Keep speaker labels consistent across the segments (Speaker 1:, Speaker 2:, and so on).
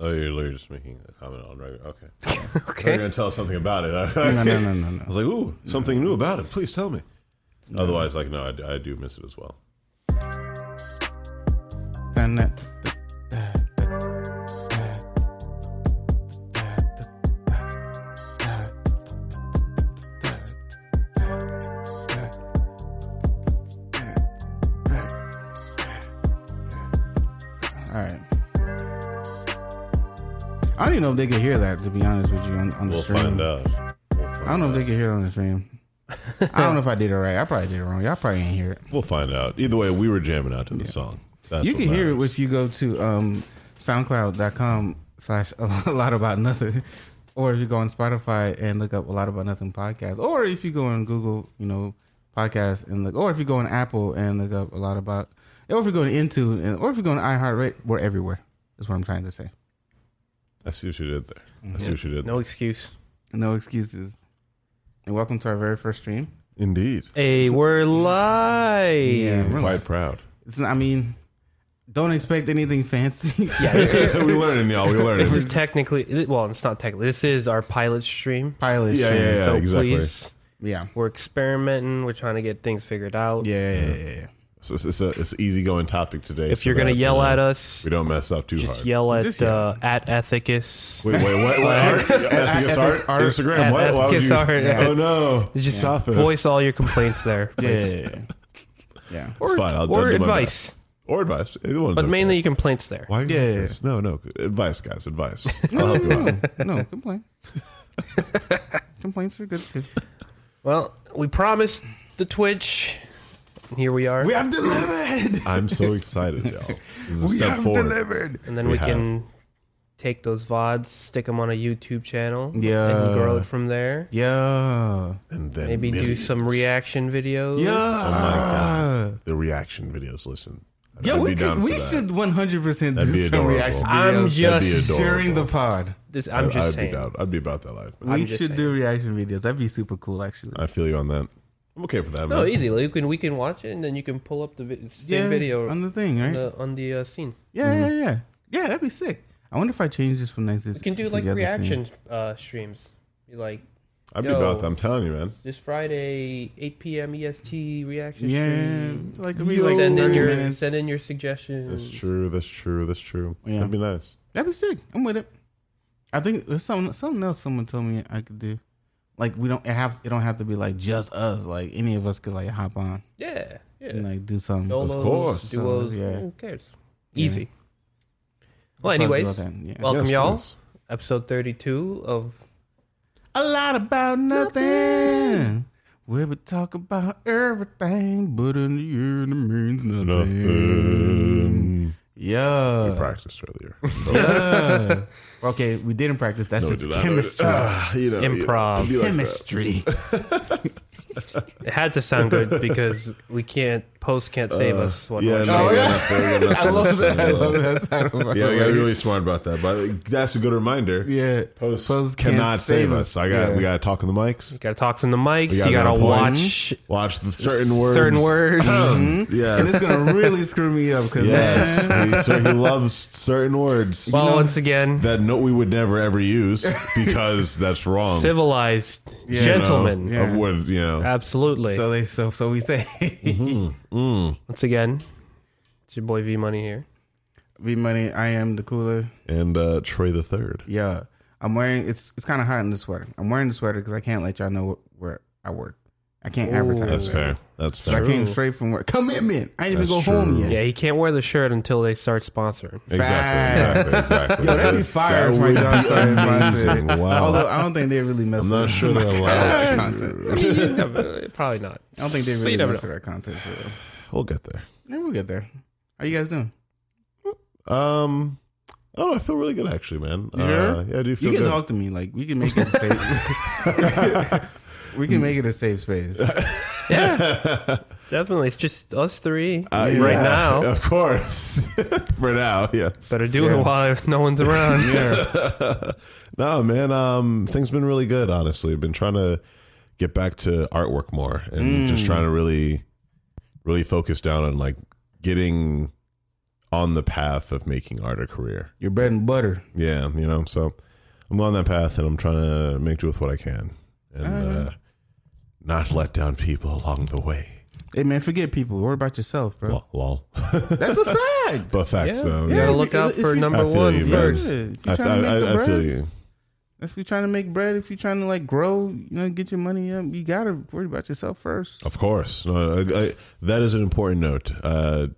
Speaker 1: Oh, you're literally just making a comment on regular. Okay. You're
Speaker 2: Okay.
Speaker 1: going to tell us something about it.
Speaker 3: No,
Speaker 1: I
Speaker 3: no, no, no, no.
Speaker 1: was like, ooh, something new about it. Please tell me. Otherwise, like, no, I, I do miss it as well.
Speaker 3: And uh, all right. I don't even know if they could hear that. To be honest with you, on, on the
Speaker 1: We'll
Speaker 3: stream,
Speaker 1: find out. We'll
Speaker 3: I don't
Speaker 1: find,
Speaker 3: know if they could hear it on the stream. I don't know if I did it right. I probably did it wrong. Y'all probably didn't hear it.
Speaker 1: we'll find out. Either way, we were jamming out to the song. That's
Speaker 3: you
Speaker 1: what
Speaker 3: can hear it
Speaker 1: matters.
Speaker 3: if you go to um, soundcloud.com slash a lot about nothing or if you go on spotify and look up a lot about nothing podcast or if you go on google you know podcast and look or if you go on apple and look up a lot about or if you go on into and or if you go on iheartrate we're everywhere is what i'm trying to say
Speaker 1: I see what you did there. I see what you did there.
Speaker 2: No excuse.
Speaker 3: no excuses and welcome to our very first stream
Speaker 1: Indeed.
Speaker 2: Hey, we're live.
Speaker 3: we're
Speaker 1: Quite
Speaker 3: like,
Speaker 1: proud.
Speaker 3: it's not, i mean don't expect anything fancy
Speaker 2: Yeah, this is
Speaker 1: we learning, y'all. We learning.
Speaker 2: this is technically well, it's not technically. This is our pilot stream.
Speaker 3: pilot
Speaker 1: Yeah,
Speaker 3: stream.
Speaker 1: yeah, yeah.
Speaker 2: so
Speaker 1: exactly.
Speaker 2: please,
Speaker 3: yeah
Speaker 2: we're experimenting. We're trying to get things figured out.
Speaker 3: yeah yeah yeah, yeah, yeah.
Speaker 1: So it's, it's a it's an easygoing topic today.
Speaker 2: If
Speaker 1: so
Speaker 2: you're gonna
Speaker 1: that,
Speaker 2: yell
Speaker 1: uh,
Speaker 2: at us,
Speaker 1: we don't mess up too
Speaker 2: just
Speaker 1: hard.
Speaker 2: yell at
Speaker 3: Just
Speaker 2: uh, at Ethicus.
Speaker 1: Wait, wait, what? what art? Ethicus
Speaker 3: Ethicus
Speaker 1: art?
Speaker 3: art.
Speaker 1: Instagram? What?
Speaker 2: Eth-
Speaker 1: Why would
Speaker 2: Ethicus
Speaker 1: you?
Speaker 2: art, yeah.
Speaker 1: Oh no!
Speaker 2: Just
Speaker 1: Stop it.
Speaker 2: voice all your complaints there,
Speaker 3: yeah,
Speaker 2: please.
Speaker 3: yeah, yeah, yeah. yeah.
Speaker 2: or,
Speaker 1: fine, I'll- I'll
Speaker 2: or
Speaker 1: do my
Speaker 2: advice,
Speaker 1: or advice. Either one's
Speaker 2: but
Speaker 1: okay.
Speaker 2: mainly your complaints there.
Speaker 1: Why?
Speaker 3: Yeah, yeah,
Speaker 1: Yeah, no, no. Advice, guys. Advice. I'll help you out.
Speaker 3: no, complain. Complaints are good too.
Speaker 2: Well, we promised the Twitch. and Here we are,
Speaker 3: We have delivered.
Speaker 1: I'm so excited, y'all. This is a
Speaker 3: We
Speaker 1: step
Speaker 3: have
Speaker 1: forward.
Speaker 3: delivered.
Speaker 2: and then
Speaker 1: we
Speaker 2: we, can take those vods, stick them on a YouTube channel,
Speaker 3: Yeah.
Speaker 2: and grow it from there.
Speaker 3: Yeah.
Speaker 1: And then
Speaker 2: Maybe do
Speaker 1: millions.
Speaker 2: some reaction videos.
Speaker 3: Yeah.
Speaker 1: Oh my god. The reaction videos. Listen.
Speaker 3: Yeah,
Speaker 1: I'd
Speaker 3: we
Speaker 1: be
Speaker 3: could,
Speaker 1: down
Speaker 3: we
Speaker 1: for that.
Speaker 3: should 100%
Speaker 1: That'd be
Speaker 3: do some
Speaker 1: adorable.
Speaker 3: reaction
Speaker 2: I'm
Speaker 3: videos
Speaker 1: That'd be
Speaker 2: just.
Speaker 1: adorable.
Speaker 3: during the pod.
Speaker 2: This, I'm
Speaker 1: I'd-
Speaker 2: just
Speaker 1: I'd
Speaker 2: saying.
Speaker 1: Be down. I'd be about that life. man.
Speaker 2: I'm
Speaker 3: we
Speaker 2: just
Speaker 3: should
Speaker 2: saying.
Speaker 3: do reaction videos. That'd be super cool, actually.
Speaker 1: I feel you on that. I'm okay for that.
Speaker 2: No,
Speaker 1: man.
Speaker 2: easy. Like, you can we can watch it, and then you can pull up the vi- same video
Speaker 3: on the thing,
Speaker 2: on
Speaker 3: right?
Speaker 2: the, on the uh, scene.
Speaker 3: yeah, yeah, yeah. Yeah, that'd be sick. I wonder if I change this from next.
Speaker 2: We can do like reaction uh, streams. Be Like
Speaker 1: I'd be
Speaker 2: Yo.
Speaker 1: about that. I'm telling you, man. this
Speaker 2: this Friday, 8 p.m. EST E reaction
Speaker 3: Yeah,
Speaker 2: stream.
Speaker 3: like it'd be
Speaker 1: Yo.
Speaker 3: like
Speaker 2: Send in
Speaker 3: 30
Speaker 2: your
Speaker 3: minutes.
Speaker 2: send in your
Speaker 1: That's
Speaker 2: suggestions.
Speaker 1: true. That's true. That's true.
Speaker 3: Yeah.
Speaker 1: That'd be nice.
Speaker 3: That'd be sick. I'm with it. I think there's something something else someone told me I could do. Like we don't it have it don't have to be like just us. Like any of us could like hop on
Speaker 2: Yeah, yeah.
Speaker 3: and like do something.
Speaker 2: Solos,
Speaker 1: course.
Speaker 2: duos.
Speaker 3: Yeah.
Speaker 2: Who cares?
Speaker 3: Yeah.
Speaker 2: Easy. Well,
Speaker 3: Probably
Speaker 2: anyways,
Speaker 3: about that, yeah.
Speaker 2: welcome
Speaker 1: Yes,
Speaker 2: y'all.
Speaker 1: please.
Speaker 2: Episode 32 of
Speaker 3: a lot about nothing. We would talk about everything, but in the end it means nothing.
Speaker 1: Nothing. We
Speaker 3: Yeah.
Speaker 1: practiced earlier.
Speaker 3: yeah. Okay, we didn't practice. That's
Speaker 1: No, we
Speaker 3: just
Speaker 1: did not.
Speaker 3: chemistry.
Speaker 1: Ah, you know, you know,
Speaker 2: Improv.
Speaker 1: it'd be like that.
Speaker 3: chemistry.
Speaker 2: It had to sound good because we can't post can't save us. One
Speaker 1: Yeah,
Speaker 2: more
Speaker 1: no,
Speaker 2: time.
Speaker 1: we got nothing, we got
Speaker 3: Oh, I
Speaker 1: nothing.
Speaker 3: love that. I love that title.
Speaker 1: Yeah, we got really smart about that. But that's a good reminder.
Speaker 3: Yeah.
Speaker 1: Post,
Speaker 3: Post can't
Speaker 1: cannot
Speaker 3: save
Speaker 1: save us.
Speaker 3: us.
Speaker 1: I got.
Speaker 3: Yeah.
Speaker 1: We got to talk on the mics.
Speaker 2: You gotta talk some the mics.
Speaker 1: We gotta
Speaker 2: you
Speaker 1: get
Speaker 2: gotta
Speaker 1: on point.
Speaker 2: watch
Speaker 1: Watch the certain words.
Speaker 2: certain words.
Speaker 3: Mm-hmm.
Speaker 1: Yeah.
Speaker 3: And it's gonna really screw me up because
Speaker 1: Yes, he, cer- he loves certain words
Speaker 2: well, once again,
Speaker 1: that no, we would never ever use because that's wrong.
Speaker 2: civilized
Speaker 3: Yeah.
Speaker 1: you know,
Speaker 2: gentlemen.
Speaker 3: Yeah.
Speaker 1: of what, you know.
Speaker 2: Absolutely.
Speaker 3: so they so so we say
Speaker 1: Mm.
Speaker 2: once again, it's your boy V Money here.
Speaker 3: V Money, I am the cooler.
Speaker 1: and uh, Trey the Third.
Speaker 3: Yeah. I'm wearing it's it's kinda hot in the sweater. I'm wearing the sweater because I can't let y'all know wh- where I work. I can't
Speaker 2: Ooh.
Speaker 3: advertise.
Speaker 1: That's
Speaker 3: that.
Speaker 1: fair. That's
Speaker 3: 'Cause I
Speaker 1: fair.
Speaker 3: came straight from work. Commitment. I didn't even go
Speaker 1: That's
Speaker 3: home
Speaker 1: true.
Speaker 3: yet.
Speaker 2: Yeah, he can't wear the shirt until they start sponsoring.
Speaker 1: Exactly. Exactly. exactly.
Speaker 3: Yo, that'd be fire if my job started
Speaker 1: amazing.
Speaker 3: sponsoring.
Speaker 1: Wow.
Speaker 3: Although I don't think they really mess
Speaker 1: I'm
Speaker 3: with
Speaker 1: not
Speaker 3: it.
Speaker 1: sure they're allowed.
Speaker 3: content.
Speaker 2: I mean, you never- uh, probably not.
Speaker 3: I don't think they really
Speaker 2: you never
Speaker 3: mess with our content for real.
Speaker 1: We'll get there.
Speaker 3: Then we'll get there. How you guys doing?
Speaker 1: Um, I don't know. I feel really good actually, man.
Speaker 3: You
Speaker 1: Uh,
Speaker 3: sure?
Speaker 1: yeah, I do feel
Speaker 3: You can
Speaker 1: good.
Speaker 3: talk to me. Like we can make it a safe. we can make it a safe space.
Speaker 2: Yeah, definitely. It's just us three
Speaker 1: Uh,
Speaker 2: right
Speaker 1: yeah,
Speaker 2: now.
Speaker 1: of course. For now, yes.
Speaker 2: Better do
Speaker 3: Yeah.
Speaker 2: it while no one's around.
Speaker 1: No, man. Um, things been really good. Honestly, I've been trying to get back to artwork more
Speaker 3: Mm.
Speaker 1: and just trying to really, really focus down on like getting on the path of making art a career.
Speaker 3: Your bread and butter.
Speaker 1: Yeah, you know, so I'm on that path and I'm trying to make do with what I can and
Speaker 3: Uh-huh.
Speaker 1: uh, not let down people along the way.
Speaker 3: Hey man, forget people. Worry about yourself, bro.
Speaker 1: Lol. lol.
Speaker 3: That's a fact.
Speaker 1: but facts,
Speaker 2: Yeah.
Speaker 1: though.
Speaker 2: You
Speaker 1: Yeah.
Speaker 2: gotta
Speaker 3: if
Speaker 2: look
Speaker 3: you-
Speaker 2: out
Speaker 3: if
Speaker 2: for
Speaker 3: you-
Speaker 2: number
Speaker 1: I feel
Speaker 2: one
Speaker 1: you, man.
Speaker 2: first.
Speaker 3: Yeah, if
Speaker 1: I,
Speaker 3: you're trying to
Speaker 1: I-
Speaker 3: make the
Speaker 1: I- I feel
Speaker 3: bread,
Speaker 1: you.
Speaker 3: that's if you're trying to make bread. If you're trying to like grow, you know, get your money up, you gotta worry about yourself first.
Speaker 1: Of course. No, I, I, that is an important note. Uh,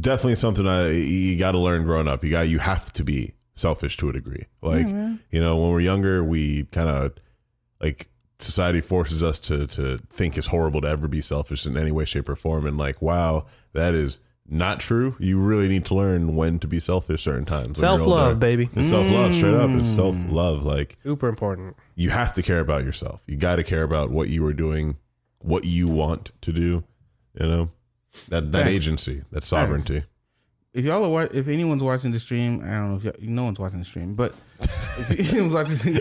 Speaker 1: definitely something I, you got to learn growing up. You got you have to be selfish to a degree. Like you know, when we're younger, we kind of like society forces us to to think it's horrible to ever be selfish in any way, shape, or form. And like, wow, that is not true. You really need to learn when to be selfish certain times. when you're
Speaker 2: Self love,
Speaker 1: older.
Speaker 2: baby.
Speaker 1: It's self love, straight up. It's self love. Like
Speaker 2: Super important.
Speaker 1: you have to care about yourself. You got to care about what you are doing, what you want to do. You know that that
Speaker 3: Thanks.
Speaker 1: agency, that sovereignty.
Speaker 3: if y'all are wa- if anyone's watching the stream, I don't know if y'all, no one's watching the stream, but if anyone's watching,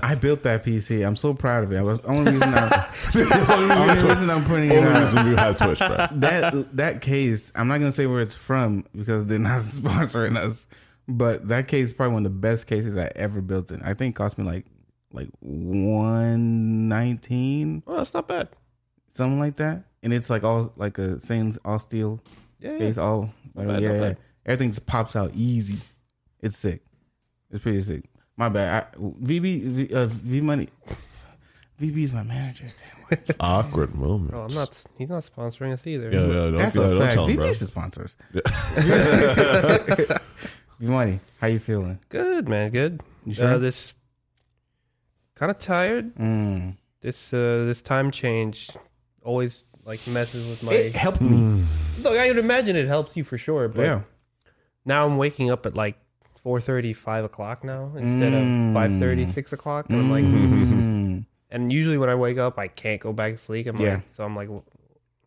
Speaker 3: I built that PC. I'm so proud of it. I was only reason I, only reason I'm putting it
Speaker 1: Only
Speaker 3: out.
Speaker 1: reason you have Twitch, bro.
Speaker 3: That that case, I'm not gonna say where it's from because they're not sponsoring us. But that case is probably one of the best cases I ever built in. I think it cost me like like one nineteen,
Speaker 2: Well, that's not bad.
Speaker 3: something like that. And it's like all like a same all steel
Speaker 2: Yeah.
Speaker 3: it's all whatever,
Speaker 2: bad,
Speaker 3: yeah,
Speaker 2: not
Speaker 3: yeah.
Speaker 2: bad.
Speaker 3: Everything just pops out easy. It's sick. It's pretty sick. My bad. I, VB V- uh, V Money. VB is my manager.
Speaker 1: Awkward moment.
Speaker 2: Oh, I'm not. He's not sponsoring us either.
Speaker 1: Yeah, yeah, don't,
Speaker 3: That's
Speaker 1: yeah,
Speaker 3: a
Speaker 1: don't
Speaker 3: fact.
Speaker 1: tell him,
Speaker 3: VB
Speaker 1: bro.
Speaker 3: is the sponsors. V Money, how you feeling?
Speaker 2: Good man, good.
Speaker 3: You sure?
Speaker 2: Uh, this kind of tired.
Speaker 3: Mm.
Speaker 2: This uh, this time change always like messes with my.
Speaker 3: It helped me.
Speaker 2: Look, I would imagine it helps you for sure, but
Speaker 3: Yeah.
Speaker 2: now I'm waking up at like 4:30, 5 o'clock now instead of 5:30, 6 o'clock. And I'm like,
Speaker 3: Mm.
Speaker 2: and usually when I wake up, I can't go back to sleep. I'm
Speaker 3: Yeah.
Speaker 2: like, so I'm like, well,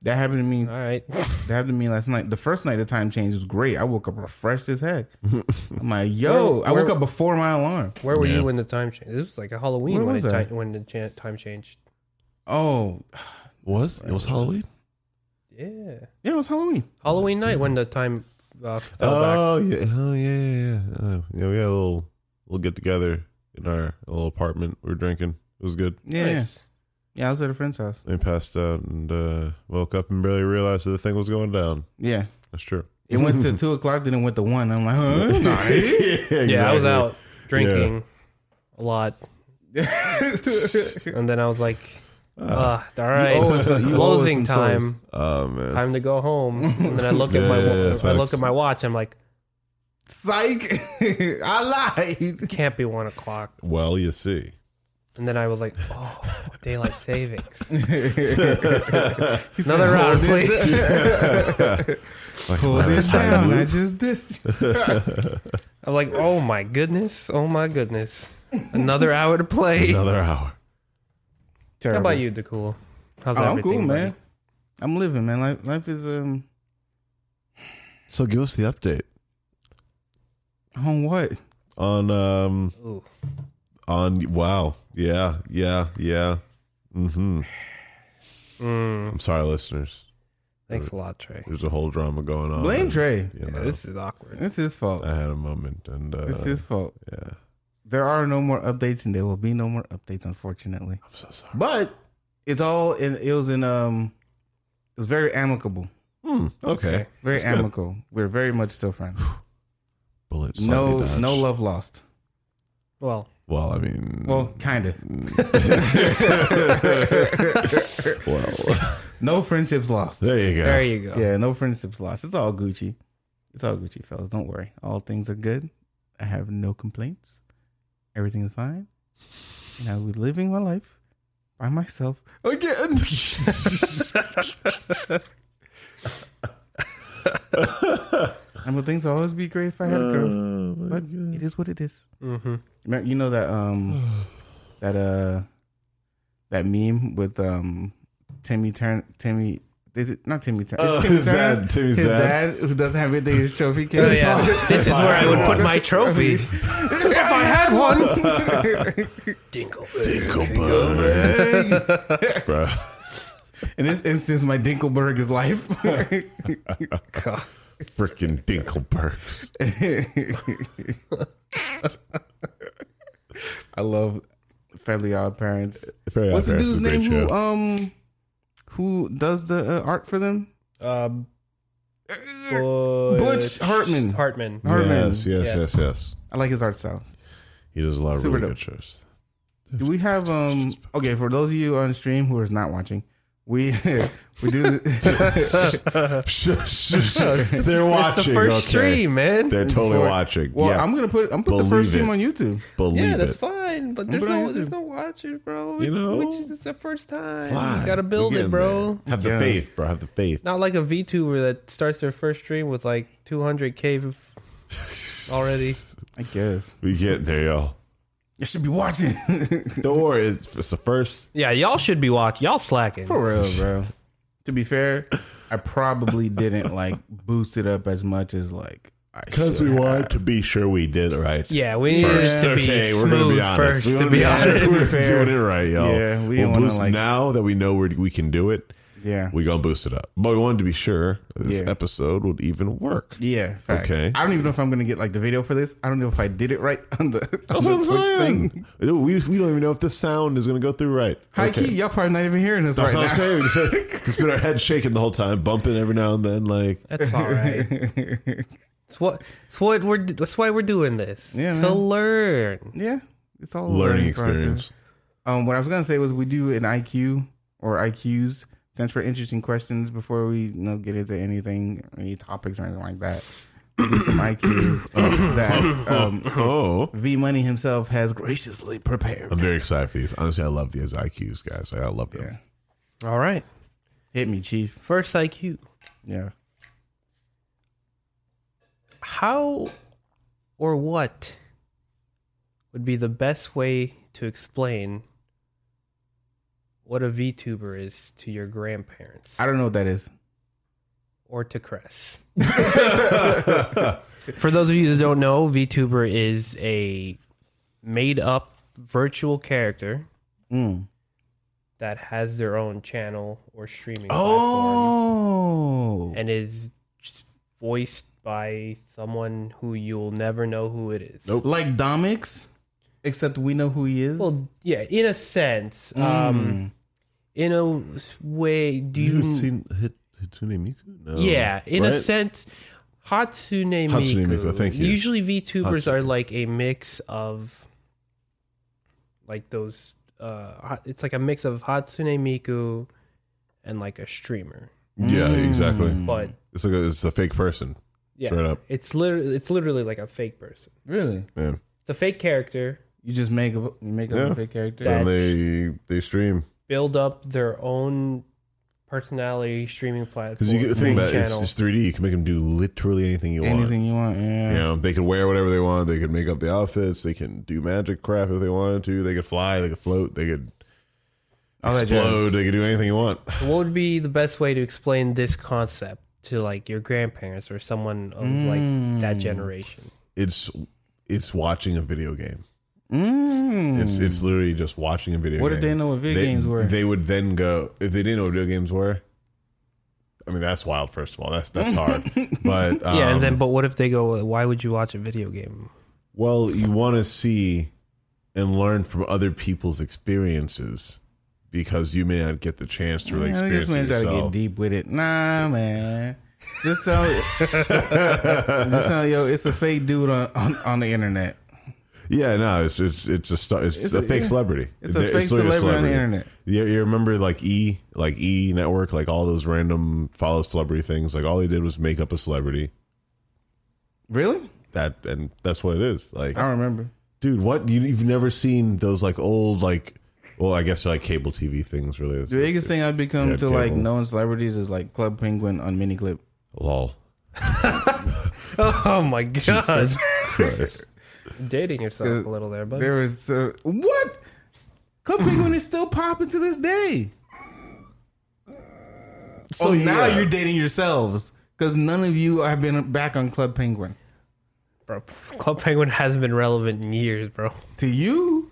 Speaker 3: That happened to me.
Speaker 2: all right,
Speaker 3: That happened to me last night. The first night the time change was great. I woke up refreshed as heck. I'm like, yo,
Speaker 2: Where-
Speaker 3: I woke
Speaker 2: where-
Speaker 3: up before my alarm.
Speaker 2: where were
Speaker 1: Yeah.
Speaker 2: you when the time changed? This was like a Halloween
Speaker 3: Where
Speaker 2: when
Speaker 3: was
Speaker 2: it
Speaker 3: I?
Speaker 2: ti- when the cha- time changed.
Speaker 3: Oh,
Speaker 1: Was it was Halloween?
Speaker 2: Yeah,
Speaker 3: yeah, it was Halloween.
Speaker 2: Halloween night when the time uh, fell back.
Speaker 1: Oh yeah, oh yeah, yeah. yeah. Oh, yeah, we had a little little get together in our little apartment. We were drinking. It was good.
Speaker 3: Yeah, yeah.
Speaker 2: Nice.
Speaker 3: yeah, I was at a friend's house.
Speaker 1: They passed out and uh, woke up and barely realized that the thing was going down.
Speaker 3: Yeah.
Speaker 1: That's true.
Speaker 3: It went to two o'clock, then it went to one. I'm like, huh? Nice.
Speaker 2: Yeah, I was
Speaker 1: exactly.
Speaker 2: out drinking a lot, and then I was like, uh, all right,
Speaker 3: owe us- you owe us
Speaker 2: closing
Speaker 3: some stories.
Speaker 2: time,
Speaker 1: Oh man.
Speaker 2: time to go home. And then I look at my
Speaker 1: Yeah,
Speaker 2: I
Speaker 1: facts.
Speaker 2: look at my watch. I'm like,
Speaker 3: Psych. I lied.
Speaker 2: can't be one o'clock.
Speaker 1: Well, you see.
Speaker 2: And then I was like, oh, daylight savings.
Speaker 3: He said,
Speaker 2: Another round,
Speaker 3: "Hold it-
Speaker 2: please.
Speaker 1: Like,
Speaker 3: Hold
Speaker 1: wow,
Speaker 3: it
Speaker 1: that's high
Speaker 3: down.
Speaker 1: loop.
Speaker 3: I just this.
Speaker 2: I'm like, oh my goodness, oh my goodness, another hour to play.
Speaker 1: Another hour.
Speaker 2: How about you, DeCool? How's
Speaker 3: Oh, I'm
Speaker 2: everything,
Speaker 3: cool, man.
Speaker 2: buddy?
Speaker 3: I'm living, man. Life, life is um
Speaker 1: So give us the update
Speaker 3: on what?
Speaker 1: on um
Speaker 2: Ooh.
Speaker 1: on wow. Yeah, yeah, yeah. Mm-hmm.
Speaker 2: Mm,
Speaker 1: I'm sorry, listeners.
Speaker 2: thanks a lot, Trey.
Speaker 1: There's a whole drama going on.
Speaker 3: Blame
Speaker 1: and,
Speaker 3: Trey.
Speaker 1: You
Speaker 2: Uh, Yeah, Uh,
Speaker 1: know,
Speaker 2: this is awkward.
Speaker 3: It's his fault.
Speaker 1: I had a moment and uh,
Speaker 3: It's his fault.
Speaker 1: yeah.
Speaker 3: There are no more updates, and there will be no more updates, unfortunately.
Speaker 1: I'm so sorry.
Speaker 3: But it's all in. It was in um. It was very amicable.
Speaker 1: Hmm, okay.
Speaker 2: Okay.
Speaker 3: Very amicable. We're very much still friends.
Speaker 1: Bullets.
Speaker 3: no, no love lost.
Speaker 2: Well,
Speaker 1: Well, I mean,
Speaker 3: Well, kind of.
Speaker 1: well.
Speaker 3: No friendships lost.
Speaker 1: there you go.
Speaker 2: there you go.
Speaker 3: Yeah, no friendships lost. It's all Gucci. It's all Gucci, fellas. Don't worry. All things are good. I have no complaints. Everything is fine. And I'll be living my life by myself again. and will things always be great if I had a girl?
Speaker 1: Oh, my
Speaker 3: But
Speaker 1: God.
Speaker 3: it is what it is.
Speaker 2: Mm-hmm.
Speaker 3: Remember- You know that um that uh that meme with um Timmy Turn Timmy is it not Timmy Turner?
Speaker 1: Oh,
Speaker 3: it's Timmy
Speaker 1: his
Speaker 3: Turner.
Speaker 1: dad, Timmy's
Speaker 3: his
Speaker 1: dad.
Speaker 3: dad. who doesn't have anything in his trophy case.
Speaker 2: Oh, yeah. this is where I would put my trophy.
Speaker 3: if I had one.
Speaker 2: Dingle.
Speaker 1: Dinkelberg. Bro.
Speaker 3: In this instance, my Dinkelberg is life.
Speaker 2: God.
Speaker 1: Freaking Dinkelbergs.
Speaker 3: I love Fairly Odd Parents.
Speaker 1: Fairly Odd
Speaker 3: What's the
Speaker 1: Parents
Speaker 3: dude's
Speaker 1: is a great
Speaker 3: name who
Speaker 1: show.
Speaker 3: um who does the uh, art for them?
Speaker 2: Um,
Speaker 3: Butch Hartman.
Speaker 2: Hartman.
Speaker 3: Hartman.
Speaker 1: Yes, yes, yes, yes,
Speaker 3: I like his art styles.
Speaker 1: He does a lot of
Speaker 3: Super
Speaker 1: really
Speaker 3: dope.
Speaker 1: good shows.
Speaker 3: Do we have um okay for those of you on stream who are not watching, we we do
Speaker 1: They're watching.
Speaker 2: It's the first
Speaker 1: okay.
Speaker 2: stream, man.
Speaker 1: They're totally
Speaker 3: Before-
Speaker 1: watching.
Speaker 3: well
Speaker 1: yeah,
Speaker 3: I'm gonna put I'm put the
Speaker 1: Believe
Speaker 3: first
Speaker 1: it.
Speaker 3: stream on YouTube.
Speaker 1: believe
Speaker 2: yeah, that's
Speaker 1: it.
Speaker 2: fine, but there's
Speaker 3: But I
Speaker 2: no
Speaker 3: have
Speaker 2: there's
Speaker 3: to-
Speaker 2: no watchers, bro.
Speaker 1: You know?
Speaker 2: Which is- it's the first time.
Speaker 1: Fine.
Speaker 2: You gotta build
Speaker 1: We're
Speaker 2: it,
Speaker 1: getting
Speaker 2: bro.
Speaker 1: there. Have the
Speaker 3: Yes.
Speaker 1: faith, bro. Have the faith.
Speaker 2: Not like a VTuber that starts their first stream with like 200k f- already.
Speaker 3: I guess.
Speaker 1: We get there, y'all.
Speaker 3: You should be watching.
Speaker 1: Don't worry, it's, it's the first.
Speaker 2: Yeah, y'all should be watching. Y'all slacking.
Speaker 3: For real, bro. to be fair, I probably didn't like boost it up as much as like I
Speaker 1: Because we
Speaker 3: should have.
Speaker 1: wanted to be sure we did it right.
Speaker 2: Yeah, we need
Speaker 1: First.
Speaker 2: to be
Speaker 1: okay, we're gonna
Speaker 2: smooth
Speaker 1: be honest.
Speaker 2: first.
Speaker 1: We
Speaker 2: To
Speaker 1: wanna
Speaker 2: be
Speaker 1: honest,
Speaker 2: honest,
Speaker 1: we're
Speaker 3: Fair.
Speaker 1: doing it right, y'all.
Speaker 3: Yeah, we
Speaker 1: we'll
Speaker 3: wanna,
Speaker 1: boost
Speaker 3: like-
Speaker 1: now that we know we're, we can do it.
Speaker 3: Yeah.
Speaker 1: We gonna boost it up, but we wanted to be sure that this
Speaker 3: Yeah.
Speaker 1: episode would even work.
Speaker 3: Yeah, facts.
Speaker 1: Okay.
Speaker 3: I don't even know if I'm gonna get like the video for this. I don't know if I did it right on the, on the
Speaker 1: That's what I'm
Speaker 3: Twitch
Speaker 1: saying.
Speaker 3: thing.
Speaker 1: Dude, We, we don't even know if this sound is gonna go through right.
Speaker 3: High
Speaker 1: Okay.
Speaker 3: key, y'all probably not even hearing this
Speaker 1: That's
Speaker 3: right
Speaker 1: what
Speaker 3: now.
Speaker 1: I'm saying. We just- Just been our head shaking the whole time, bumping every now and then. Like
Speaker 2: that's all right. It's what it's what we're that's why we're doing this.
Speaker 3: Yeah,
Speaker 2: to
Speaker 3: man.
Speaker 2: learn.
Speaker 3: Yeah, it's all a
Speaker 1: learning
Speaker 3: process.
Speaker 1: experience.
Speaker 3: Um, what I was gonna say was we do an IQ or IQs since for interesting questions before we you know get into anything, any topics or anything like that. We do some IQs that um,
Speaker 1: Oh,
Speaker 3: V Money himself has graciously prepared.
Speaker 1: I'm very excited for these. Honestly, I love these IQs, guys. I love them.
Speaker 2: All right.
Speaker 3: Hit me, Chief.
Speaker 2: First IQ.
Speaker 3: Yeah.
Speaker 2: How or what would be the best way to explain what a VTuber is to your grandparents
Speaker 3: I don't know what that is.
Speaker 2: or to Cress? For those of you that don't know, VTuber is a made up virtual character
Speaker 3: Mm.
Speaker 2: that has their own channel or streaming platform.
Speaker 3: Oh.
Speaker 2: and is just voiced by someone who you'll never know who it is.
Speaker 1: Nope.
Speaker 3: Like Domix, except we know who he is.
Speaker 2: Well, yeah, in a sense, um, in a s- way, do you?
Speaker 1: You've Hmm. seen Hit- Hitsune Miku? No.
Speaker 2: yeah, in
Speaker 1: Right?
Speaker 2: a sense, Hatsune Miku.
Speaker 1: Hatsune Miku, thank you.
Speaker 2: Usually, VTubers
Speaker 1: Hatsune.
Speaker 2: are like a mix of like those. Uh, ha- it's like a mix of Hatsune Miku and like a streamer,
Speaker 1: Yeah, exactly.
Speaker 2: but
Speaker 1: It's like a, it's a fake person.
Speaker 2: Mm. yeah,
Speaker 1: Straight up.
Speaker 2: it's literally it's literally like a fake person.
Speaker 3: really?
Speaker 1: Yeah.
Speaker 2: It's a fake character
Speaker 3: You just make up, you make up
Speaker 1: Yeah.
Speaker 3: a fake character.
Speaker 2: That-
Speaker 1: And they they stream
Speaker 2: build up their own personality streaming platform.
Speaker 1: because you get the thing about it, it's,
Speaker 2: channel.
Speaker 1: it's 3D. You can make them do literally anything you want.
Speaker 3: Anything you want. Yeah.
Speaker 1: You know, they could wear whatever they want. They could make up the outfits. They can do magic crap if they wanted to. They could fly. They could float. They could
Speaker 3: All that
Speaker 1: explode.
Speaker 3: jazz.
Speaker 1: They could do anything you want.
Speaker 2: what would be the best way to explain this concept to like your grandparents or someone of like
Speaker 1: Mm.
Speaker 2: that generation?
Speaker 1: It's it's watching a video game.
Speaker 3: Mm.
Speaker 1: It's it's literally just watching a video.
Speaker 3: What
Speaker 1: game.
Speaker 3: did they know what video
Speaker 1: They-
Speaker 3: games were?
Speaker 1: They would then go if they didn't know what video games were. I mean, that's wild. First of all, that's that's hard. But um,
Speaker 2: yeah, and then but what if they go? Why would you watch a video game?
Speaker 1: Well, you want to see and learn from other people's experiences because you may not get the chance to really
Speaker 3: Man,
Speaker 1: experience
Speaker 3: this man
Speaker 1: it
Speaker 3: try to get
Speaker 1: yourself.
Speaker 3: deep with it. Nah, man. Just so, just so, yo, it's a fake dude on, on, on the internet.
Speaker 1: Yeah, no, it's it's it's a stu- it's,
Speaker 3: It's
Speaker 1: a,
Speaker 3: a-
Speaker 1: fake
Speaker 3: yeah.
Speaker 1: celebrity.
Speaker 3: It's a
Speaker 1: They're-
Speaker 3: fake
Speaker 1: literally a
Speaker 3: celebrity on the internet.
Speaker 1: You, you remember like E, like E Network, like all those random follow celebrity things. Like all they did was make up a celebrity.
Speaker 3: Really?
Speaker 1: That and that's what it is. Like
Speaker 3: I don't remember.
Speaker 1: dude what you, you've never seen those like old like well i guess they're like cable tv things really
Speaker 3: The biggest thing I've become
Speaker 1: Yeah,
Speaker 3: to like
Speaker 1: cable.
Speaker 3: known celebrities is like Club Penguin on Miniclip.
Speaker 1: lol
Speaker 2: Oh my god,
Speaker 1: Christ.
Speaker 2: dating yourself a little there, but
Speaker 3: There was uh, what? Club Penguin is still popping to this day. So
Speaker 1: Oh,
Speaker 3: now
Speaker 1: yeah.
Speaker 3: you're dating yourselves because none of you have been back on Club Penguin.
Speaker 2: bro, Club Penguin hasn't been relevant in years, bro.
Speaker 3: To you,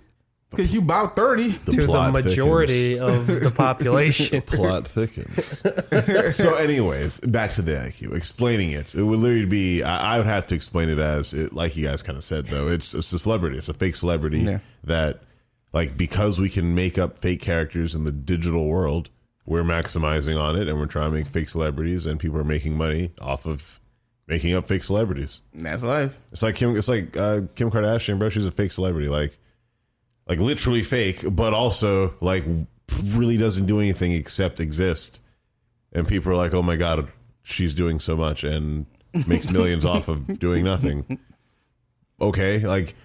Speaker 3: Because you about 30.
Speaker 1: The
Speaker 2: to the
Speaker 1: plot
Speaker 2: majority of the population.
Speaker 1: thickens. plot thickens. so, anyways, back to the IQ. Explaining it, it would literally be. I, I would have to explain it as, it, like you guys kind of said though, it's it's a celebrity. It's a fake celebrity
Speaker 3: Yeah.
Speaker 1: that, like, because we can make up fake characters in the digital world, we're maximizing on it, and we're trying to make fake celebrities, and people are making money off of making up fake celebrities.
Speaker 3: That's life.
Speaker 1: It's like Kim. It's like uh, Kim Kardashian, bro. She's a fake celebrity, like, like literally fake, but also like really doesn't do anything except exist. And people are like, "Oh my god, she's doing so much and makes millions off of doing nothing." Okay, like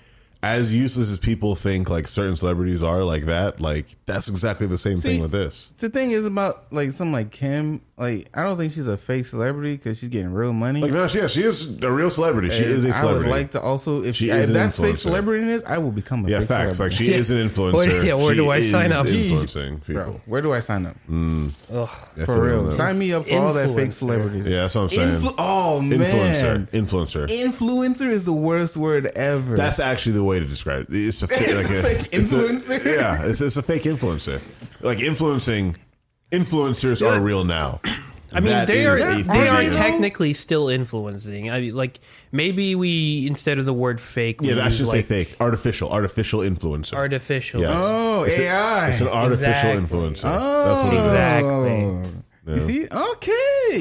Speaker 1: as useless as people think, like certain celebrities are like that. Like that's exactly the same
Speaker 3: See-
Speaker 1: thing with this.
Speaker 3: The thing is about like something like Kim. Like I don't think she's a fake celebrity because she's getting real money.
Speaker 1: Like, no, she, yeah, she is a real celebrity. She
Speaker 3: And
Speaker 1: is a celebrity.
Speaker 3: I would like to also if,
Speaker 1: She
Speaker 3: if
Speaker 1: is an
Speaker 3: that's fake
Speaker 1: influencer.
Speaker 3: celebrity is, I will become a
Speaker 1: yeah,
Speaker 3: fake
Speaker 1: facts. Like
Speaker 3: celebrity.
Speaker 1: she is an influencer.
Speaker 2: Where- yeah, where
Speaker 1: She
Speaker 2: do I
Speaker 1: is
Speaker 2: sign up?
Speaker 1: Influencing people.
Speaker 3: Bro, where do I sign up? For
Speaker 1: Definitely
Speaker 3: real.
Speaker 1: on that.
Speaker 3: Sign me up for all that fake
Speaker 2: Influencer.
Speaker 3: celebrities.
Speaker 1: Yeah, that's what I'm saying.
Speaker 3: Influ- oh man.
Speaker 1: Influencer. Influencer.
Speaker 3: Influencer is the worst word ever.
Speaker 1: That's actually the way to describe it. It's a, fake,
Speaker 3: It's
Speaker 1: like
Speaker 3: a fake
Speaker 1: it's a-
Speaker 3: influencer.
Speaker 1: yeah, it's, it's a fake influencer. Like influencing, influencers are real now.
Speaker 2: I mean,
Speaker 1: That
Speaker 2: they
Speaker 1: is
Speaker 2: are
Speaker 1: a
Speaker 2: they
Speaker 1: thing.
Speaker 2: are
Speaker 3: thing.
Speaker 2: technically still influencing. I mean, like maybe we instead of the word fake, we
Speaker 1: Yeah, I
Speaker 2: use,
Speaker 1: should say
Speaker 2: like
Speaker 1: fake. Artificial. Artificial influencer.
Speaker 2: artificial.
Speaker 1: Yes.
Speaker 3: oh
Speaker 1: It's a-
Speaker 3: AI.
Speaker 1: it's an artificial
Speaker 2: Exactly.
Speaker 1: influencer. that's
Speaker 3: oh,
Speaker 1: what it is.
Speaker 2: Exactly.
Speaker 3: You see? Okay.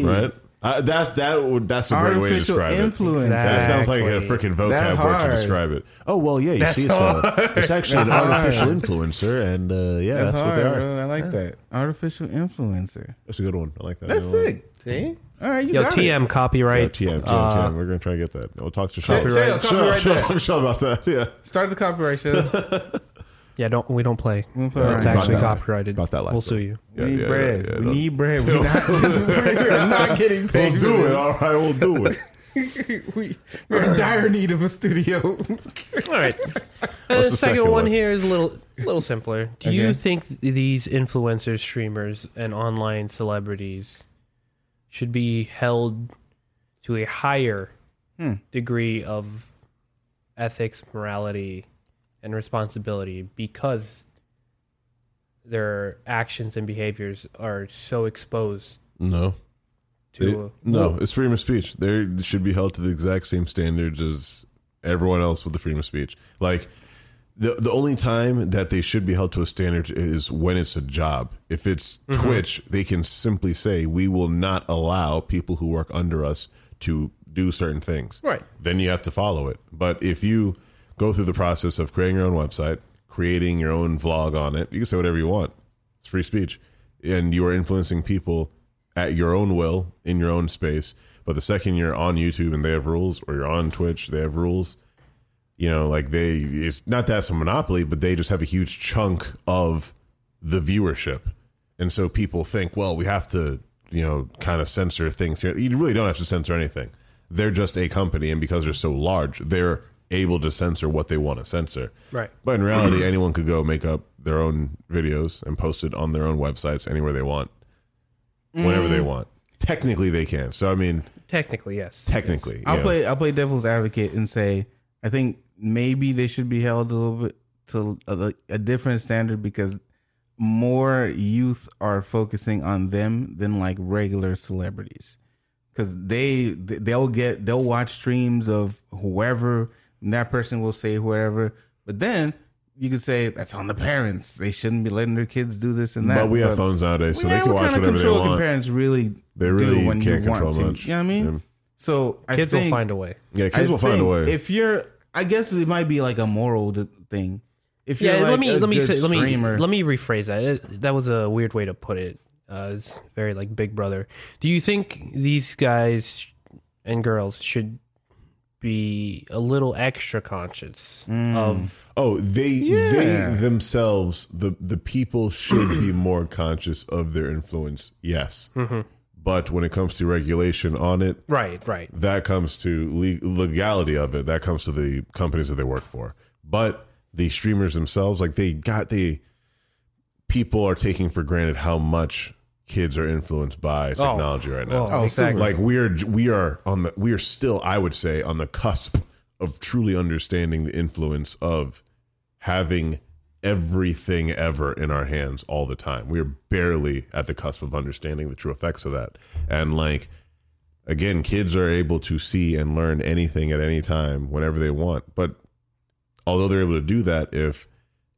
Speaker 2: Oh.
Speaker 1: Right? Uh, that's that would that's a great way to
Speaker 3: Artificial
Speaker 1: describe it.
Speaker 3: influencer.
Speaker 1: That
Speaker 2: Exactly.
Speaker 1: sounds like a freaking
Speaker 3: That's
Speaker 1: vocab word to
Speaker 3: hard.
Speaker 1: describe it. Oh well, yeah. You see, it's, a, it's actually an
Speaker 3: That's hard.
Speaker 1: artificial influencer, and uh, yeah, that's,
Speaker 3: That's,
Speaker 1: what
Speaker 3: hard,
Speaker 1: they are.
Speaker 3: bro. I like that. Artificial influencer.
Speaker 1: That's a good one. I like that.
Speaker 3: That's
Speaker 1: You know,
Speaker 3: sick.
Speaker 2: See,
Speaker 3: All right, you
Speaker 2: yo,
Speaker 3: got it.
Speaker 2: TM
Speaker 1: Yeah,
Speaker 2: copyright.
Speaker 1: TM, TM,
Speaker 2: Uh,
Speaker 1: TM. We're gonna try to get that. We'll talk to Sean.
Speaker 3: Shell, Shell, copyright that.
Speaker 1: Sean, Sean about that. Yeah,
Speaker 3: Start the copyright show.
Speaker 2: Yeah, don't we don't play.
Speaker 3: don't play
Speaker 2: it's
Speaker 3: around.
Speaker 2: actually
Speaker 1: About that.
Speaker 2: copyrighted.
Speaker 1: About that life,
Speaker 2: we'll
Speaker 1: though.
Speaker 2: sue you.
Speaker 3: We
Speaker 1: Yeah,
Speaker 3: need
Speaker 1: yeah,
Speaker 3: bread.
Speaker 1: yeah, yeah,
Speaker 3: we
Speaker 1: no.
Speaker 3: need bread. We're not, we're not getting paid.
Speaker 1: We'll
Speaker 3: for
Speaker 1: do it.
Speaker 3: this.
Speaker 1: All right, we'll do it.
Speaker 3: we, we're in dire need of a studio.
Speaker 2: All right. And the,
Speaker 1: the
Speaker 2: second,
Speaker 1: second
Speaker 2: one,
Speaker 1: one?
Speaker 2: here is a little little simpler. Do you
Speaker 3: Okay.
Speaker 2: think th- these influencers, streamers, and online celebrities should be held to a higher degree of ethics, morality, and responsibility because their actions and behaviors are so exposed
Speaker 1: No,
Speaker 2: to
Speaker 1: no, it's freedom of speech. They should be held to the exact same standards as everyone else with the freedom of speech. Like the the only time that they should be held to a standard is when it's a job. If it's Twitch, they can simply say we will not allow people who work under us to do certain things.
Speaker 2: Right.
Speaker 1: Then you have to follow it. But if you go through the process of creating your own website, creating your own vlog on it, you can say whatever you want. It's free speech. And you are influencing people at your own will in your own space. But the second you're on YouTube and they have rules, or you're on Twitch, they have rules, you know, like they, it's not that it's a monopoly, but they just have a huge chunk of the viewership. And so people think, well, we have to, you know, kind of censor things here. You really don't have to censor anything. They're just a company. And because they're so large, they're able to censor what they want to censor.
Speaker 2: Right.
Speaker 1: But in reality, anyone could go make up their own videos and post it on their own websites anywhere they want, whenever
Speaker 3: Mm.
Speaker 1: they want. Technically, they can. So, I mean,
Speaker 2: technically, yes.
Speaker 1: technically.
Speaker 3: I'll
Speaker 1: yeah.
Speaker 3: play. I'll play devil's advocate and say I think maybe they should be held a little bit to a, a different standard because more youth are focusing on them than like regular celebrities because they they'll get they'll watch streams of whoever and that person will say whoever but then you could say that's on the parents they shouldn't be letting their kids do this and that
Speaker 1: But we have phones nowadays, so
Speaker 3: yeah,
Speaker 1: they can
Speaker 3: what
Speaker 1: watch
Speaker 3: kind of
Speaker 1: whatever they
Speaker 3: control can
Speaker 1: want.
Speaker 3: parents really
Speaker 1: They really
Speaker 3: do when
Speaker 1: can't
Speaker 3: you want
Speaker 1: control
Speaker 3: to
Speaker 1: much.
Speaker 3: you know what i mean
Speaker 1: Yeah.
Speaker 3: so I
Speaker 2: Kids will
Speaker 3: think,
Speaker 2: find a way.
Speaker 1: Yeah, kids
Speaker 3: I
Speaker 1: will find a
Speaker 3: think
Speaker 1: way.
Speaker 3: If you're, I guess it might be like a moral d- thing. If you're
Speaker 2: yeah,
Speaker 3: like
Speaker 2: let me
Speaker 3: a
Speaker 2: let me
Speaker 3: good
Speaker 2: say, let me
Speaker 3: streamer,
Speaker 2: let me rephrase that. It- That was a weird way to put it. Uh, it's very like Big Brother. Do you think these guys and girls should be a little extra conscious
Speaker 3: Mm.
Speaker 2: of?
Speaker 1: Oh, they
Speaker 3: Yeah.
Speaker 1: they themselves the the people should be more conscious of their influence. Yes, but when it comes to regulation on it,
Speaker 2: Right, right.
Speaker 1: that comes to le- legality of it. That comes to the companies that they work for. But the streamers themselves, like they got the people are taking for granted how much kids are influenced by technology right now.
Speaker 2: Oh, exactly.
Speaker 1: Like we are we are on the we are still I would say on the cusp of truly understanding the influence of having everything ever in our hands all the time. We're barely at the cusp of understanding the true effects of that. And like again, kids are able to see and learn anything at any time whenever they want. But although they're able to do that if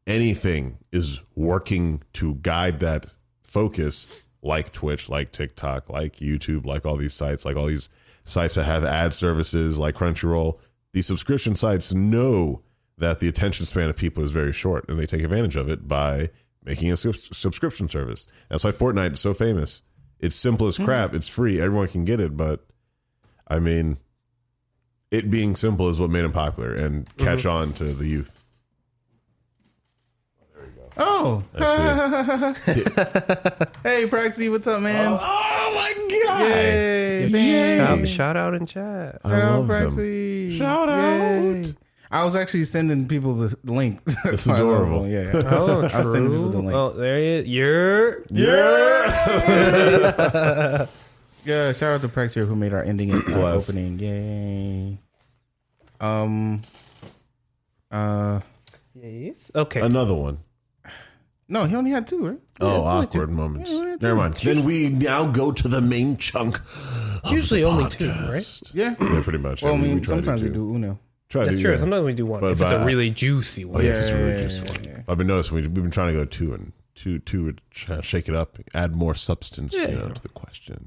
Speaker 1: anything is working to guide that focus like Twitch, like TikTok, like YouTube, like all these sites, like all these sites that have ad services like Crunchyroll, these subscription sites know that the attention span of people is very short and they take advantage of it by making a subs- subscription service. That's why Fortnite is so famous. It's simple as crap, it's free, everyone can get it, but I mean it being simple is what made him popular and catch on to the youth.
Speaker 3: Oh. hey, Proxy, what's up, man?
Speaker 1: Oh my god!
Speaker 3: Yay.
Speaker 2: Shout,
Speaker 3: thanks.
Speaker 2: shout out in chat.
Speaker 1: I
Speaker 3: Shout out,
Speaker 1: love them.
Speaker 3: Proxy.
Speaker 1: Shout
Speaker 3: Yay.
Speaker 1: out.
Speaker 3: I was actually sending people the the link. That's why I love
Speaker 1: adorable.
Speaker 3: them. Yeah. yeah.
Speaker 2: Oh,
Speaker 3: I'll send you the
Speaker 2: true.
Speaker 3: link.
Speaker 2: Oh, there he is. You're
Speaker 3: Yeah, shout out to Prex here who made our ending and uh,
Speaker 1: Bless.
Speaker 3: opening. Yay. Um uh
Speaker 2: yes. Okay.
Speaker 1: Another one.
Speaker 3: no, he only had two, right?
Speaker 1: oh, awkward moments.
Speaker 3: Yeah, it's
Speaker 1: Never mind. Then we now go to the main chunk.
Speaker 2: Usually only two, right?
Speaker 3: Yeah.
Speaker 1: Yeah, pretty much.
Speaker 3: Well, I
Speaker 1: mean,
Speaker 3: mean,
Speaker 1: try to
Speaker 3: sometimes we do Uno.
Speaker 1: Try to
Speaker 2: That's
Speaker 1: do
Speaker 2: true.
Speaker 1: that.
Speaker 2: Sometimes we do one
Speaker 1: Oh, But-
Speaker 2: if it's a
Speaker 1: but-
Speaker 2: really juicy
Speaker 1: Oh
Speaker 2: one.
Speaker 1: yeah, if it's
Speaker 3: Yeah,
Speaker 1: really
Speaker 3: yeah,
Speaker 1: juicy
Speaker 3: yeah,
Speaker 1: one.
Speaker 3: yeah.
Speaker 1: I've been noticing we, we've been trying to go two and two two would sh- shake it up, add more substance you know, to the question.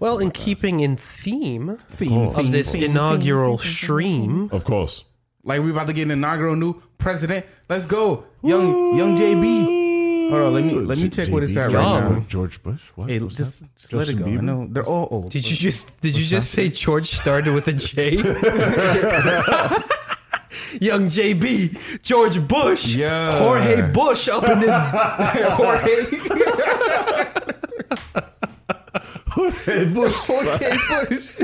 Speaker 2: Well, in keeping in theme
Speaker 3: Theme,
Speaker 2: of
Speaker 3: theme,
Speaker 2: this
Speaker 3: theme,
Speaker 2: inaugural
Speaker 3: theme, theme, theme.
Speaker 2: stream,
Speaker 1: Of course.
Speaker 3: Like we about to get an inaugural new president. Let's go. Young young JB. Hold on, let me let me check what it's at right
Speaker 2: Young.
Speaker 3: now.
Speaker 1: George Bush. What?
Speaker 3: Hey,
Speaker 1: What's
Speaker 3: just,
Speaker 1: that?
Speaker 3: just let it go.
Speaker 1: Justin
Speaker 3: I
Speaker 1: Bieber?
Speaker 3: know they're all old.
Speaker 2: Did you just did you just say George started with a J? Young JB, George Bush,
Speaker 3: Yeah.
Speaker 2: Jorge Bush up in this.
Speaker 3: Jorge,
Speaker 1: Hey, Bush.
Speaker 3: Jorge Bush.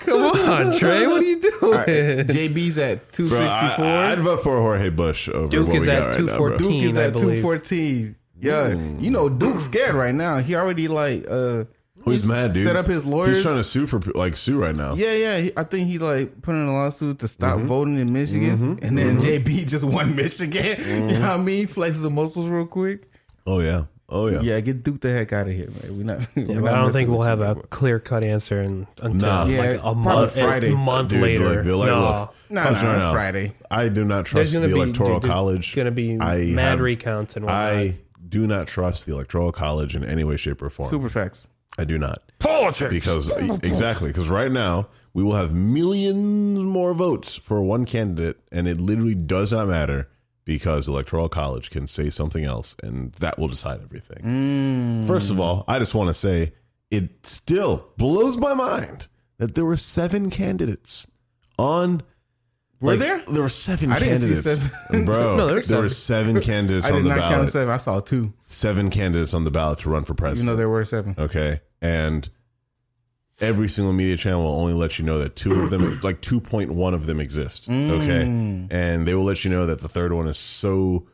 Speaker 2: Come on, Trey, what are you doing?
Speaker 3: All right, JB's at two
Speaker 1: Bro,
Speaker 3: sixty
Speaker 1: I, I'd
Speaker 3: four.
Speaker 1: vote for Jorge Bush over
Speaker 2: Duke
Speaker 1: what
Speaker 2: is
Speaker 1: we got
Speaker 2: at
Speaker 1: right now,
Speaker 2: 214.
Speaker 1: bro.
Speaker 3: Duke is
Speaker 2: I
Speaker 3: at
Speaker 2: believe.
Speaker 3: two fourteen. Yeah, you know Duke's scared right now. He already like uh
Speaker 1: He's mad, dude.
Speaker 3: Set up his
Speaker 1: He's
Speaker 3: lawyers.
Speaker 1: trying to sue for like sue right now.
Speaker 3: yeah yeah. He, I think he like put in a lawsuit to stop voting in Michigan, and then JB just won Michigan. You know what I mean? Flexes the muscles real quick.
Speaker 1: Oh yeah. Oh yeah.
Speaker 3: Yeah, get Duke the heck out of here, man. We're not. we're
Speaker 2: I
Speaker 3: not
Speaker 2: don't
Speaker 3: messing
Speaker 2: think we'll
Speaker 3: with
Speaker 2: have
Speaker 3: you
Speaker 2: a
Speaker 3: anymore.
Speaker 2: clear cut answer in, until
Speaker 1: Nah.
Speaker 2: like
Speaker 3: Yeah,
Speaker 2: a
Speaker 3: probably
Speaker 2: month,
Speaker 3: Friday.
Speaker 2: a month
Speaker 1: Dude,
Speaker 2: later.
Speaker 1: Like, they're like,
Speaker 2: Nah.
Speaker 1: look,
Speaker 3: Nah,
Speaker 1: I'm
Speaker 3: nah,
Speaker 1: trying to-
Speaker 3: Friday.
Speaker 1: I do not
Speaker 2: There's
Speaker 1: trust the
Speaker 2: gonna be
Speaker 1: electoral
Speaker 2: dude, there's
Speaker 1: college.
Speaker 2: Gonna be
Speaker 1: I
Speaker 2: mad
Speaker 1: have-
Speaker 2: recounts and whatnot.
Speaker 1: I do not trust the electoral college in any way, shape, or form.
Speaker 3: Super facts.
Speaker 1: I do not politics because exactly because right now we will have millions more votes for one candidate, and it literally does not matter because electoral college can say something else, and that will decide everything.
Speaker 3: Mm.
Speaker 1: First of all, I just want to say it still blows my mind that there were seven candidates on. Were
Speaker 3: there?
Speaker 1: There were seven
Speaker 3: I didn't
Speaker 1: candidates,
Speaker 3: see seven.
Speaker 1: bro.
Speaker 2: No, there
Speaker 1: there,
Speaker 2: were
Speaker 1: were seven candidates
Speaker 3: I
Speaker 1: on
Speaker 3: did
Speaker 1: the
Speaker 3: not count
Speaker 1: ballot.
Speaker 3: seven. I saw two.
Speaker 1: Seven candidates on the ballot to run for
Speaker 3: You
Speaker 1: president.
Speaker 3: know there were seven.
Speaker 1: Okay. And every single media channel will only let you know that two of them, like 2.1 of them exist.
Speaker 3: Mm.
Speaker 1: Okay. And they will let you know that the third one is so.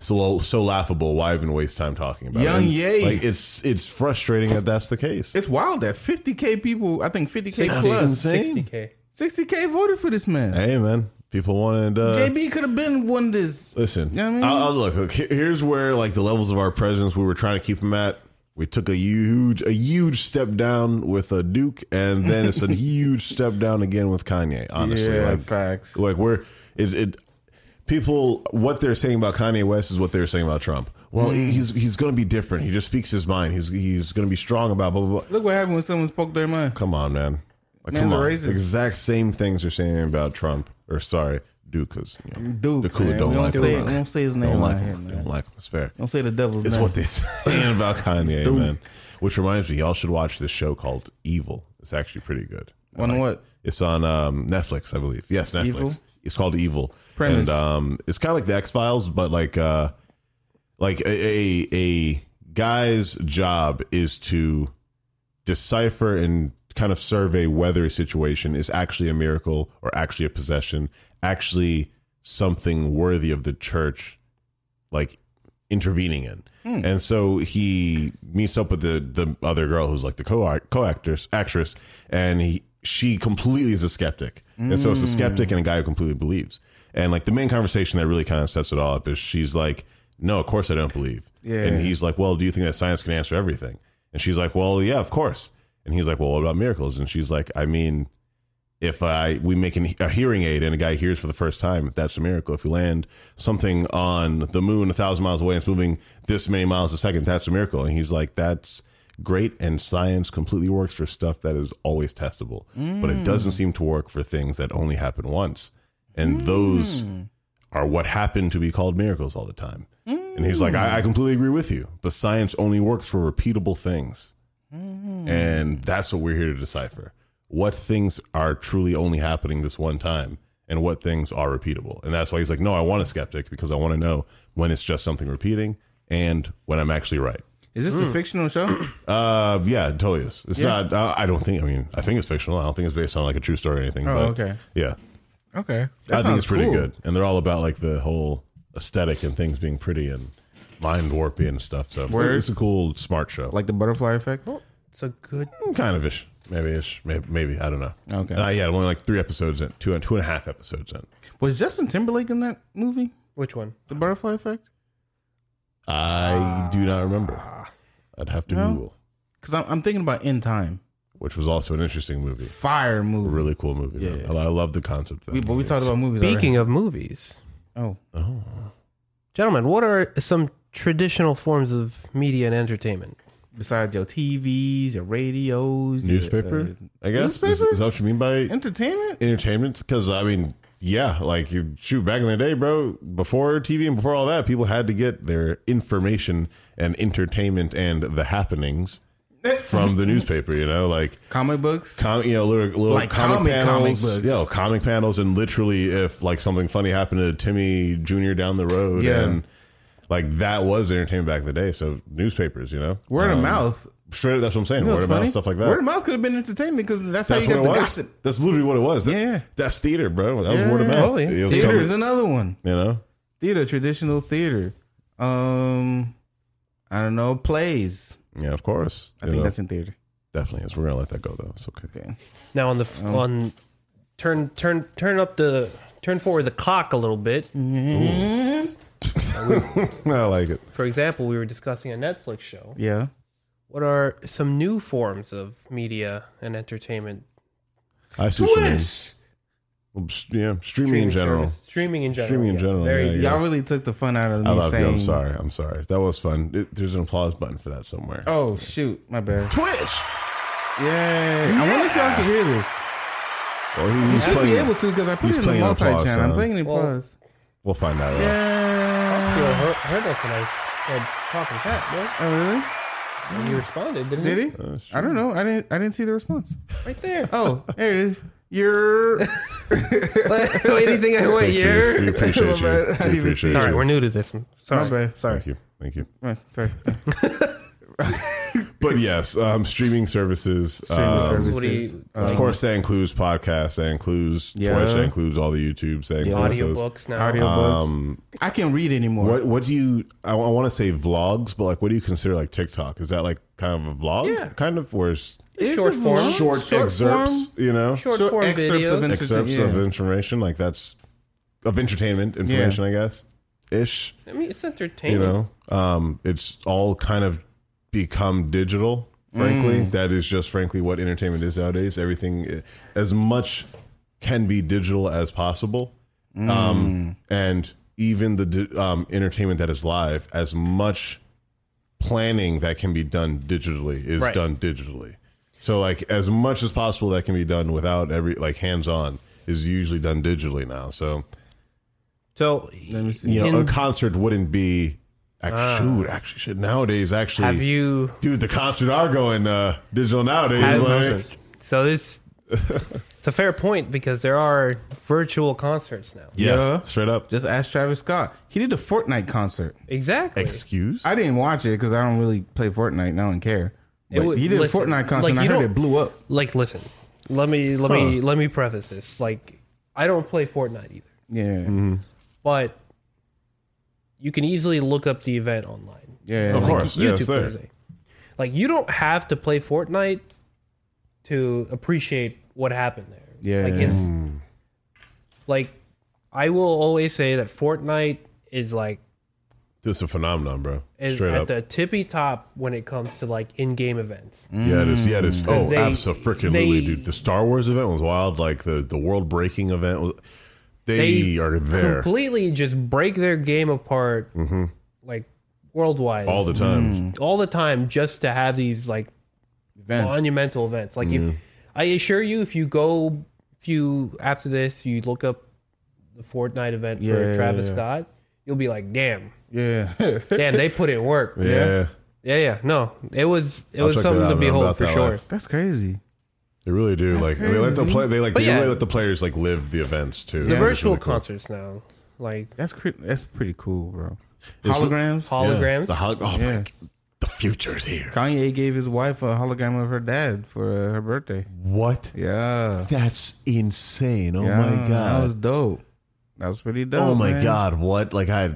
Speaker 1: So, so laughable. Why even waste time talking about
Speaker 3: Young
Speaker 1: it? And,
Speaker 3: Ye.
Speaker 1: Like it's it's frustrating that that's the case.
Speaker 3: It's wild that 50k people, I think 50k
Speaker 1: That's
Speaker 3: plus,
Speaker 1: insane.
Speaker 2: 60k.
Speaker 3: 60k voted for this man.
Speaker 1: Hey man, people wanted. Uh,
Speaker 3: JB could have been won this.
Speaker 1: listen,
Speaker 3: You know what I mean?
Speaker 1: I'll, I'll look, look. he- Here's where like the levels of our presence we were trying to keep them at. We took a huge a huge step down with a Duke, and then it's a huge step down again with Kanye. Honestly,
Speaker 3: yeah,
Speaker 1: like
Speaker 3: facts.
Speaker 1: like we're is it people what they're saying about Kanye West is what they're saying about Trump. Well,
Speaker 3: Hmm.
Speaker 1: he's he's going to be different. He just speaks his mind. He's he's going to be strong about blah blah blah.
Speaker 3: Look what happened when someone spoke their mind.
Speaker 1: Come on, man. Like,
Speaker 3: Man's
Speaker 1: come
Speaker 3: a
Speaker 1: on.
Speaker 3: racist.
Speaker 1: The exact same things they're saying about Trump or sorry, Duke cuz you know,
Speaker 3: Duke,
Speaker 1: the cooler
Speaker 3: man.
Speaker 1: don't
Speaker 3: We don't
Speaker 1: like
Speaker 3: say-
Speaker 1: him.
Speaker 3: we don't say his
Speaker 1: Don't
Speaker 3: name
Speaker 1: like
Speaker 3: out here,
Speaker 1: him.
Speaker 3: man.
Speaker 1: Don't like him. It's fair.
Speaker 3: Don't say the devil's
Speaker 1: It's
Speaker 3: name.
Speaker 1: what they're saying about Kanye, man. Which reminds me, y'all should watch this show called Evil. It's actually pretty good. I
Speaker 3: On
Speaker 1: like
Speaker 3: what?
Speaker 1: it. It's on um, Netflix, I believe. Yes, Netflix.
Speaker 3: Evil?
Speaker 1: It's called Evil. And
Speaker 3: Premise.
Speaker 1: um, it's kind of like the X Files, but like uh, like a, a a guy's job is to decipher and kind of survey whether a situation is actually a miracle or actually a possession, actually something worthy of the church, like intervening in. And so he meets up with the the other girl who's like the co co actress actress, and he she completely is a skeptic. And so it's a skeptic and a guy who completely believes. And like the main conversation that really kind of sets it all up is she's like, No, of course I don't believe.
Speaker 3: Yeah.
Speaker 1: And he's like, Well, do you think that science can answer everything? And she's like, Well, yeah, of course. And he's like, Well, what about miracles? And she's like, I mean, if I we make an, a hearing aid and a guy hears for the first time, that's a miracle. If we land something on the moon a thousand miles away and it's moving this many miles a second, that's a miracle. And he's like, that's great. And science completely works for stuff that is always testable, but it doesn't seem to work for things that only happen once. And those are what happen to be called miracles all the time. And he's like, I, I completely agree with you, but science only works for repeatable things. And that's what we're here to decipher. What things are truly only happening this one time and what things are repeatable. And that's why he's like, no, I want a skeptic because I want to know when it's just something repeating and when I'm actually right.
Speaker 3: Is this a fictional show?
Speaker 1: Uh, yeah, it totally is. It's not, uh, I don't think, I mean, I think it's fictional. I don't think it's based on like a true story or anything.
Speaker 3: Oh,
Speaker 1: but
Speaker 3: okay.
Speaker 1: Yeah.
Speaker 3: okay,
Speaker 1: I think
Speaker 3: sounds
Speaker 1: it's pretty
Speaker 3: cool.
Speaker 1: good. And they're all about like the whole aesthetic and things being pretty and mind warpy and stuff. So
Speaker 3: Word.
Speaker 1: it's a cool, smart show.
Speaker 3: Like the butterfly effect.
Speaker 2: It's a good.
Speaker 1: kind of ish, maybe ish, maybe, maybe I don't know.
Speaker 3: Okay.
Speaker 1: uh, yeah, I'm only like three episodes in, two and two and a half episodes in.
Speaker 3: Was Justin Timberlake in that movie,
Speaker 2: Which one?
Speaker 3: The Butterfly Effect?
Speaker 1: I do not remember. I'd have to
Speaker 3: No?
Speaker 1: Google,
Speaker 3: Because I'm, I'm thinking about End Time,
Speaker 1: which was also an interesting movie,
Speaker 3: fire
Speaker 1: a
Speaker 3: movie.
Speaker 1: really cool movie.
Speaker 3: Yeah.
Speaker 1: man. I, I love the concept. Of that
Speaker 3: We, but we
Speaker 1: movie.
Speaker 3: talked about movies.
Speaker 2: Speaking of movies,
Speaker 3: already. oh,
Speaker 1: Oh,
Speaker 2: gentlemen, what are some traditional forms of media and entertainment?
Speaker 3: besides your TVs, your radios, your,
Speaker 1: newspaper.
Speaker 3: uh,
Speaker 1: I guess Is-
Speaker 3: newspaper?
Speaker 1: Is, that what you mean by
Speaker 3: entertainment.
Speaker 1: entertainment? Because I mean, yeah, like you shoot back in the day, bro. Before TV and before all that, people had to get their information and entertainment and the happenings from the newspaper. You know, like
Speaker 3: Comic books.
Speaker 1: com, you know, little, little
Speaker 3: Like
Speaker 1: comic,
Speaker 3: comic
Speaker 1: panels,
Speaker 3: comic books.
Speaker 1: you know, comic panels, and literally, if like something funny happened to Timmy Junior down the road,
Speaker 3: Yeah.
Speaker 1: and like that was entertainment back in the day. So newspapers, you know,
Speaker 3: Word of
Speaker 1: Um,
Speaker 3: mouth.
Speaker 1: straight up. That's what I'm saying.
Speaker 3: You know
Speaker 1: word
Speaker 3: what's
Speaker 1: of mouth,
Speaker 3: funny?
Speaker 1: stuff like that.
Speaker 3: Word of mouth could have been entertainment because that's,
Speaker 1: that's
Speaker 3: how you
Speaker 1: what
Speaker 3: got
Speaker 1: it was.
Speaker 3: the gossip.
Speaker 1: That's literally what it was. That's,
Speaker 3: Yeah.
Speaker 1: that's theater, bro. That was
Speaker 3: Yeah.
Speaker 1: word of mouth.
Speaker 2: Oh, yeah.
Speaker 1: It was
Speaker 3: Theater
Speaker 1: coming-
Speaker 3: is another one.
Speaker 1: you know,
Speaker 3: Theater, traditional theater. Um, I don't know plays.
Speaker 1: yeah, of course.
Speaker 3: I
Speaker 1: You
Speaker 3: think
Speaker 1: know,
Speaker 3: that's in theater.
Speaker 1: definitely is. We're gonna let that go though. It's okay.
Speaker 3: Okay.
Speaker 2: Now on the f
Speaker 1: Um,
Speaker 2: on turn turn turn up the turn forward the clock a little bit.
Speaker 1: I like it.
Speaker 2: For example, we were discussing a Netflix show.
Speaker 3: Yeah.
Speaker 2: What are some new forms of media and entertainment?
Speaker 1: I see what you mean.
Speaker 3: Twitch.
Speaker 1: Well, s- Yeah, streaming in general.
Speaker 2: service- streaming in general.
Speaker 1: Streaming in
Speaker 2: yeah.
Speaker 1: general,
Speaker 2: Very
Speaker 1: yeah, yeah.
Speaker 3: Y'all really took the fun out of me
Speaker 1: I love
Speaker 3: saying.
Speaker 1: you. I'm sorry. I'm sorry. That was fun. It- there's an applause button for that somewhere.
Speaker 3: Oh shoot, my bad.
Speaker 1: Twitch.
Speaker 3: Yay! I wonder if y'all can hear this.
Speaker 1: Well, Oh, he- he's
Speaker 3: Should be
Speaker 1: playing.
Speaker 3: able to because I put
Speaker 1: he's
Speaker 3: it in the
Speaker 1: playing applause,
Speaker 3: multi channel. I'm
Speaker 1: son.
Speaker 3: playing it
Speaker 2: Well-
Speaker 3: plus.
Speaker 1: We'll find out. uh, Yeah.
Speaker 2: You
Speaker 3: Yeah.
Speaker 2: heard, heard us when I said talking cat,
Speaker 3: Oh really?
Speaker 2: bro. And you responded, didn't
Speaker 3: Did
Speaker 2: you?
Speaker 3: he?
Speaker 1: Oh,
Speaker 3: I don't know. I didn't. I didn't see the response.
Speaker 2: Right there.
Speaker 3: Oh, there it is. You're.
Speaker 2: Wait, anything I went
Speaker 1: We,
Speaker 2: here?
Speaker 1: appreciate you.
Speaker 3: My bad. I
Speaker 1: We
Speaker 3: didn't even
Speaker 1: appreciate
Speaker 3: see
Speaker 1: you.
Speaker 2: All right, we're new to this one.
Speaker 3: My
Speaker 2: Sorry.
Speaker 3: bad. Sorry.
Speaker 1: Thank you. Thank you.
Speaker 3: Uh, Sorry.
Speaker 1: But yes, um, streaming services. um,
Speaker 3: services.
Speaker 2: what do you-
Speaker 3: Uh,
Speaker 1: Of course, that includes podcasts. That includes
Speaker 3: Yeah.
Speaker 1: Twitch. That includes all the YouTubes. That includes those. Um,
Speaker 2: Audiobooks now.
Speaker 3: audiobooks. I can read anymore.
Speaker 1: What What do you? I, want to say vlogs, but like, what do you consider like TikTok? Is that like kind of a vlog?
Speaker 2: Yeah.
Speaker 1: Kind of, or is
Speaker 3: It's
Speaker 2: Short
Speaker 3: a
Speaker 2: form.
Speaker 3: vlog,
Speaker 1: short, excerpts?
Speaker 3: form,
Speaker 1: You know,
Speaker 2: Short,
Speaker 3: short
Speaker 2: form
Speaker 3: excerpts
Speaker 2: video.
Speaker 3: of an-
Speaker 1: excerpts
Speaker 3: Yeah.
Speaker 1: of information. Like that's of entertainment information, I guess. Ish.
Speaker 2: I mean, it's
Speaker 1: you
Speaker 2: entertaining.
Speaker 1: know um it's all kind of become digital frankly
Speaker 2: Mm.
Speaker 1: that is just frankly what entertainment is nowadays everything i- as much can be digital as possible
Speaker 2: Mm.
Speaker 1: um and even the di- um, entertainment that is live as much planning that can be done digitally is
Speaker 2: Right.
Speaker 1: done digitally so like as much as possible that can be done without every like hands on is usually done digitally now so
Speaker 2: So,
Speaker 3: Let me see.
Speaker 1: you know,
Speaker 2: In-
Speaker 1: a concert wouldn't be. Actually, shoot, actually, shit. Nowadays, actually,
Speaker 2: Ah. have you?
Speaker 1: dude, the concerts are going uh, digital nowadays.
Speaker 2: Have-
Speaker 1: like,
Speaker 2: So this. It's a fair point because there are virtual concerts now.
Speaker 1: yeah,
Speaker 3: Yeah.
Speaker 1: straight up.
Speaker 3: Just ask Travis Scott. He did a Fortnite concert.
Speaker 2: Exactly.
Speaker 1: Excuse.
Speaker 3: I didn't watch it because I don't really play Fortnite. and I don't care.
Speaker 2: It
Speaker 3: But
Speaker 2: would-
Speaker 3: he did
Speaker 2: listen,
Speaker 3: a Fortnite concert.
Speaker 2: like,
Speaker 3: and I
Speaker 2: you
Speaker 3: heard
Speaker 2: don't-
Speaker 3: it blew up.
Speaker 2: like listen let me let me let me preface this like i don't play fortnite either
Speaker 3: Yeah.
Speaker 1: Mm-hmm.
Speaker 2: but you can easily look up the event online
Speaker 3: Yeah.
Speaker 1: of
Speaker 3: Like,
Speaker 1: course, yeah, it's
Speaker 2: youtube
Speaker 1: there.
Speaker 2: thursday like you don't have to play fortnite to appreciate what happened there.
Speaker 3: Yeah.
Speaker 2: Like it's like I will always say that Fortnite is like
Speaker 1: This is a phenomenon, bro.
Speaker 2: is
Speaker 1: Straight
Speaker 2: at
Speaker 1: up.
Speaker 2: the tippy top when it comes to like in-game events.
Speaker 1: yeah, it is. Yeah, it is. Oh,
Speaker 2: Mm. they-
Speaker 1: absolutely,
Speaker 2: they-
Speaker 1: dude. The Star Wars event was wild. Like the the world breaking event was. They,
Speaker 2: They
Speaker 1: are there Mm-hmm.
Speaker 2: Completely just break their game apart like worldwide
Speaker 1: all the time.
Speaker 2: all the time just to have these like
Speaker 3: Events.
Speaker 2: monumental events. Like if I assure you, if you go, if you after this, you look up the Fortnite event
Speaker 3: Yeah, yeah,
Speaker 2: for Travis
Speaker 3: yeah.
Speaker 2: Scott, you'll be like, damn,
Speaker 3: Yeah.
Speaker 2: damn, they put in work.
Speaker 1: Yeah.
Speaker 2: yeah, yeah. No, it was it
Speaker 1: I'll
Speaker 2: was
Speaker 1: check that
Speaker 2: something
Speaker 1: out,
Speaker 2: to
Speaker 1: man. I'm
Speaker 2: behold
Speaker 1: about
Speaker 2: for
Speaker 1: that
Speaker 2: sure.
Speaker 1: life.
Speaker 3: That's crazy.
Speaker 1: They really do. like they let the
Speaker 3: crazy.
Speaker 1: play. They like
Speaker 2: But
Speaker 1: they
Speaker 2: yeah.
Speaker 1: really let the players like live the events too.
Speaker 2: The
Speaker 1: which is
Speaker 2: virtual
Speaker 1: really cool.
Speaker 2: concerts now, like
Speaker 3: That's cr- that's pretty cool, bro.
Speaker 1: It's-
Speaker 3: Holograms.
Speaker 1: Yeah.
Speaker 2: holograms.
Speaker 1: The hol- oh
Speaker 3: Yeah.
Speaker 1: my, the future is here.
Speaker 3: Kanye gave his wife a hologram of her dad for uh, her birthday.
Speaker 1: What?
Speaker 3: Yeah.
Speaker 1: That's insane. Oh
Speaker 3: Yeah, That was dope. That was pretty dope.
Speaker 1: oh my
Speaker 3: man.
Speaker 1: god. What? Like I,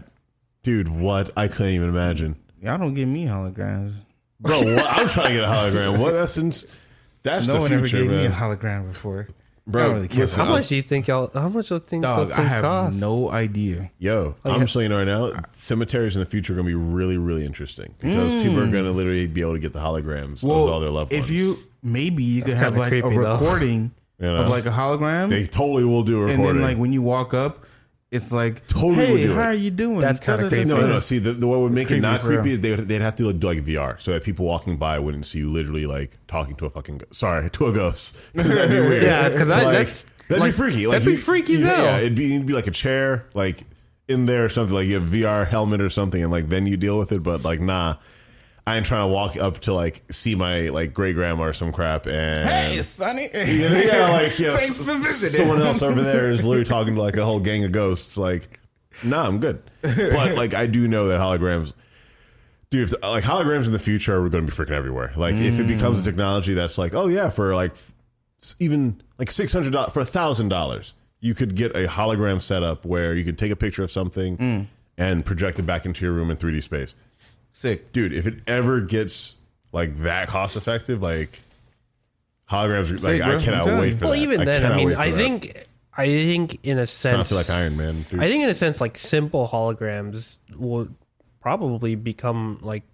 Speaker 1: dude. What? I couldn't even imagine.
Speaker 3: Y'all don't give me holograms.
Speaker 1: Bro, what? I'm trying to get a hologram. What essence? That's
Speaker 3: no
Speaker 1: the
Speaker 3: one ever
Speaker 1: future,
Speaker 3: gave me a
Speaker 1: man.
Speaker 3: hologram before.
Speaker 1: Bro,
Speaker 3: I don't really care.
Speaker 1: listen,
Speaker 2: how
Speaker 1: I'm-
Speaker 2: much do you think y'all? How much do you think
Speaker 3: Dog,
Speaker 2: those
Speaker 3: I
Speaker 2: things
Speaker 3: have
Speaker 2: cost?
Speaker 3: no idea.
Speaker 1: Yo, I'm just saying right now, cemeteries in the future are going to be really, really interesting because people are going to literally be able to get the holograms of all their loved ones.
Speaker 3: Mm. if you maybe you could have
Speaker 2: kinda
Speaker 3: like
Speaker 2: creepy,
Speaker 3: a
Speaker 2: though.
Speaker 3: recording
Speaker 1: You know?
Speaker 3: of like a hologram,
Speaker 1: they totally will do a
Speaker 3: and
Speaker 1: recording.
Speaker 3: then like when you walk up, it's like,
Speaker 1: Totally
Speaker 3: hey,
Speaker 1: would do
Speaker 3: how
Speaker 1: it.
Speaker 3: are you doing?
Speaker 2: That's kinda
Speaker 3: Da-da-da-da.
Speaker 2: creepy.
Speaker 1: no, no, no. See, the, the what would make it
Speaker 3: creepy
Speaker 1: not
Speaker 3: for real.
Speaker 1: creepy, they, would- they'd have to like, do like VR so that people walking by wouldn't see you literally like talking to a fucking sorry to a ghost. 'Cause that'd be weird.
Speaker 2: Yeah, 'cause I-
Speaker 1: Like,
Speaker 2: that's-
Speaker 1: that'd
Speaker 2: like,
Speaker 1: be freaky.
Speaker 2: that'd be freaky
Speaker 1: you-
Speaker 2: though.
Speaker 1: Yeah, it'd be, it'd be like a chair, like in there or something, like you have VR helmet or something, and like then you deal with it. But like, nah, I ain't trying to walk up to like see my like great grandma or some crap and
Speaker 3: Hey, Sonny.
Speaker 1: yeah, like yeah,
Speaker 3: Thanks for visiting.
Speaker 1: Someone else over there is literally talking to like a whole gang of ghosts. Like, nah, I'm good. But like, I do know that holograms, dude. If, like holograms in the future are going to be freaking everywhere. Like, if it
Speaker 3: Mm.
Speaker 1: becomes a technology that's like, oh yeah, for like s- even like six hundred dollars for a thousand dollars, you could get a hologram setup where you could take a picture of something
Speaker 3: Mm.
Speaker 1: and project it back into your room in 3D space.
Speaker 3: Sick.
Speaker 1: Dude, if it ever gets like that cost effective, like. Holograms, are-
Speaker 3: Sick,
Speaker 1: like
Speaker 3: bro.
Speaker 1: I
Speaker 3: I'm
Speaker 1: cannot
Speaker 3: telling
Speaker 1: wait
Speaker 3: you.
Speaker 1: for
Speaker 2: well,
Speaker 1: that.
Speaker 2: even then, I
Speaker 1: cannot
Speaker 2: mean,
Speaker 1: wait for
Speaker 2: I
Speaker 1: that.
Speaker 2: think, I think in a
Speaker 1: I
Speaker 2: sense,
Speaker 1: feel like Iron Man. Dude.
Speaker 2: I think in a sense, like simple holograms will probably become like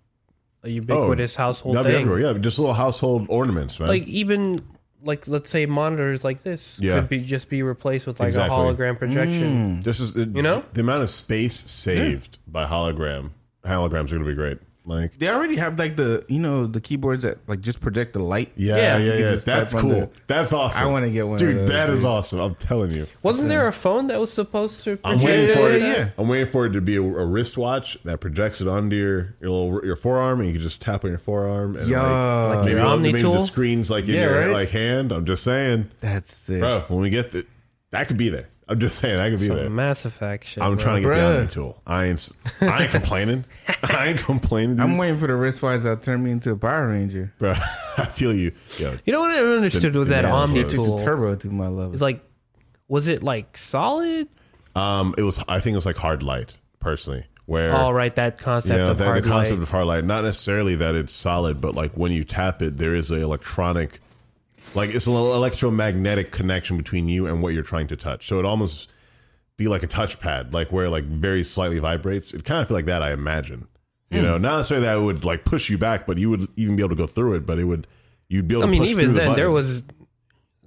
Speaker 2: a
Speaker 3: Oh,
Speaker 2: ubiquitous household
Speaker 1: Oh, That'd be
Speaker 2: thing.
Speaker 1: everywhere. Yeah, just little household ornaments, man.
Speaker 2: Like even like let's say monitors like this
Speaker 1: Yeah.
Speaker 2: could be just be replaced with like
Speaker 1: Exactly. Mm.
Speaker 2: a hologram projection.
Speaker 1: this is
Speaker 2: you know?
Speaker 1: the amount of space saved by hologram. Holograms are going to be great. Like
Speaker 3: They already have like the you know the keyboards that like just project the light.
Speaker 1: yeah,
Speaker 2: Yeah.
Speaker 1: yeah,
Speaker 2: You
Speaker 1: yeah.
Speaker 3: can just
Speaker 1: That's
Speaker 3: type on
Speaker 1: cool.
Speaker 3: there.
Speaker 1: That's awesome.
Speaker 3: I wanna get one of
Speaker 1: dude.
Speaker 3: those,
Speaker 1: that is
Speaker 3: dude.
Speaker 1: awesome. I'm telling you.
Speaker 2: Wasn't there a phone that was supposed to
Speaker 1: I'm
Speaker 2: project?
Speaker 1: waiting
Speaker 3: yeah,
Speaker 1: for
Speaker 3: yeah,
Speaker 1: it.
Speaker 3: yeah.
Speaker 1: I'm waiting for it to be a, a wristwatch that projects it onto your your, little, your forearm, and you can just tap on your forearm. And
Speaker 3: Yo.
Speaker 1: like,
Speaker 3: Like
Speaker 1: maybe,
Speaker 2: your
Speaker 1: I'll- maybe
Speaker 2: Omni-tool?
Speaker 1: the screen's like in
Speaker 3: Yeah,
Speaker 1: your
Speaker 3: right?
Speaker 1: like hand. I'm just saying,
Speaker 3: That's sick.
Speaker 1: bro. When we get the, that could be there. I'm just saying that could be there.
Speaker 2: Some Mass Effect shit.
Speaker 1: I'm
Speaker 2: bro.
Speaker 1: trying to get
Speaker 3: Bruh.
Speaker 1: the Omni tool. I ain't, I ain't complaining. I ain't complaining, dude.
Speaker 3: I'm waiting for the wristwatch that'll turn me into a Power Ranger.
Speaker 1: Bruh, I feel you. Yo,
Speaker 2: You know what I never understood with that
Speaker 1: the Omni
Speaker 2: Omni
Speaker 3: Took the
Speaker 2: tool?
Speaker 3: turbo to my level.
Speaker 2: It's like, was it like solid?
Speaker 1: um, it was. I think it was like hard light, personally.
Speaker 3: Oh,
Speaker 1: Where
Speaker 2: All right, that
Speaker 1: you
Speaker 2: concept
Speaker 1: know,
Speaker 2: of
Speaker 1: the, the
Speaker 2: hard
Speaker 1: concept
Speaker 2: light.
Speaker 1: of hard light, not necessarily that it's solid, but like when you tap it, there is an electronic, like it's an electromagnetic connection between you and what you're trying to touch. So it almost be like a touchpad, like where it, like very slightly vibrates. It kind of feel like that, I imagine. You
Speaker 2: Hmm.
Speaker 1: know, not necessarily that it would like push you back, but you would even be able to go through it. But it would, you'd be able.
Speaker 2: I
Speaker 1: to
Speaker 2: mean,
Speaker 1: push
Speaker 2: even
Speaker 1: through the
Speaker 2: then, there
Speaker 1: button.
Speaker 2: was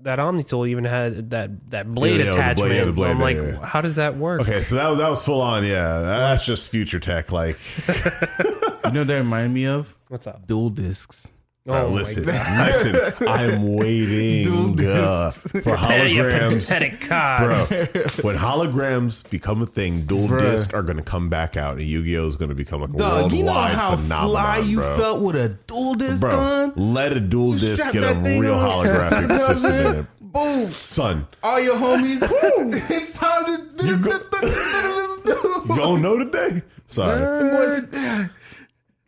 Speaker 2: that Omni tool even had that that blade
Speaker 1: Yeah, yeah, the blade- yeah, the
Speaker 2: attachment.
Speaker 1: blade,
Speaker 2: I'm like,
Speaker 1: yeah, yeah.
Speaker 2: how does that work?
Speaker 1: Okay, so that was that was full on. Yeah, that's just future tech. Like,
Speaker 3: you know what that remind me of?
Speaker 2: What's up?
Speaker 3: Dual discs.
Speaker 2: Oh,
Speaker 1: bro,
Speaker 2: my
Speaker 1: listen,
Speaker 2: God.
Speaker 1: listen. I'm
Speaker 3: Dual
Speaker 1: waiting uh,
Speaker 3: discs.
Speaker 1: for
Speaker 2: Yeah, you
Speaker 1: holograms.
Speaker 2: pathetic cod.
Speaker 1: Bro, Oh. when holograms become a thing, dual
Speaker 3: Bruh.
Speaker 1: discs are going to come back out, and Yu-Gi-Oh is going to become like a
Speaker 3: Dog,
Speaker 1: worldwide
Speaker 3: you know how
Speaker 1: phenomenon,
Speaker 3: fly you
Speaker 1: bro.
Speaker 3: felt with a dual disc
Speaker 1: Bro,
Speaker 3: on?
Speaker 1: let a dual
Speaker 3: You
Speaker 1: disc
Speaker 3: strap
Speaker 1: get a
Speaker 3: that thing
Speaker 1: real
Speaker 3: on. You know
Speaker 1: holographic
Speaker 3: what I'm
Speaker 1: system in
Speaker 3: saying?
Speaker 1: it,
Speaker 3: Boom!
Speaker 1: son.
Speaker 3: All your homies. it's time to do
Speaker 1: You go-
Speaker 3: do-
Speaker 1: You don't know today. Sorry,
Speaker 3: Boys,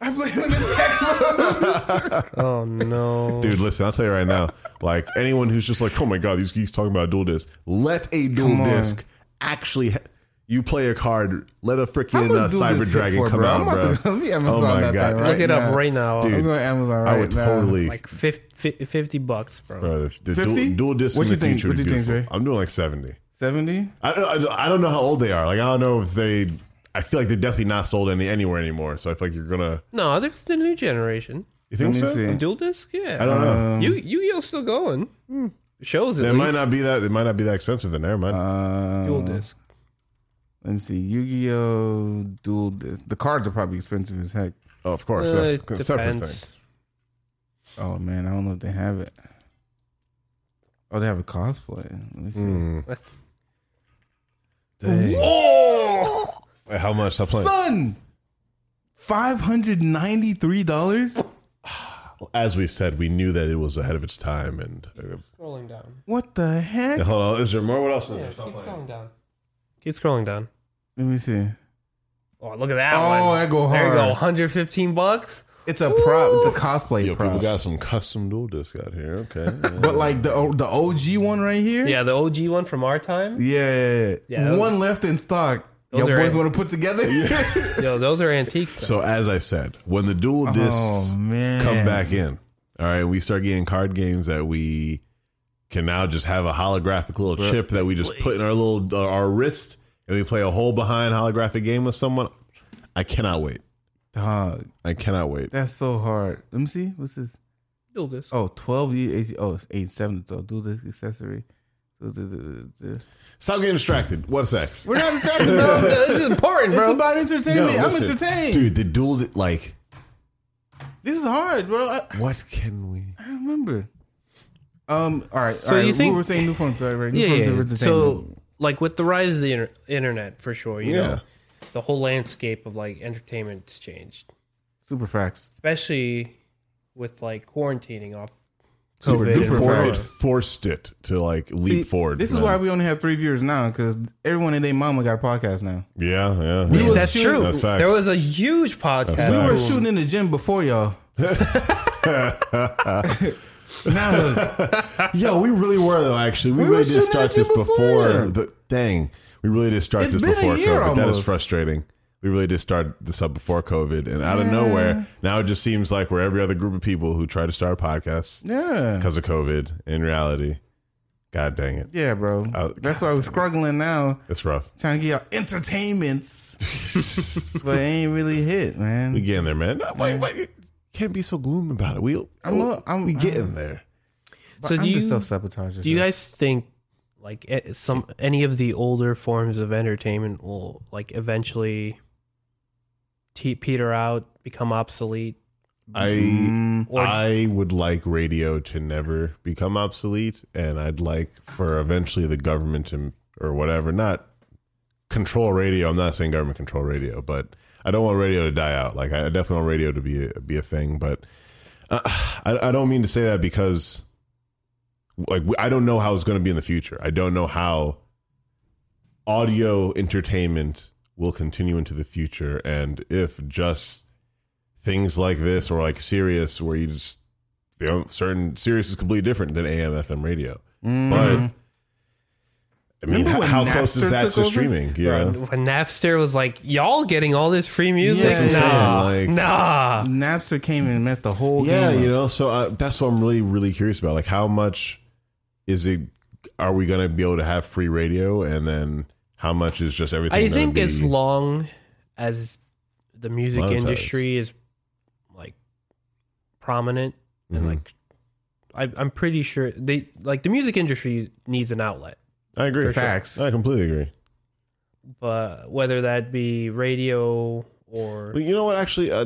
Speaker 3: I play on attack mode.
Speaker 2: Oh no.
Speaker 1: dude. Listen, I'll tell you right now. Like anyone who's just like, oh my god, these geeks talking about a dual disc. Let a dual
Speaker 3: on.
Speaker 1: disc actually. Ha- You play a card. Let a
Speaker 3: How
Speaker 1: freaking
Speaker 3: much
Speaker 1: uh,
Speaker 3: do
Speaker 1: Cyber
Speaker 3: this
Speaker 1: Dragon
Speaker 3: hit for,
Speaker 1: come
Speaker 3: bro?
Speaker 1: out,
Speaker 3: I'm about
Speaker 1: bro.
Speaker 3: to- let me Amazon
Speaker 1: my
Speaker 3: that
Speaker 1: God.
Speaker 3: thing right
Speaker 2: Look it
Speaker 3: now.
Speaker 2: up right now.
Speaker 1: Dude,
Speaker 3: I'm going to Amazon right
Speaker 1: I would
Speaker 3: now.
Speaker 1: totally.
Speaker 2: Like 50, 50 bucks, bro.
Speaker 1: bro, the- the
Speaker 3: 50?
Speaker 1: dual, dual disc
Speaker 3: What
Speaker 1: in
Speaker 3: you
Speaker 1: the
Speaker 3: think-
Speaker 1: future
Speaker 3: what
Speaker 1: is
Speaker 3: you think,
Speaker 1: beautiful.
Speaker 3: Jay?
Speaker 1: I'm doing like 70.
Speaker 3: seventy.
Speaker 1: I, I, I don't know how old they are. Like I don't know if they. I feel like they're definitely not sold any anywhere anymore. So I feel like you're gonna.
Speaker 2: No, there's the new generation.
Speaker 1: You think
Speaker 3: Let me
Speaker 1: so?
Speaker 3: see. Uh,
Speaker 2: Dual disc, yeah.
Speaker 1: I don't know.
Speaker 2: you Yu Gi Oh's still going. Shows it.
Speaker 1: It might not be that. It might not be that expensive. Then never mind.
Speaker 3: Uh,
Speaker 2: dual disc.
Speaker 3: Let me see. Yu-Gi-Oh! Dual Disc. The cards are probably expensive as heck.
Speaker 1: oh, of course,
Speaker 2: Uh,
Speaker 1: that's
Speaker 2: it
Speaker 1: a separate
Speaker 2: depends.
Speaker 1: thing.
Speaker 3: Oh man, I don't know if they have it. Oh, they have a cosplay. Let me see.
Speaker 2: Mm-hmm.
Speaker 1: Hmm.
Speaker 2: That's-
Speaker 3: Whoa,
Speaker 1: Wait, How much? Stop playing.
Speaker 3: son! Five hundred ninety-three dollars.
Speaker 1: As we said, we knew that it was ahead of its time. And
Speaker 2: Scrolling down.
Speaker 3: What the heck?
Speaker 1: Yeah, hold on, is there more? What else is there?
Speaker 2: keep
Speaker 1: Stop playing.
Speaker 2: scrolling down. Keep scrolling down.
Speaker 3: Let me see.
Speaker 2: Oh, look at that
Speaker 3: Oh,
Speaker 2: one.
Speaker 3: that go
Speaker 2: There you go.
Speaker 3: hard.
Speaker 2: 115 bucks.
Speaker 3: It's a prop. It's a cosplay
Speaker 1: Yo, people
Speaker 3: prop.
Speaker 1: got some custom dual disc out here. Okay, yeah.
Speaker 3: but like the O- the OG one right here.
Speaker 2: Yeah, the OG one from our time.
Speaker 3: Yeah. yeah,
Speaker 2: Yeah,
Speaker 3: yeah.
Speaker 2: those-
Speaker 3: One left in stock.
Speaker 2: Those
Speaker 3: Your
Speaker 2: are
Speaker 3: boys
Speaker 2: in-
Speaker 3: want to put together.
Speaker 2: Yo, those are antiques.
Speaker 1: so
Speaker 2: Though.
Speaker 1: as I said, when the dual
Speaker 3: Oh,
Speaker 1: discs
Speaker 3: man.
Speaker 1: come back in, all right, we start getting card games that we can now just have a holographic little chip that we just put in our little uh, our wrist, and we play a whole behind holographic game with someone. I cannot wait.
Speaker 3: Dog,
Speaker 1: I cannot wait.
Speaker 3: that's so hard. Let me see. What's this?
Speaker 2: Dual disc.
Speaker 3: Oh, 12 years. Oh, it's 87 though. Do this accessory. Do, do, do, do, do.
Speaker 1: Stop getting distracted. What's next?
Speaker 3: We're not excited, bro.
Speaker 2: this is important,
Speaker 3: It's
Speaker 2: bro.
Speaker 3: about entertainment. I'm
Speaker 1: listen,
Speaker 3: entertained.
Speaker 1: dude. The dual di- like.
Speaker 3: This is hard, bro. I,
Speaker 1: What can we?
Speaker 3: I remember. Um. All right.
Speaker 2: So
Speaker 3: all right.
Speaker 2: you think-
Speaker 3: we were saying new forms, right? right. New
Speaker 2: yeah,
Speaker 3: forms
Speaker 2: yeah.
Speaker 3: of
Speaker 2: yeah. So,
Speaker 3: entertainment.
Speaker 2: like with the rise of the inter- internet, for sure, you
Speaker 1: Yeah.
Speaker 2: know, the whole landscape of like entertainment's changed,
Speaker 3: super facts.
Speaker 2: especially with like quarantining off.
Speaker 3: So
Speaker 2: COVID
Speaker 1: It
Speaker 3: duper
Speaker 2: and
Speaker 3: for
Speaker 1: for-
Speaker 2: whatnot.
Speaker 1: it
Speaker 3: facts.
Speaker 1: forced it to like leap
Speaker 3: See,
Speaker 1: forward.
Speaker 3: This is
Speaker 1: man.
Speaker 3: why we only have three viewers now because everyone and their mama got a podcast now.
Speaker 1: Yeah, yeah.
Speaker 3: We
Speaker 1: yeah.
Speaker 3: was
Speaker 2: That's
Speaker 3: shooting-
Speaker 2: true.
Speaker 1: That's facts.
Speaker 2: there was a huge podcast.
Speaker 1: That's
Speaker 3: We were
Speaker 1: Facts.
Speaker 3: shooting in the gym before y'all. now look,
Speaker 1: Yo, we really were though. Actually, we,
Speaker 3: We were
Speaker 1: really did
Speaker 3: shooting
Speaker 1: start
Speaker 3: at you
Speaker 1: this before.
Speaker 3: before.
Speaker 1: the dang. We really did start
Speaker 3: It's
Speaker 1: this
Speaker 3: been a
Speaker 1: before
Speaker 3: year
Speaker 1: COVID. That is
Speaker 3: almost.
Speaker 1: frustrating. We really did start this up before COVID, and out of nowhere, now it just seems like we're every other group of people who try to start podcasts
Speaker 3: yeah,
Speaker 1: because of COVID. In reality, god dang it,
Speaker 3: yeah, bro.
Speaker 1: Oh,
Speaker 3: That's why we're struggling now.
Speaker 1: it's rough.
Speaker 3: trying to get y'all entertainments, but it ain't really hit,
Speaker 1: We
Speaker 3: man.
Speaker 1: getting there, man. No, wait, wait. Can't be so gloom about it. We,
Speaker 3: I'm a- I'm-
Speaker 1: we
Speaker 3: I'm-
Speaker 1: getting there.
Speaker 2: So do
Speaker 3: I'm
Speaker 2: you-
Speaker 3: just self sabotage.
Speaker 2: Do you guys think like e- some any of the older forms of entertainment will like eventually te- peter out, become obsolete?
Speaker 1: I
Speaker 3: Mm.
Speaker 2: Or-
Speaker 1: I would like radio to never become obsolete, and I'd like for eventually the government to or whatever not control radio. I'm not saying government control radio, but I don't want radio to die out. Like I definitely want radio to be a, be a thing, but uh, I I don't mean to say that because like we- I don't know how it's going to be in the future. I don't know how audio entertainment will continue into the future, and if just things like this or like Sirius, where you just you know, certain Sirius is completely different than AM FM radio. But I mean,
Speaker 3: Mm-hmm. Remember
Speaker 1: how,
Speaker 3: when
Speaker 1: how close
Speaker 3: Napster
Speaker 1: is that
Speaker 3: took
Speaker 1: to
Speaker 3: over?
Speaker 1: streaming? You know?
Speaker 2: When Napster was like, y'all getting all this free music?
Speaker 3: Yeah. That's what
Speaker 2: nah,
Speaker 1: I'm saying, like-
Speaker 2: nah.
Speaker 3: Napster came and messed the whole
Speaker 1: yeah,
Speaker 3: game.
Speaker 1: you know. So uh, that's what I'm really really curious about. Like, how much is it? Are we going to be able to have free radio, and then how much is just everything?
Speaker 2: I
Speaker 1: gonna
Speaker 2: think
Speaker 1: be-
Speaker 2: as long as the music
Speaker 1: Monetized.
Speaker 2: industry is like prominent and
Speaker 1: Mhm.
Speaker 2: like I, I'm pretty sure they like the music industry needs an outlet.
Speaker 1: I agree.
Speaker 2: for sure.
Speaker 3: Facts.
Speaker 1: I completely agree.
Speaker 2: but whether that be radio or
Speaker 1: But you know what? Actually, uh,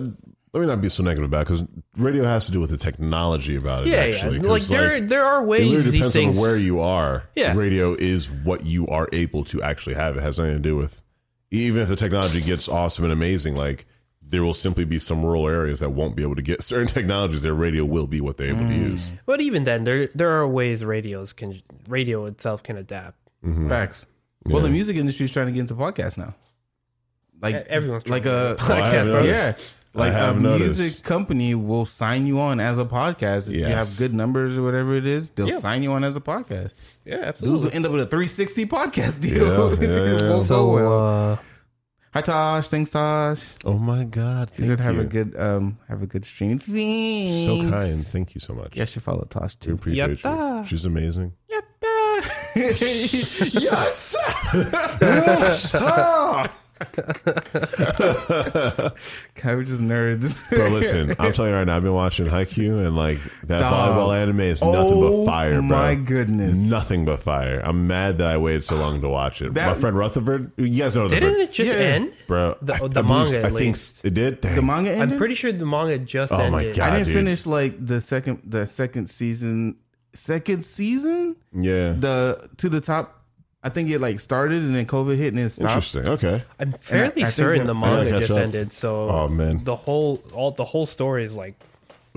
Speaker 1: let me not be so negative about because radio has to do with the technology about it.
Speaker 2: yeah,
Speaker 1: actually,
Speaker 2: yeah.
Speaker 1: 'cause,
Speaker 2: like there there are
Speaker 1: It
Speaker 2: ways
Speaker 1: literally
Speaker 2: these
Speaker 1: depends
Speaker 2: things
Speaker 1: on where you are.
Speaker 2: Yeah.
Speaker 1: Radio is what you are able to actually have. It has nothing to do with even if the technology gets awesome and amazing, like there will simply be some rural areas that won't be able to get certain technologies. Their radio will be what they're able
Speaker 2: Mm.
Speaker 1: to use.
Speaker 2: but even then there there are ways radios can radio itself can adapt
Speaker 3: Facts. Well, the music industry is trying to get into podcasts now. Like
Speaker 2: E- everyone's
Speaker 3: like
Speaker 2: trying
Speaker 3: a
Speaker 1: Oh,
Speaker 2: to get into podcasts,
Speaker 1: bro.
Speaker 3: yeah, Like a
Speaker 1: have noticed.
Speaker 3: music company will sign you on as a podcast if you have
Speaker 1: Yes.
Speaker 3: good numbers or whatever it is. They'll
Speaker 2: Yeah.
Speaker 3: sign you on as a podcast.
Speaker 2: Yeah,
Speaker 3: Dudes
Speaker 2: absolutely.
Speaker 3: will end up with a 360 podcast deal.
Speaker 1: Yeah, yeah,
Speaker 3: It
Speaker 1: yeah.
Speaker 3: won't go
Speaker 2: So,
Speaker 3: well.
Speaker 2: uh,
Speaker 3: Hi Tosh, thanks Tosh.
Speaker 1: Oh my God.
Speaker 3: She
Speaker 1: Thank
Speaker 3: said have
Speaker 1: you.
Speaker 3: a good um have a good stream. Thanks.
Speaker 1: So kind. Thank you so much.
Speaker 3: Yes, you follow Tosh
Speaker 1: We
Speaker 3: too.
Speaker 1: appreciate
Speaker 2: Yatta.
Speaker 1: you. She's amazing.
Speaker 3: yes. God, we're just nerds.
Speaker 1: But listen, I'm telling you right now, I've been watching Haikyuu and like that
Speaker 3: Dog.
Speaker 1: volleyball anime is nothing
Speaker 3: Oh
Speaker 1: but fire, bro.
Speaker 3: my goodness.
Speaker 1: Nothing but fire. I'm mad that I waited so long to watch it.
Speaker 3: That-
Speaker 1: my friend Rutherford, you guys know
Speaker 2: didn't
Speaker 1: Rutherford.
Speaker 2: it just
Speaker 3: Yeah.
Speaker 2: end?
Speaker 1: Bro,
Speaker 2: The-
Speaker 1: I-
Speaker 2: the
Speaker 1: I believe-
Speaker 2: manga, at
Speaker 1: I think
Speaker 2: least.
Speaker 1: it did. Dang.
Speaker 3: The manga ended?
Speaker 2: I'm pretty sure the manga just
Speaker 1: Oh my
Speaker 2: ended.
Speaker 1: God.
Speaker 3: I didn't
Speaker 1: dude.
Speaker 3: finish like the second the second season second season
Speaker 1: yeah.
Speaker 3: the to the top. I think it like started and then COVID hit and it stopped.
Speaker 1: Interesting. Okay.
Speaker 2: I'm fairly
Speaker 3: I think
Speaker 2: certain
Speaker 3: that-
Speaker 2: the
Speaker 3: I
Speaker 1: gotta
Speaker 2: manga
Speaker 1: catch
Speaker 2: just
Speaker 1: up.
Speaker 2: ended, so
Speaker 1: Oh, man.
Speaker 2: the whole all the whole story is like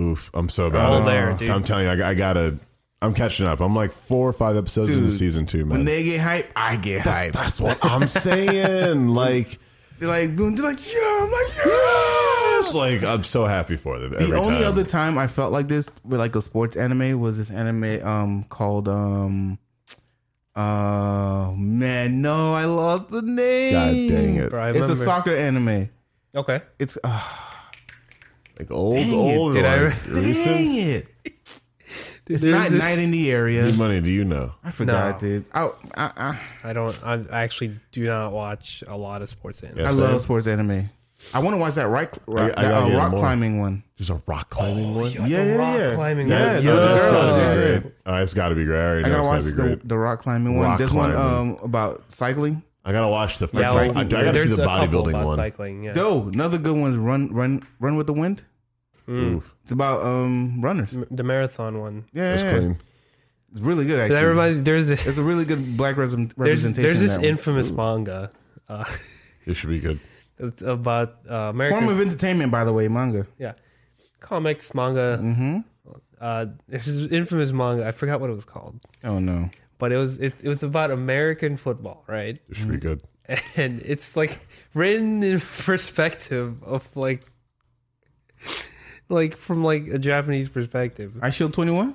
Speaker 1: Oof. I'm so bad.
Speaker 2: all
Speaker 1: at it.
Speaker 2: there, dude.
Speaker 1: I'm telling you, I, I gotta. I'm catching up. I'm like four or five episodes into
Speaker 3: Dude,
Speaker 1: season two, man.
Speaker 3: When they get hype, I get hype.
Speaker 1: That's what I'm saying. like,
Speaker 3: They're like, boom, they're like, yeah, I'm like,
Speaker 1: yes! like I'm so happy for them.
Speaker 3: The only other time I felt like this with like a sports anime was this anime um called um uh man no I lost the name
Speaker 1: God dang it!
Speaker 2: bro, I
Speaker 3: it's a
Speaker 2: remember-
Speaker 3: soccer anime
Speaker 2: Okay.
Speaker 3: it's uh,
Speaker 1: Like old,
Speaker 3: dang it.
Speaker 1: old.
Speaker 2: Did I-
Speaker 1: like, recent.
Speaker 3: dang it it's
Speaker 2: There's
Speaker 3: not
Speaker 2: this-
Speaker 3: night in the
Speaker 1: How
Speaker 3: area
Speaker 1: much money do you know?
Speaker 3: I forgot
Speaker 2: No.
Speaker 3: dude I I, I,
Speaker 2: I don't. I I actually do not watch a lot of sports anime.
Speaker 1: Yeah.
Speaker 3: I
Speaker 1: Same.
Speaker 3: love sports anime I want to watch that right
Speaker 1: I- I
Speaker 3: that,
Speaker 1: gotta
Speaker 3: uh,
Speaker 1: get
Speaker 3: rock
Speaker 1: more.
Speaker 3: climbing one
Speaker 1: There's a rock climbing one.
Speaker 2: Oh, Like
Speaker 3: Yeah,
Speaker 2: the
Speaker 3: yeah,
Speaker 2: rock
Speaker 3: yeah.
Speaker 2: climbing.
Speaker 3: Yeah,
Speaker 2: one.
Speaker 3: yeah,
Speaker 1: Oh, no, that's
Speaker 3: yeah.
Speaker 1: gotta
Speaker 3: Yeah.
Speaker 1: be great. Oh, it's gotta be great. I already
Speaker 3: I
Speaker 1: know
Speaker 3: gotta
Speaker 1: it's
Speaker 3: watch
Speaker 1: gotta be
Speaker 3: the,
Speaker 1: great.
Speaker 3: the rock climbing one
Speaker 1: Rock
Speaker 3: there's one
Speaker 1: climbing.
Speaker 3: um about cycling
Speaker 1: I gotta watch the.
Speaker 2: Yeah,
Speaker 1: I,
Speaker 2: well,
Speaker 1: I gotta see
Speaker 2: there's
Speaker 1: the
Speaker 2: a couple
Speaker 1: bodybuilding
Speaker 2: about
Speaker 1: one.
Speaker 2: Cycling. Yeah.
Speaker 3: oh another good one's run run run with the wind
Speaker 1: Oof,
Speaker 3: it's about um runners
Speaker 2: M- The marathon one.
Speaker 3: yeah
Speaker 1: that's
Speaker 3: yeah.
Speaker 1: clean.
Speaker 3: It's really good, actually.
Speaker 2: That reminds there's a,
Speaker 3: it's a really good black res-
Speaker 2: there's
Speaker 3: representation.
Speaker 2: there's
Speaker 3: in
Speaker 2: this
Speaker 3: that one.
Speaker 2: infamous manga uh,
Speaker 1: It should be good.
Speaker 2: it's about uh, American
Speaker 3: form of entertainment, by the way, manga.
Speaker 2: yeah comics manga.
Speaker 3: Mm-hmm.
Speaker 2: Uh, there's this infamous manga. I forgot what it was called,
Speaker 3: Oh no,
Speaker 2: but it was it, it was about American football, right?
Speaker 1: It
Speaker 3: Mm.
Speaker 1: should be good.
Speaker 2: and it's like written in perspective of like like from like a Japanese perspective.
Speaker 3: I Shield Twenty One.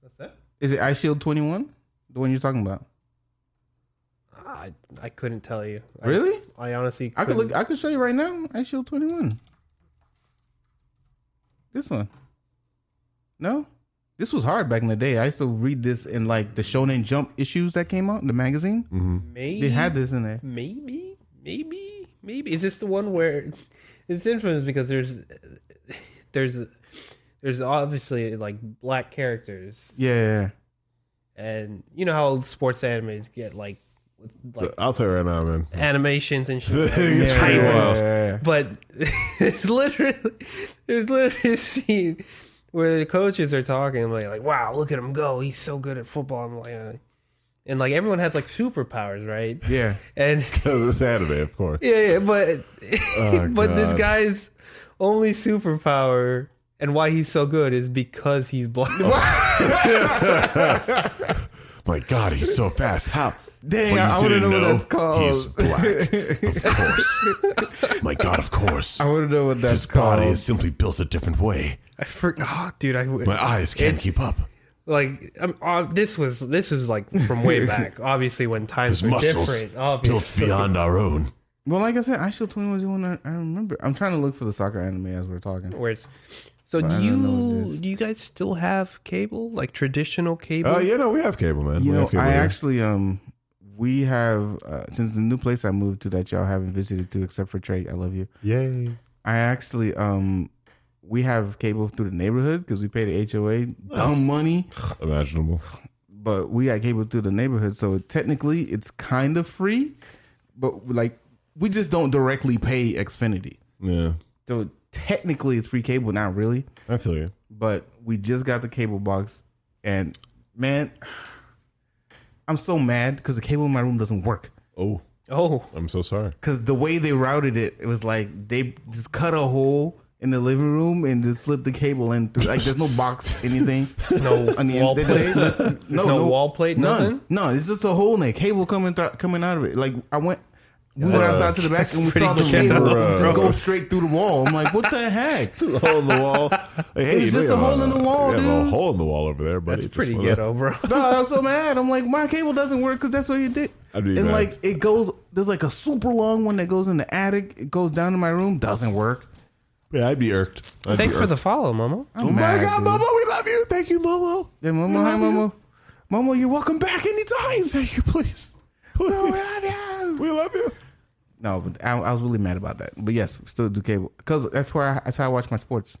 Speaker 2: What's that?
Speaker 3: Is it I Shield Twenty One? The one you're talking about?
Speaker 2: I I couldn't tell you. I-
Speaker 3: Really?
Speaker 2: I, honestly
Speaker 3: I could
Speaker 2: couldn't-
Speaker 3: look. I could show you right now. I Shield Twenty One. This one. No, this was hard back in the day. I used to read this in like the Shonen Jump issues that came out, the magazine.
Speaker 1: Mm-hmm.
Speaker 2: maybe
Speaker 3: They had this in there.
Speaker 2: maybe maybe maybe is this the one where it's infamous because there's there's there's obviously like black characters
Speaker 3: Yeah.
Speaker 2: and you know how sports animes get like with, like
Speaker 1: I'll tell you right now, man.
Speaker 2: animations and shit.
Speaker 1: It's
Speaker 3: Yeah.
Speaker 1: pretty wild.
Speaker 3: yeah.
Speaker 2: But there's literally there's literally a scene where the coaches are talking I'm like, like wow, look at him go. He's so good at football. I'm like, uh, and like everyone has like superpowers, right?
Speaker 3: Yeah.
Speaker 2: And
Speaker 1: it's anime, of course.
Speaker 2: yeah, yeah but
Speaker 1: Oh,
Speaker 2: but this
Speaker 1: God.
Speaker 2: guy's only superpower and why he's so good is because he's black.
Speaker 1: My God, he's so fast. How? Well,
Speaker 3: Dang,
Speaker 1: you
Speaker 3: I- I wanna
Speaker 1: didn't
Speaker 3: know what that's called.
Speaker 1: He's black, of course. My God, of course.
Speaker 3: I want to know what that's
Speaker 1: His body
Speaker 3: called.
Speaker 1: is simply built a different way.
Speaker 2: I
Speaker 3: Oh,
Speaker 2: forgot, dude. I
Speaker 1: My eyes can't keep up.
Speaker 2: like I'm, uh, this was this was like from way back. obviously, when times
Speaker 1: His
Speaker 2: were
Speaker 1: muscles
Speaker 2: different.
Speaker 1: built
Speaker 2: Obviously,
Speaker 1: beyond our own.
Speaker 3: Well, like I said, I Shield 21 is the one I, I remember. I'm trying to look for the soccer anime as we're talking.
Speaker 2: Where it's so
Speaker 3: I
Speaker 2: do
Speaker 3: don't know what it
Speaker 2: you
Speaker 3: is.
Speaker 2: do you guys still have cable like traditional cable?
Speaker 1: Oh yeah, no, we have cable, man.
Speaker 3: You
Speaker 1: we
Speaker 3: know,
Speaker 1: have cable
Speaker 3: I
Speaker 1: here.
Speaker 3: actually um, we have uh, since the new place I moved to that y'all haven't visited to, except for Trey. I love you.
Speaker 1: yay.
Speaker 3: I actually um, we have cable through the neighborhood because we pay the HOA dumb money,
Speaker 1: Imaginable.
Speaker 3: but we got cable through the neighborhood, so technically it's kind of free, but like we just don't directly pay Xfinity,
Speaker 1: Yeah,
Speaker 3: so technically it's free cable, not really.
Speaker 1: I feel you.
Speaker 3: but we just got the cable box and man i'm so mad because the cable in my room doesn't work
Speaker 1: Oh,
Speaker 2: Oh,
Speaker 1: I'm so sorry.
Speaker 3: because the way they routed it it was like they just cut a hole in the living room and just slipped the cable in through like there's no box anything
Speaker 2: no
Speaker 3: on the
Speaker 2: wall
Speaker 3: end. They
Speaker 2: plate.
Speaker 3: just slipped-
Speaker 2: No wall plate,
Speaker 3: none.
Speaker 2: nothing?
Speaker 3: no it's just a hole in it cable coming through coming out of it like i went We went outside to the back and we
Speaker 2: pretty
Speaker 3: saw the
Speaker 2: shit,
Speaker 3: label
Speaker 1: bro.
Speaker 3: just go straight through the wall. I'm like, what the heck?
Speaker 1: a hole in the wall. Like, hey,
Speaker 3: was
Speaker 1: you
Speaker 3: just
Speaker 1: know,
Speaker 3: a
Speaker 1: you have
Speaker 3: hole in the wall,
Speaker 1: you have a
Speaker 3: dude.
Speaker 1: hole in the wall over there, buddy.
Speaker 2: That's
Speaker 1: Just
Speaker 2: pretty
Speaker 1: wanna-
Speaker 2: ghetto, bro.
Speaker 3: No, I was so mad. I'm like, my cable doesn't work because that's what you did.
Speaker 1: I'd be
Speaker 3: and
Speaker 1: mad.
Speaker 3: like, it goes. There's like a super long one that goes in the attic. It goes down to my room. Doesn't work.
Speaker 1: Yeah, I'd be irked. I'd be
Speaker 2: Thanks for
Speaker 1: irked.
Speaker 2: the follow, Momo.
Speaker 3: I'm
Speaker 1: Oh my
Speaker 3: mad,
Speaker 1: God,
Speaker 3: dude.
Speaker 1: Momo, we love you. Thank you, Momo.
Speaker 3: Yeah, Momo, hi, Momo. Momo, you're welcome back anytime.
Speaker 1: Thank you, please. Please. we love you. We love you.
Speaker 3: No, but I, I was really mad about that. But yes, still do cable because that's where I, that's how I watch my sports.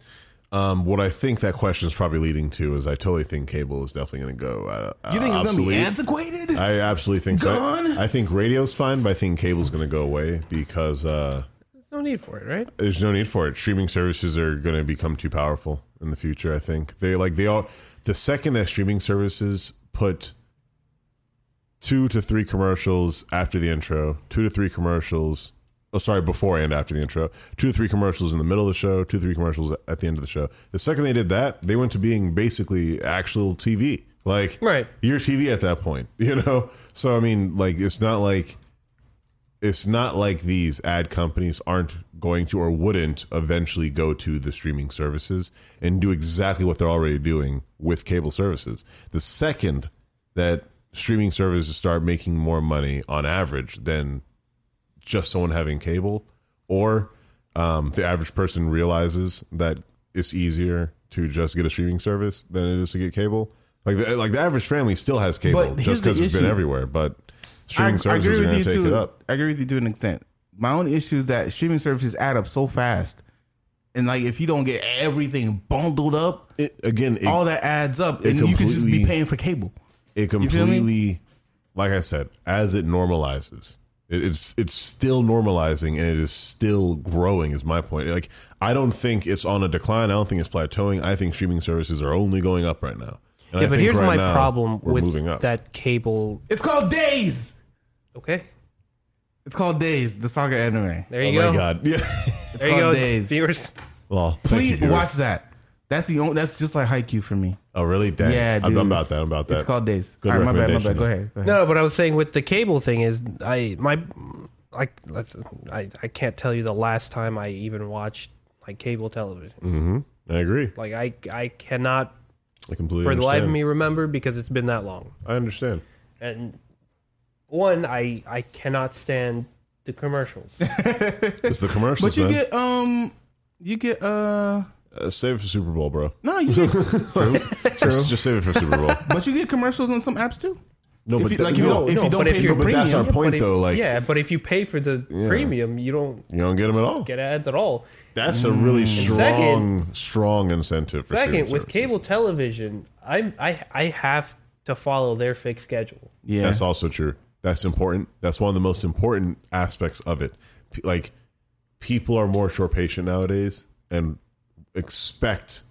Speaker 1: Um, what I think that question is probably leading to is I totally think cable is definitely going to go. Uh,
Speaker 3: You think
Speaker 1: uh,
Speaker 3: it's gonna be
Speaker 1: obsolete. Uh,
Speaker 3: antiquated?
Speaker 1: I absolutely think so.
Speaker 3: Gone?
Speaker 1: I think radio's fine, but I think cable's going to go away because uh,
Speaker 2: There's no need for it, right?
Speaker 1: there's no need for it. Streaming services are going to become too powerful in the future. I think they like they all. The second that streaming services put two to three commercials after the intro, two to three commercials. Oh, sorry, before and after the intro, two to three commercials in the middle of the show, two to three commercials at the end of the show. The second they did that, they went to being basically actual TV. Like
Speaker 2: Right.
Speaker 1: your TV at that point, you know. So I mean, like it's not like it's not like these ad companies aren't going to or wouldn't eventually go to the streaming services and do exactly what they're already doing with cable services. The second that streaming services start making more money on average than just someone having cable, or um, the average person realizes that it's easier to just get a streaming service than it is to get cable. Like the, like the average family still has cable
Speaker 3: But
Speaker 1: just
Speaker 3: here's
Speaker 1: because
Speaker 3: the
Speaker 1: it's been
Speaker 3: issue.
Speaker 1: everywhere, but streaming services are going to take
Speaker 3: to
Speaker 1: it up.
Speaker 3: I agree with you to an extent. My own issue is that streaming services add up so fast, and like if you don't get everything bundled up,
Speaker 1: It, again, it,
Speaker 3: all that adds up, and you could just
Speaker 1: completely-
Speaker 3: be paying for cable.
Speaker 1: it
Speaker 3: feel me?
Speaker 1: completely, like I said, as it normalizes, it, it's it's still normalizing and it is still growing. Is my point. Like I don't think it's on a decline. I don't think it's plateauing. I think streaming services are only going up right now. And I
Speaker 2: yeah, but
Speaker 1: think
Speaker 2: here's
Speaker 1: right
Speaker 2: my
Speaker 1: now,
Speaker 2: problem
Speaker 1: we're
Speaker 2: with
Speaker 1: moving up.
Speaker 2: that cable.
Speaker 3: It's called Days.
Speaker 2: Okay,
Speaker 3: It's called Days, the saga anime.
Speaker 1: Oh
Speaker 2: there you go.
Speaker 1: my god! Yeah.
Speaker 3: It's
Speaker 2: There you go,
Speaker 3: called Days.
Speaker 2: viewers.
Speaker 1: well, thank you,
Speaker 3: Please
Speaker 1: viewers.
Speaker 3: watch that. That's the only, that's just like haiku for me.
Speaker 1: Oh really? Dang.
Speaker 3: Yeah,
Speaker 1: I'm,
Speaker 3: dude.
Speaker 1: I'm about that. I'm about that.
Speaker 3: It's called Days.
Speaker 1: Good
Speaker 3: All right, my bad, my
Speaker 1: recommendation,
Speaker 3: bad. Go ahead. Go ahead.
Speaker 2: No, but I was saying with the cable thing is I my like let's I I can't tell you the last time I even watched like cable television.
Speaker 1: I agree.
Speaker 2: Like I I cannot
Speaker 1: I completely
Speaker 2: for the life of
Speaker 1: understand.
Speaker 2: me remember because it's been that long.
Speaker 1: I understand.
Speaker 2: And one I I cannot stand the commercials.
Speaker 1: It's the commercials.
Speaker 3: But you
Speaker 1: man.
Speaker 3: get um, you get uh,
Speaker 1: uh, save it for Super Bowl, bro.
Speaker 3: no, you get,
Speaker 1: Just, just save it for Super Bowl.
Speaker 3: but you get commercials on some apps too.
Speaker 1: No,
Speaker 3: If
Speaker 1: but
Speaker 3: you,
Speaker 1: th-
Speaker 3: like if you
Speaker 1: no,
Speaker 3: don't, if
Speaker 1: no,
Speaker 3: you don't
Speaker 2: but if
Speaker 3: pay
Speaker 2: you-
Speaker 3: for
Speaker 1: but that's our
Speaker 3: premium,
Speaker 1: point,
Speaker 2: But if-
Speaker 1: though. Like,
Speaker 2: yeah, but if you pay for the premium, you don't
Speaker 1: you don't get them at all.
Speaker 2: get ads at all.
Speaker 1: That's a really
Speaker 3: Mm.
Speaker 1: strong,
Speaker 2: second-
Speaker 1: strong incentive. For
Speaker 2: Second,
Speaker 1: streaming
Speaker 2: with
Speaker 1: services.
Speaker 2: cable television, I I I have to follow their fixed schedule.
Speaker 3: yeah,
Speaker 1: that's also true. That's important. That's one of the most important aspects of it. P- like, people are more short patient nowadays and expect,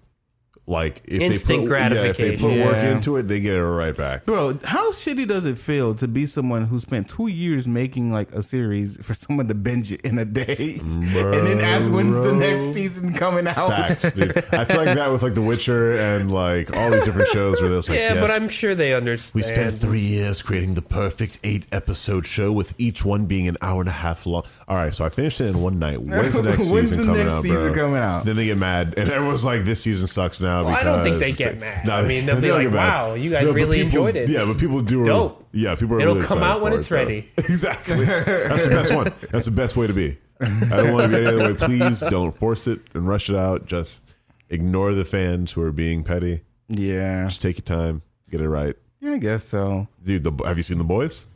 Speaker 1: like, if
Speaker 2: Instant
Speaker 1: they put, yeah, if they put
Speaker 2: gratification.
Speaker 1: work
Speaker 3: Yeah.
Speaker 1: into it, they get it right back.
Speaker 3: Bro, how shitty does it feel to be someone who spent two years making like a series for someone to binge it in a day, and then ask when's the next season coming out?
Speaker 1: Facts, dude. I feel like that with like The Witcher and like all these different shows where there's like,
Speaker 2: Yeah, but
Speaker 1: yes,
Speaker 2: I'm sure they understand.
Speaker 1: We spent three years creating the perfect eight episode show with each one being an hour and a half long. All right, so I finished it in one night. When's the next
Speaker 3: When's
Speaker 1: season
Speaker 3: the
Speaker 1: coming
Speaker 3: next
Speaker 1: out?
Speaker 3: season
Speaker 1: bro?
Speaker 3: coming out?
Speaker 1: Then they get mad, and everyone's like, "This season sucks now."
Speaker 2: I don't think they
Speaker 1: because-
Speaker 2: get mad.
Speaker 1: No,
Speaker 2: I
Speaker 1: they-
Speaker 2: mean, they'll
Speaker 1: they
Speaker 2: be
Speaker 1: don't
Speaker 2: like,
Speaker 1: get mad.
Speaker 2: "Wow, you guys
Speaker 1: but
Speaker 2: really
Speaker 1: people-
Speaker 2: enjoyed it.
Speaker 1: Yeah, but people do.
Speaker 2: Dope.
Speaker 1: Yeah, people are.
Speaker 2: It'll
Speaker 1: really
Speaker 2: come
Speaker 1: excited
Speaker 2: out when
Speaker 1: for
Speaker 2: it's
Speaker 1: it, though.
Speaker 2: ready.
Speaker 1: Exactly. That's the best one. That's the best way to be. I don't want to be any other way. Please don't force it and rush it out. Just ignore the fans who are being petty.
Speaker 3: Yeah,
Speaker 1: Just take your time, get it right.
Speaker 3: yeah, I guess so.
Speaker 1: Dude, the, have you seen the boys?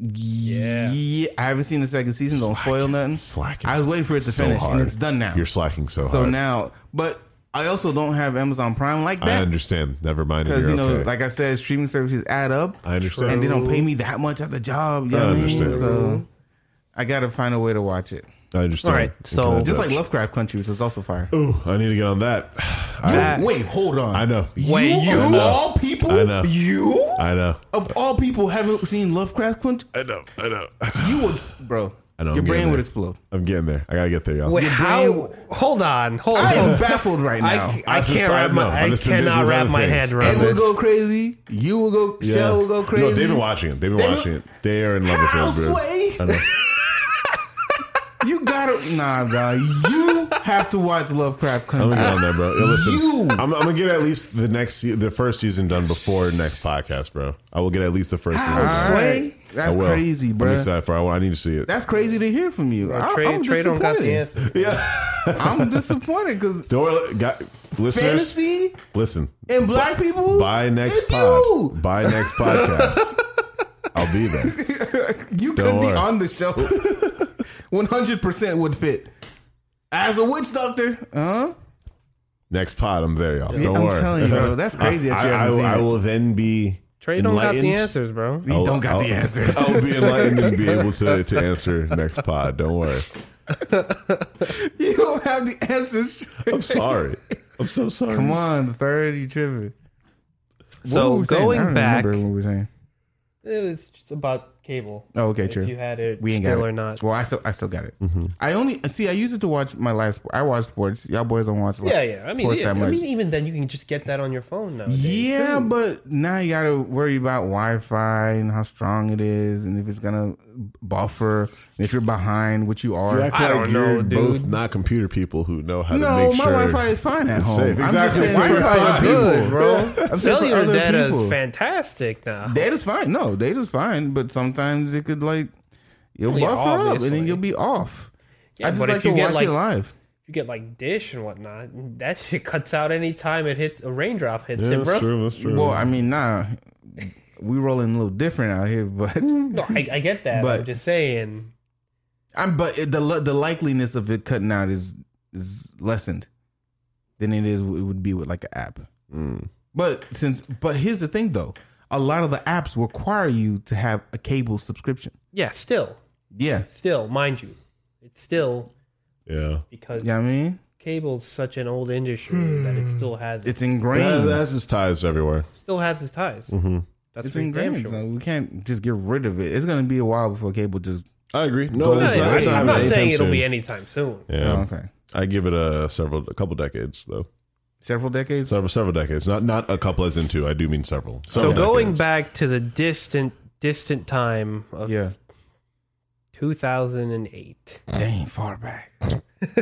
Speaker 3: Yeah. I haven't seen the second season. Don't spoil nothing.
Speaker 1: Slacking.
Speaker 3: I was waiting for it to
Speaker 1: So
Speaker 3: finish,
Speaker 1: hard.
Speaker 3: and it's done now.
Speaker 1: You're slacking so,
Speaker 3: so
Speaker 1: hard.
Speaker 3: now, but I also don't have Amazon Prime like
Speaker 1: I
Speaker 3: that
Speaker 1: understand. Never mind.
Speaker 3: because
Speaker 1: You're
Speaker 3: you know,
Speaker 1: okay.
Speaker 3: like I said, streaming services add up.
Speaker 1: I understand.
Speaker 3: and they don't pay me that much at the job. You know
Speaker 1: I
Speaker 3: what I mean?
Speaker 1: understand.
Speaker 3: So I gotta find a way to watch it.
Speaker 1: I understand.
Speaker 2: All right,
Speaker 1: You
Speaker 2: so-
Speaker 1: can
Speaker 3: Just
Speaker 1: adapt.
Speaker 3: like Lovecraft Country, which is also fire.
Speaker 1: Ooh, I need to get on that. I,
Speaker 2: That-
Speaker 3: Wait, hold on.
Speaker 1: I know.
Speaker 2: Wait, you-
Speaker 3: of
Speaker 1: know.
Speaker 3: all people,
Speaker 1: I know.
Speaker 3: you
Speaker 1: I know.
Speaker 3: of all people haven't seen Lovecraft Country.
Speaker 1: I know. I know.
Speaker 3: You would, bro.
Speaker 1: I know, I'm
Speaker 3: your brain
Speaker 1: getting
Speaker 3: would
Speaker 1: there.
Speaker 3: explode.
Speaker 1: I'm getting there. I gotta get there, y'all.
Speaker 2: Wait,
Speaker 3: Your
Speaker 2: how?
Speaker 3: brain-
Speaker 2: Hold on, hold
Speaker 3: I am
Speaker 2: on.
Speaker 3: baffled right now.
Speaker 2: I, I
Speaker 1: I've
Speaker 2: can't
Speaker 1: decided
Speaker 2: wrap
Speaker 1: no.
Speaker 2: my
Speaker 1: I've
Speaker 2: I
Speaker 1: just been busy
Speaker 2: cannot
Speaker 1: with
Speaker 2: wrap
Speaker 1: other
Speaker 2: my
Speaker 1: things.
Speaker 2: head
Speaker 1: I
Speaker 3: it
Speaker 2: around
Speaker 3: will
Speaker 2: this.
Speaker 3: go crazy. You will go.
Speaker 1: Yeah.
Speaker 3: Shell will go
Speaker 1: No,
Speaker 3: crazy.
Speaker 1: they've been watching it. They've been
Speaker 3: They've been-
Speaker 1: watching it. They are in love
Speaker 3: How
Speaker 1: with it, bro.
Speaker 3: sway?
Speaker 1: I know.
Speaker 3: You gotta nah, bro. You have to watch Lovecraft
Speaker 1: I'm
Speaker 3: Country.
Speaker 1: gonna get on that, bro. Yo, listen,
Speaker 3: You.
Speaker 1: I'm, I'm gonna get at least the next, se- the first season done before next podcast, bro. I will get at least the first season.
Speaker 3: All
Speaker 1: Done.
Speaker 2: Slay.
Speaker 3: right.
Speaker 1: I
Speaker 3: Ah, That's
Speaker 1: will.
Speaker 3: crazy,
Speaker 1: I'm
Speaker 3: bro.
Speaker 1: excited for. it. I, want- I need to see it.
Speaker 3: That's crazy to hear from you. I,
Speaker 2: Trey,
Speaker 3: am
Speaker 2: Trey don't got the
Speaker 3: disappointed.
Speaker 2: answer.
Speaker 1: yeah.
Speaker 3: I'm disappointed because
Speaker 1: Don't worry, got, listeners.
Speaker 3: fantasy
Speaker 1: Listen,
Speaker 3: and black people.
Speaker 1: by next
Speaker 3: it's
Speaker 1: pod,
Speaker 3: you.
Speaker 1: by next podcast, I'll be there.
Speaker 3: You could
Speaker 1: Don't
Speaker 3: be
Speaker 1: worry.
Speaker 3: on the show. 100% would fit. As a witch doctor, huh?
Speaker 1: Next pod, I'm there, y'all. Don't
Speaker 3: I'm
Speaker 1: worry.
Speaker 3: telling you, bro, that's crazy that you
Speaker 1: I, I,
Speaker 3: haven't seen
Speaker 1: I,
Speaker 3: it.
Speaker 1: will then be.
Speaker 2: Trey don't got the
Speaker 1: enlightened.
Speaker 2: answers, bro.
Speaker 3: You don't got
Speaker 1: I'll-
Speaker 3: the answer.
Speaker 1: I'll be enlightened and be able to, to answer next pod. Don't worry.
Speaker 3: You don't have the answers.
Speaker 1: I'm sorry. I'm so sorry.
Speaker 3: Come on, the third, you tripping. What
Speaker 2: So
Speaker 3: were we saying? I
Speaker 2: going
Speaker 3: don't
Speaker 2: back,
Speaker 3: remember
Speaker 2: it
Speaker 3: what we were saying.
Speaker 2: was just about cable.
Speaker 3: Oh, okay,
Speaker 2: If you
Speaker 3: true.
Speaker 2: had it
Speaker 3: We ain't
Speaker 2: still
Speaker 3: got it. Mm-hmm.
Speaker 2: or not.
Speaker 3: Well, I still, I still got it. I only see. I use it to watch my live sport. I watch sports. Y'all boys don't watch. Like,
Speaker 2: Yeah, yeah. I mean,
Speaker 3: sports
Speaker 2: yeah,
Speaker 3: that
Speaker 2: I
Speaker 3: much.
Speaker 2: mean, even then, you can just get that on your phone now.
Speaker 3: Yeah, but now you gotta worry about Wi-Fi and how strong it is, and if it's gonna buffer, and if you're behind, what you are.
Speaker 1: You act
Speaker 2: I
Speaker 1: like
Speaker 2: don't
Speaker 1: you're
Speaker 2: know,
Speaker 1: both
Speaker 2: dude.
Speaker 1: not computer people who know how to
Speaker 3: no,
Speaker 1: make
Speaker 3: my
Speaker 1: sure.
Speaker 3: Wi-Fi is fine at home.
Speaker 1: safe.
Speaker 3: I'm just
Speaker 1: Exactly.
Speaker 3: saying,
Speaker 1: It's
Speaker 3: Wi-Fi
Speaker 1: fine.
Speaker 3: is good,
Speaker 1: Good,
Speaker 3: bro. I'm saying for
Speaker 2: Cellular
Speaker 3: other
Speaker 2: data
Speaker 3: people.
Speaker 2: is fantastic now.
Speaker 3: Data's fine. No, data's fine, but sometimes it could like you'll
Speaker 2: Yeah,
Speaker 3: buffer up, and then
Speaker 2: obviously.
Speaker 3: you'll be off.
Speaker 2: Yeah,
Speaker 3: I just
Speaker 2: but
Speaker 3: like
Speaker 2: if you
Speaker 3: to
Speaker 2: get,
Speaker 3: watch
Speaker 2: like-
Speaker 3: it live.
Speaker 2: you get like dish and whatnot. and That shit cuts out any time it hits a raindrop hits
Speaker 1: Yeah,
Speaker 2: it, bro.
Speaker 1: that's true. That's true.
Speaker 3: Well, I mean, nah, we rolling a little different out here, but
Speaker 1: Hmm.
Speaker 2: No, I, I get that.
Speaker 3: But-
Speaker 2: I'm just saying.
Speaker 3: I'm but it, the li- the likeliness of it cutting out is is lessened than it is it would be with like an app.
Speaker 1: Hmm.
Speaker 3: But since but here's the thing though, a lot of the apps require you to have a cable subscription.
Speaker 2: Yeah, still,
Speaker 3: Yeah,
Speaker 2: still, mind you, it's still
Speaker 1: yeah.
Speaker 2: because
Speaker 3: yeah, I mean
Speaker 2: cable's such an old industry that it still
Speaker 1: Hmm.
Speaker 2: has it
Speaker 3: it's ingrained.
Speaker 1: That, that's just ties everywhere.
Speaker 2: still has its ties.
Speaker 1: Mm-hmm.
Speaker 2: That's
Speaker 3: it's
Speaker 2: pretty damn
Speaker 3: ingrained.
Speaker 2: sure.
Speaker 3: so we can't just get rid of it. It's gonna be a while before cable just.
Speaker 1: I agree.
Speaker 3: Go
Speaker 1: No,
Speaker 2: No,
Speaker 1: that's
Speaker 3: ahead.
Speaker 1: not, that's not
Speaker 2: I'm
Speaker 1: happening
Speaker 2: not saying
Speaker 1: anytime
Speaker 2: it'll
Speaker 1: soon.
Speaker 2: be anytime soon.
Speaker 1: Yeah.
Speaker 3: Oh, okay,
Speaker 1: I give it a several, a couple decades though.
Speaker 3: several decades.
Speaker 1: Several, several decades. Not not a couple as in two. I do mean several.
Speaker 2: So
Speaker 1: Several
Speaker 2: going
Speaker 1: decades.
Speaker 2: back to the distant, distant time of
Speaker 3: yeah,
Speaker 2: 2008.
Speaker 3: dang, far back.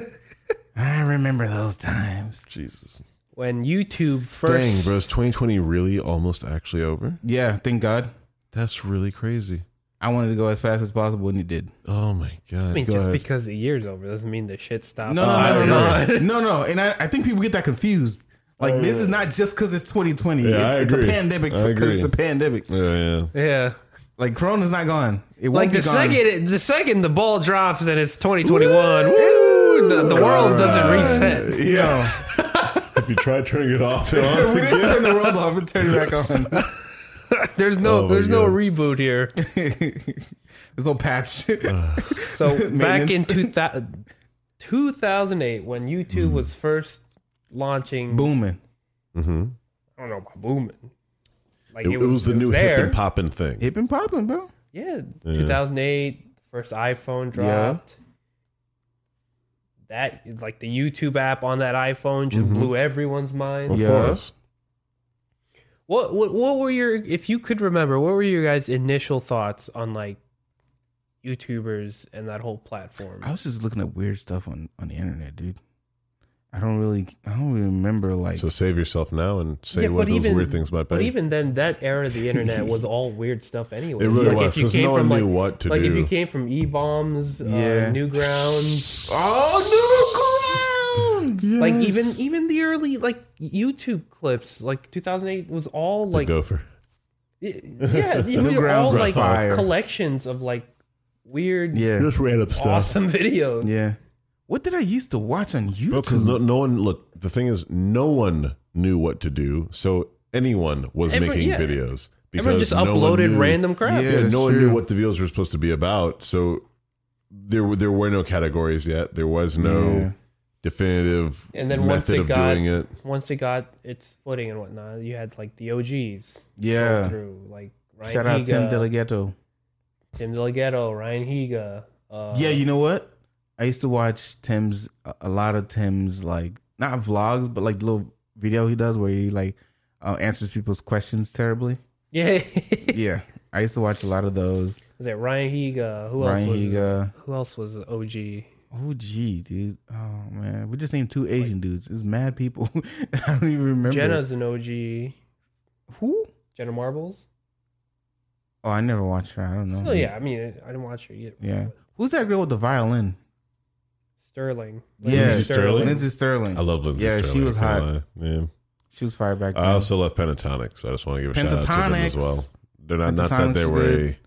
Speaker 3: I remember those times.
Speaker 1: Jesus,
Speaker 2: when YouTube
Speaker 1: dang,
Speaker 2: first
Speaker 1: bro, is 2020 really almost actually over?
Speaker 3: Yeah, thank God.
Speaker 1: That's really crazy.
Speaker 3: I wanted to go as fast as possible, and it did.
Speaker 1: Oh my god.
Speaker 2: I mean,
Speaker 1: Go
Speaker 2: just
Speaker 1: ahead.
Speaker 2: because the year's over doesn't mean the shit stopped.
Speaker 3: No,
Speaker 1: I
Speaker 3: no, no,
Speaker 1: don't
Speaker 3: no, no, no, no. And I, I think people get that confused. Like this is not just because it's 2020.
Speaker 1: Yeah, I
Speaker 3: it's, it's a
Speaker 1: agree.
Speaker 3: pandemic
Speaker 1: I
Speaker 3: because it's a
Speaker 1: agree.
Speaker 3: pandemic.
Speaker 1: yeah, yeah.
Speaker 2: Yeah.
Speaker 3: Like Corona's not gone. It won't
Speaker 2: Like
Speaker 3: be
Speaker 2: the
Speaker 3: gone.
Speaker 2: second, the second the ball drops and it's 2021, woo, the, the world doesn't reset.
Speaker 1: Yeah. if you try turning it off and on
Speaker 3: we didn't turn the world off and turn it back on.
Speaker 2: There's no,
Speaker 1: Oh my
Speaker 2: there's no
Speaker 1: God.
Speaker 2: reboot here.
Speaker 3: this whole patch.
Speaker 1: Uh.
Speaker 2: So back in
Speaker 3: Maintenance.
Speaker 2: 2000, 2008, when YouTube
Speaker 1: Hmm.
Speaker 2: was first launching,
Speaker 3: Booming.
Speaker 2: I don't know about booming. Like
Speaker 1: Mm-hmm. It, it was, the
Speaker 2: it
Speaker 1: new
Speaker 2: there.
Speaker 1: hip and poppin' thing.
Speaker 3: It been popping, bro.
Speaker 2: Yeah, 2008, first iPhone
Speaker 3: Yeah.
Speaker 2: dropped. That like the YouTube app on that iPhone just blew everyone's mind.
Speaker 1: Mm-hmm. of
Speaker 3: Yeah.
Speaker 1: course.
Speaker 2: What, what what were your if you could remember what were your guys' initial thoughts on like YouTubers and that whole platform?
Speaker 3: I was just looking at weird stuff on, on the internet, dude. I don't really, I don't really remember like
Speaker 1: So save yourself now and say what those weird things might be.
Speaker 2: But even then, that era of the internet was all weird stuff anyway.
Speaker 1: It really
Speaker 2: like
Speaker 1: was, 'cause no one
Speaker 2: like,
Speaker 1: knew what to
Speaker 2: like if
Speaker 1: do.
Speaker 2: you came from E bombs,
Speaker 3: Yeah.
Speaker 2: uh, Newgrounds,
Speaker 3: oh new grounds.
Speaker 2: Like even even the early like YouTube clips, like 2008 was all like
Speaker 1: gopher.
Speaker 2: y- yeah, they were
Speaker 3: Newgrounds
Speaker 2: all
Speaker 3: was
Speaker 2: like
Speaker 3: fire.
Speaker 2: collections of like weird,
Speaker 3: Yeah,
Speaker 1: random stuff.
Speaker 2: awesome videos.
Speaker 3: yeah. What did I used to watch on YouTube?
Speaker 1: because no, no one look. The thing is, no one knew what to do, so anyone was
Speaker 2: Everyone-
Speaker 1: making
Speaker 2: yeah.
Speaker 1: videos because
Speaker 2: Everyone just
Speaker 1: no one
Speaker 2: uploaded
Speaker 1: knew-
Speaker 2: random crap.
Speaker 3: Yeah.
Speaker 1: Yeah,
Speaker 3: that's
Speaker 1: no one
Speaker 3: true.
Speaker 1: knew what the videos were supposed to be about, so there were there were no categories yet. There was no
Speaker 3: Yeah.
Speaker 1: definitive
Speaker 2: And then once
Speaker 1: method
Speaker 2: it
Speaker 1: of
Speaker 2: got
Speaker 1: doing it.
Speaker 2: once it got its footing and whatnot, you had like the OGs
Speaker 3: yeah.
Speaker 2: through like Ryan
Speaker 3: Shout out
Speaker 2: Higa,
Speaker 3: Tim Delegato.
Speaker 2: Tim Delgado, Ryan Higa. Uh,
Speaker 3: yeah, you know what? I used to watch Tim's a- a lot of Tim's like not vlogs, but like little video he does where he like uh, answers people's questions terribly.
Speaker 2: yeah.
Speaker 3: yeah, I used to watch a lot of those.
Speaker 2: was that Ryan Higa? Who else
Speaker 3: Ryan
Speaker 2: was
Speaker 3: Higa,
Speaker 2: who else was OG?
Speaker 3: Oh gee, dude. Oh man, we just named two Asian dudes. It's mad people. I don't even remember.
Speaker 2: Jenna's an OG.
Speaker 3: who?
Speaker 2: Jenna Marbles.
Speaker 3: Oh, I never watched her. I don't know.
Speaker 2: So yeah, I mean, I didn't watch her yet.
Speaker 3: yeah. Who's that girl with the violin?
Speaker 2: Sterling.
Speaker 3: Yeah.
Speaker 1: Lindsey Sterling?
Speaker 3: Lindsay Sterling.
Speaker 1: I love Lindsay
Speaker 3: Yeah,
Speaker 1: Sterling.
Speaker 3: she was
Speaker 1: can't
Speaker 3: hot.
Speaker 1: lie. Yeah.
Speaker 3: She was fired back then.
Speaker 1: I also love Pentatonic, so I just want to give a shout out to them as
Speaker 3: Pentatonics.
Speaker 1: well. They're not not that
Speaker 3: Pentatonics
Speaker 1: they
Speaker 3: are
Speaker 1: were
Speaker 3: good.
Speaker 1: a,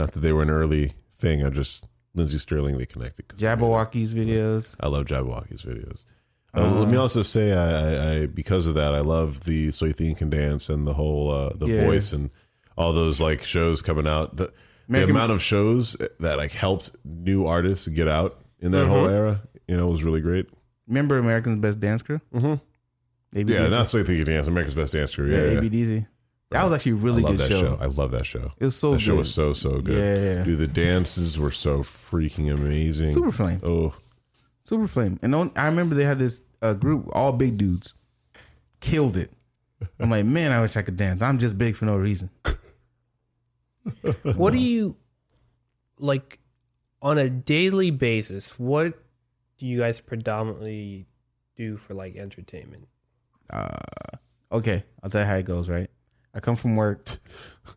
Speaker 1: not that they were an early thing. I just Lindsey Sterling they connected. 'cause-
Speaker 3: Jabberwocky's videos. Um,
Speaker 1: I love Jabberwocky's videos. Uh, let
Speaker 3: Uh-huh.
Speaker 1: me also say, I, I, I because of that, I love the So You Think You Can Dance and the whole uh, the
Speaker 3: Yeah.
Speaker 1: voice and all those like shows coming out. The, the
Speaker 3: American-
Speaker 1: amount of shows that like helped new artists get out in that whole
Speaker 3: Mm-hmm.
Speaker 1: era, you know, was really great.
Speaker 3: Remember American's Best Dance Crew?
Speaker 1: Mhm.
Speaker 3: ABDZ.
Speaker 1: Yeah, not So You Think You Can Dance, America's Best Dance Crew.
Speaker 3: Yeah,
Speaker 1: Yeah, yeah,
Speaker 3: ABDZ. That was actually a
Speaker 1: I
Speaker 3: really
Speaker 1: love that
Speaker 3: good show.
Speaker 1: I love that show.
Speaker 3: It was so
Speaker 1: that
Speaker 3: good.
Speaker 1: show was so so good.
Speaker 3: Yeah.
Speaker 1: dude, the dances were so freaking amazing.
Speaker 3: Super flame.
Speaker 1: oh,
Speaker 3: Super Flame. And on, I remember they had this uh, group, all big dudes, killed it. I'm like, man, I wish I could dance. I'm just big for no reason.
Speaker 2: What do you like on a daily basis? What do you guys predominantly do for like entertainment?
Speaker 3: Uh, okay, I'll tell you how it goes. Right, I come from work,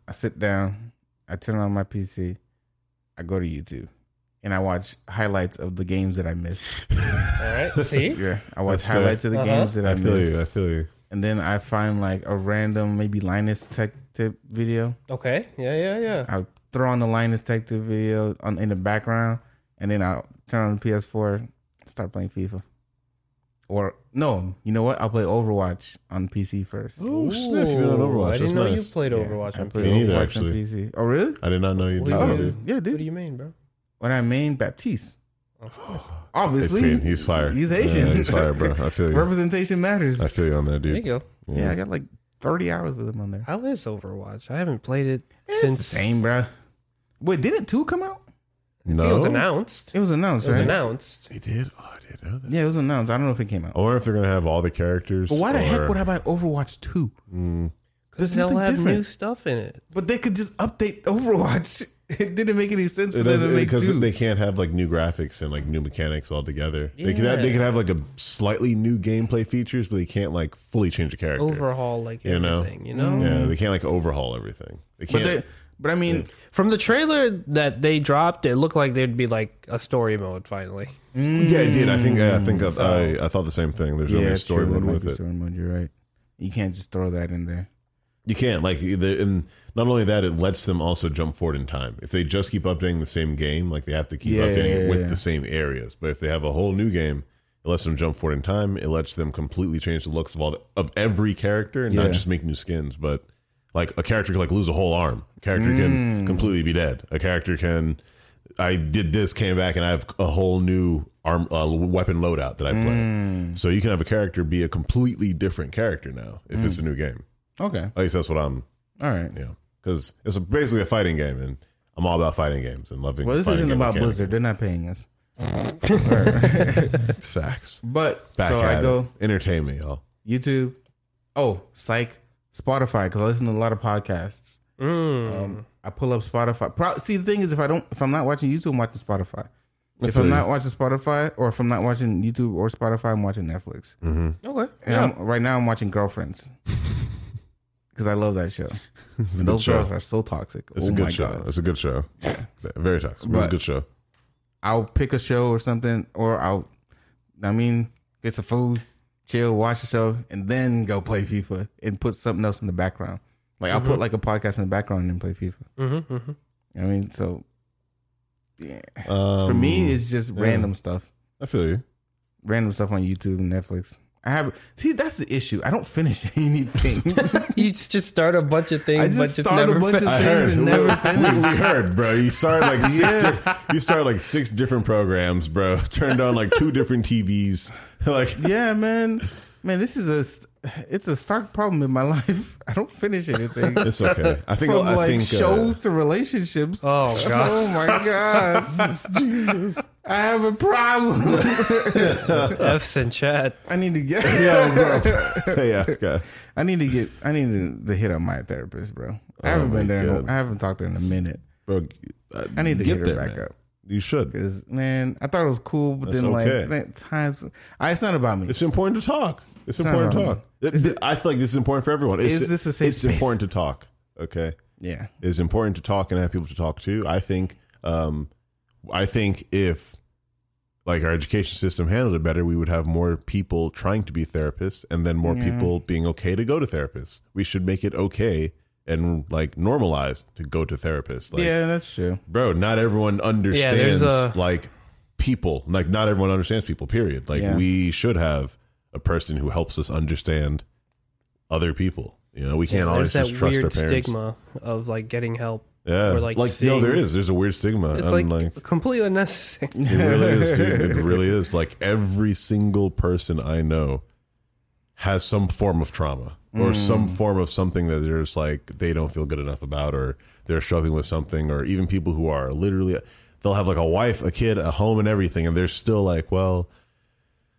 Speaker 3: I sit down, I turn on my PC, I go to YouTube, and I watch highlights of the games that I missed.
Speaker 2: All right, see,
Speaker 3: Yeah, I watch
Speaker 1: That's fair.
Speaker 3: highlights of the
Speaker 2: Uh-huh.
Speaker 3: games that I,
Speaker 1: I feel
Speaker 3: missed,
Speaker 1: you. I feel you.
Speaker 3: and then I find like a random maybe Linus Tech Tip video.
Speaker 2: okay, yeah, yeah, yeah.
Speaker 3: I throw on the Linus Tech Tip video on in the background, and then I turn on the PS4, start playing FIFA. Or no, you know what? I'll play Overwatch on PC first.
Speaker 1: Oh, snap! You're on
Speaker 2: Ooh,
Speaker 1: Overwatch.
Speaker 2: I
Speaker 1: That's
Speaker 2: didn't know
Speaker 1: nice.
Speaker 2: you played
Speaker 3: Yeah,
Speaker 2: Overwatch
Speaker 3: I
Speaker 2: on
Speaker 3: play
Speaker 1: Me
Speaker 2: PC.
Speaker 1: neither,
Speaker 3: Overwatch
Speaker 1: actually.
Speaker 3: on PC. Oh, really?
Speaker 1: I did not know you did
Speaker 2: Oh,
Speaker 1: that,
Speaker 3: Oh,
Speaker 1: dude.
Speaker 3: yeah,
Speaker 2: What
Speaker 3: dude.
Speaker 2: do you mean, bro?
Speaker 3: When I mean Baptiste,
Speaker 2: Of course.
Speaker 1: It's
Speaker 3: obviously
Speaker 1: Fiend. He's fire.
Speaker 3: He's Asian.
Speaker 1: Yeah, he's fire, bro. I feel you.
Speaker 3: representation matters.
Speaker 1: I feel you on that,
Speaker 2: There you
Speaker 1: dude.
Speaker 2: go.
Speaker 3: yeah, I got like thirty hours with him on there.
Speaker 2: How is Overwatch? I haven't played it
Speaker 3: It's
Speaker 2: since
Speaker 3: the same, bro. Wait, didn't two come out?
Speaker 2: I think it was
Speaker 1: No,
Speaker 2: announced.
Speaker 3: It was announced,
Speaker 2: It was
Speaker 3: right?
Speaker 2: announced.
Speaker 1: they did. Oh, I didn't know that.
Speaker 3: Yeah, it was announced. I don't know if it came out.
Speaker 1: I wonder if they're gonna have all the characters.
Speaker 3: But why the heck
Speaker 1: or- mm,
Speaker 3: would I buy Overwatch two? There's
Speaker 2: They'll
Speaker 3: nothing
Speaker 2: have
Speaker 3: different.
Speaker 2: new stuff in it.
Speaker 3: But they could just update Overwatch. It didn't make any sense for
Speaker 1: It
Speaker 3: them
Speaker 1: doesn't
Speaker 3: to make
Speaker 1: because
Speaker 3: two.
Speaker 1: they can't have like new graphics and like new mechanics all together. They could have, they
Speaker 2: Yeah.
Speaker 1: could have like a slightly new gameplay features, but they can't like fully change the character.
Speaker 2: Overhaul like
Speaker 1: You know?
Speaker 2: everything, you know?
Speaker 3: Mm.
Speaker 1: Yeah, they can't like overhaul everything. They
Speaker 3: but
Speaker 1: can't.
Speaker 3: they, but I mean,
Speaker 2: From the trailer that they dropped, it looked like there'd be like a story mode finally.
Speaker 1: yeah, it did. I think I think I, I thought the same thing. There's
Speaker 3: Mm.
Speaker 1: no
Speaker 3: yeah, true.
Speaker 1: story
Speaker 3: there
Speaker 1: mode
Speaker 3: might
Speaker 1: with
Speaker 3: be
Speaker 1: it.
Speaker 3: story mode. You're right. You can't just throw that in there.
Speaker 1: You can't like the, and not only that, it lets them also jump forward in time. If they just keep updating the same game, like they have to keep
Speaker 3: Yeah,
Speaker 1: updating
Speaker 3: yeah,
Speaker 1: it with
Speaker 3: yeah.
Speaker 1: the same areas. But if they have a whole new game, it lets them jump forward in time. It lets them completely change the looks of all the, of every character and
Speaker 3: Yeah.
Speaker 1: not just make new skins, but like a character could like lose a whole arm. A character can
Speaker 3: Mm.
Speaker 1: completely be dead. A character can I did this, came back, and I have a whole new arm uh, weapon loadout that I play.
Speaker 3: Mm.
Speaker 1: So you can have a character be a completely different character now if
Speaker 3: Mm.
Speaker 1: it's a new game.
Speaker 3: Okay.
Speaker 1: At least that's what I'm
Speaker 3: All right.
Speaker 1: you know, because it's a, basically a fighting game, and I'm all about fighting games and loving.
Speaker 3: Well, this
Speaker 1: fighting
Speaker 3: isn't
Speaker 1: game
Speaker 3: about
Speaker 1: mechanics.
Speaker 3: Blizzard. They're not paying us.
Speaker 1: It's facts.
Speaker 3: But
Speaker 1: Back
Speaker 3: so
Speaker 1: at
Speaker 3: I go
Speaker 1: it. Entertain me, y'all.
Speaker 3: YouTube. Oh, psych. Spotify because I listen to a lot of podcasts. Um, I pull up Spotify. Pro- See, the thing is, if I don't, if I'm not watching YouTube, I'm watching Spotify. If
Speaker 1: feel
Speaker 3: I'm
Speaker 1: you.
Speaker 3: not watching Spotify, or if I'm not watching YouTube or Spotify, I'm watching Netflix.
Speaker 2: Okay.
Speaker 3: And I'm, right now, I'm watching Girlfriends because I love that show. And those
Speaker 1: show.
Speaker 3: girls are so toxic.
Speaker 1: It's
Speaker 3: oh
Speaker 1: a good
Speaker 3: my
Speaker 1: show.
Speaker 3: god!
Speaker 1: It's a good show. Very toxic. But it's a
Speaker 3: But-
Speaker 1: good show.
Speaker 3: I'll pick a show or something, or I'll, I mean, get some food, chill, watch the show, and then go play FIFA and put something else in the background. Like I'll
Speaker 1: Mm-hmm.
Speaker 3: put like a podcast in the background and then play FIFA.
Speaker 2: Mm-hmm, mm-hmm.
Speaker 3: I mean, so yeah.
Speaker 1: Um,
Speaker 3: for me, it's just random stuff,
Speaker 1: I feel you.
Speaker 3: random stuff on YouTube and Netflix. I have see that's the issue. I don't finish anything.
Speaker 2: You just start a bunch of
Speaker 3: I
Speaker 2: things,
Speaker 3: just
Speaker 2: but just
Speaker 3: start
Speaker 2: never
Speaker 3: a bunch
Speaker 2: fin-
Speaker 1: I
Speaker 3: of things
Speaker 1: heard.
Speaker 3: and never
Speaker 1: we,
Speaker 3: finish.
Speaker 1: we heard, bro. You started like six. diff- you started like six different programs, bro. Turned on like two different TVs. like
Speaker 3: yeah, man. Man, this is a st- it's a stark problem in my life. I don't finish anything.
Speaker 1: it's okay. I think.
Speaker 3: From
Speaker 1: I
Speaker 3: like
Speaker 1: think uh,
Speaker 3: shows to relationships.
Speaker 2: Oh, God.
Speaker 3: Oh my god. Jesus. I have a problem.
Speaker 2: F's in chat.
Speaker 3: I need to get
Speaker 1: yeah. Okay.
Speaker 3: I need to get I need to, to hit up my therapist, bro. I haven't
Speaker 1: Oh, my
Speaker 3: been there in,
Speaker 1: God.
Speaker 3: a- I haven't talked to her in a minute.
Speaker 1: Bro,
Speaker 3: I need to get her back up.
Speaker 1: You should.
Speaker 3: Because man, I thought it was cool, but
Speaker 1: That's
Speaker 3: then like
Speaker 1: okay.
Speaker 3: that times, I, it's not about me.
Speaker 1: It's important to talk. It's
Speaker 3: not
Speaker 1: important to
Speaker 3: wrong.
Speaker 1: talk. It- I feel like this is important for everyone. It's,
Speaker 3: Is this a safe
Speaker 1: It's
Speaker 3: space?
Speaker 1: important to talk. Okay.
Speaker 3: yeah,
Speaker 1: It's important to talk and have people to talk to. I think, um, I think if like our education system handled it better, we would have more people trying to be therapists, and then more people being okay to go to therapists. We should make it okay and like normalized to go to therapists. Like,
Speaker 3: yeah, that's true.
Speaker 1: bro not everyone
Speaker 2: there's uh,
Speaker 1: understands
Speaker 2: a-
Speaker 1: like people like not everyone understands people period like
Speaker 3: Yeah.
Speaker 1: we should have a person who helps us understand other people you know we can't always
Speaker 2: There's
Speaker 1: just
Speaker 2: that
Speaker 1: trust our
Speaker 2: weird
Speaker 1: parents
Speaker 2: stigma of like getting help.
Speaker 1: yeah
Speaker 2: or,
Speaker 1: like,
Speaker 2: like,
Speaker 1: no there
Speaker 2: seeing-
Speaker 1: is there's a weird stigma
Speaker 2: It's
Speaker 1: I'm
Speaker 2: like,
Speaker 1: like,
Speaker 2: completely unnecessary.
Speaker 1: it really is dude it really is like every single person i know has some form of trauma
Speaker 3: Mm.
Speaker 1: or some form of something that they're just like they don't feel good enough about or they're struggling with something or even people who are literally they'll have like a wife a kid a home and everything and they're still like well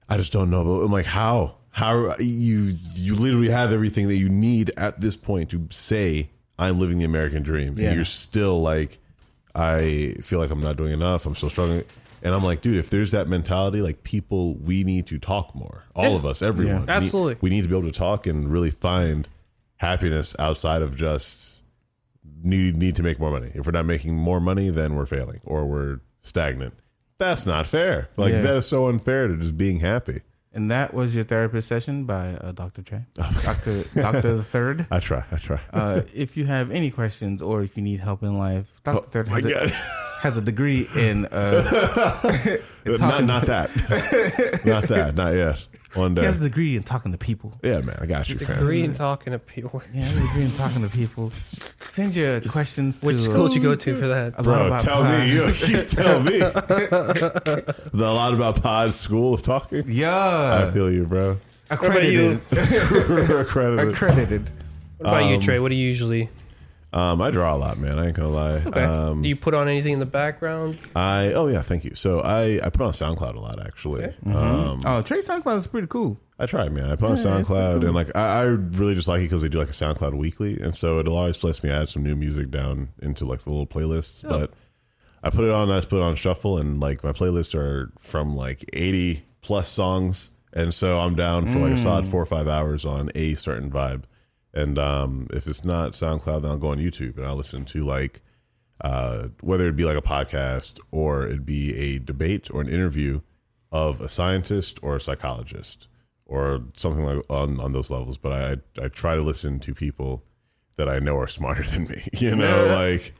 Speaker 1: i just don't know but i'm like how how you you literally have everything that you need at this point to say i'm living the american dream
Speaker 3: Yeah.
Speaker 1: and you're still like i feel like i'm not doing enough i'm still struggling and i'm like dude if there's that mentality like people we need to talk more all of us everyone
Speaker 3: Yeah.
Speaker 1: we need-
Speaker 2: Absolutely.
Speaker 1: we need to be able to talk and really find happiness outside of just need need to make more money. If we're not making more money, then we're failing or we're stagnant. That's not fair. Like
Speaker 3: Yeah.
Speaker 1: that is so unfair to just being happy.
Speaker 3: And that was your therapist session by uh, Dr. Trey, Doctor Doctor the Third.
Speaker 1: I try. I try.
Speaker 3: Uh, if you have any questions or if you need help in life, Doctor Third
Speaker 1: Oh My
Speaker 3: Oh, has a,
Speaker 1: God,
Speaker 3: has a degree in uh,
Speaker 1: not not that, not that, not yet. One
Speaker 3: he
Speaker 1: day.
Speaker 3: has a degree in talking to people.
Speaker 1: Yeah, man, I got you, fam.
Speaker 2: Degree in talking to people.
Speaker 3: Yeah, I agree in talking to people. Send your questions to
Speaker 2: Which school
Speaker 3: uh,
Speaker 2: would you go to for that?
Speaker 3: a lot
Speaker 1: Bro,
Speaker 3: about
Speaker 1: tell
Speaker 3: pie.
Speaker 1: me, you, you tell me. the lot about pod school of talking. I
Speaker 3: Yeah,
Speaker 1: feel you, bro.
Speaker 2: about you?
Speaker 3: accredited,
Speaker 1: Accredited.
Speaker 3: accredited.
Speaker 2: What about you, Trey? What do you usually?
Speaker 1: Um, I draw a lot, man. I ain't gonna lie. Um,
Speaker 2: do you put on anything in the background?
Speaker 1: I oh yeah, thank you. So I I put on SoundCloud a lot actually. Um,
Speaker 3: Oh, Trey SoundCloud is pretty cool.
Speaker 1: I try, man. I put on SoundCloud and like I, I really just like it because they do like a SoundCloud weekly, and so it always lets me add some new music down into like the little playlists. But I put it on, I just put it on shuffle, and like my playlists are from like eighty plus songs, and so I'm down for like a solid four or five hours on a certain vibe. And um, if it's not SoundCloud, then I'll go on YouTube and I'll listen to like uh, whether it be like a podcast or it'd be a debate or an interview of a scientist or a psychologist or something like on, on those levels. But I, I try to listen to people that I know are smarter than me, you know, like,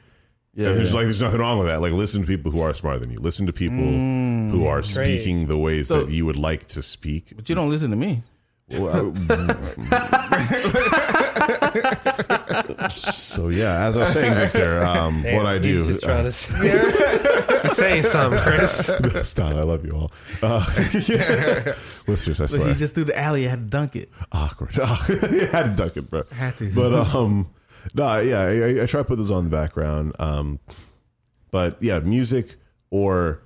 Speaker 1: yeah, there's like, there's nothing wrong with that. Like listen to people who are smarter than you listen to people who are speaking the ways that you would like to speak.
Speaker 3: But you don't listen to me.
Speaker 1: Well, I- so yeah, as I was saying, Victor, um, what I do,
Speaker 2: He's just trying to say, saying something, Chris.
Speaker 1: Don, I love you all. Uh, Listeners, I
Speaker 3: But
Speaker 1: swear.
Speaker 3: he just threw the alley. I had to dunk it.
Speaker 1: Awkward. I had to duck it, bro.
Speaker 3: Had to.
Speaker 1: But, um, no, yeah, I, I- I try to put this on the background. Um, but yeah, music or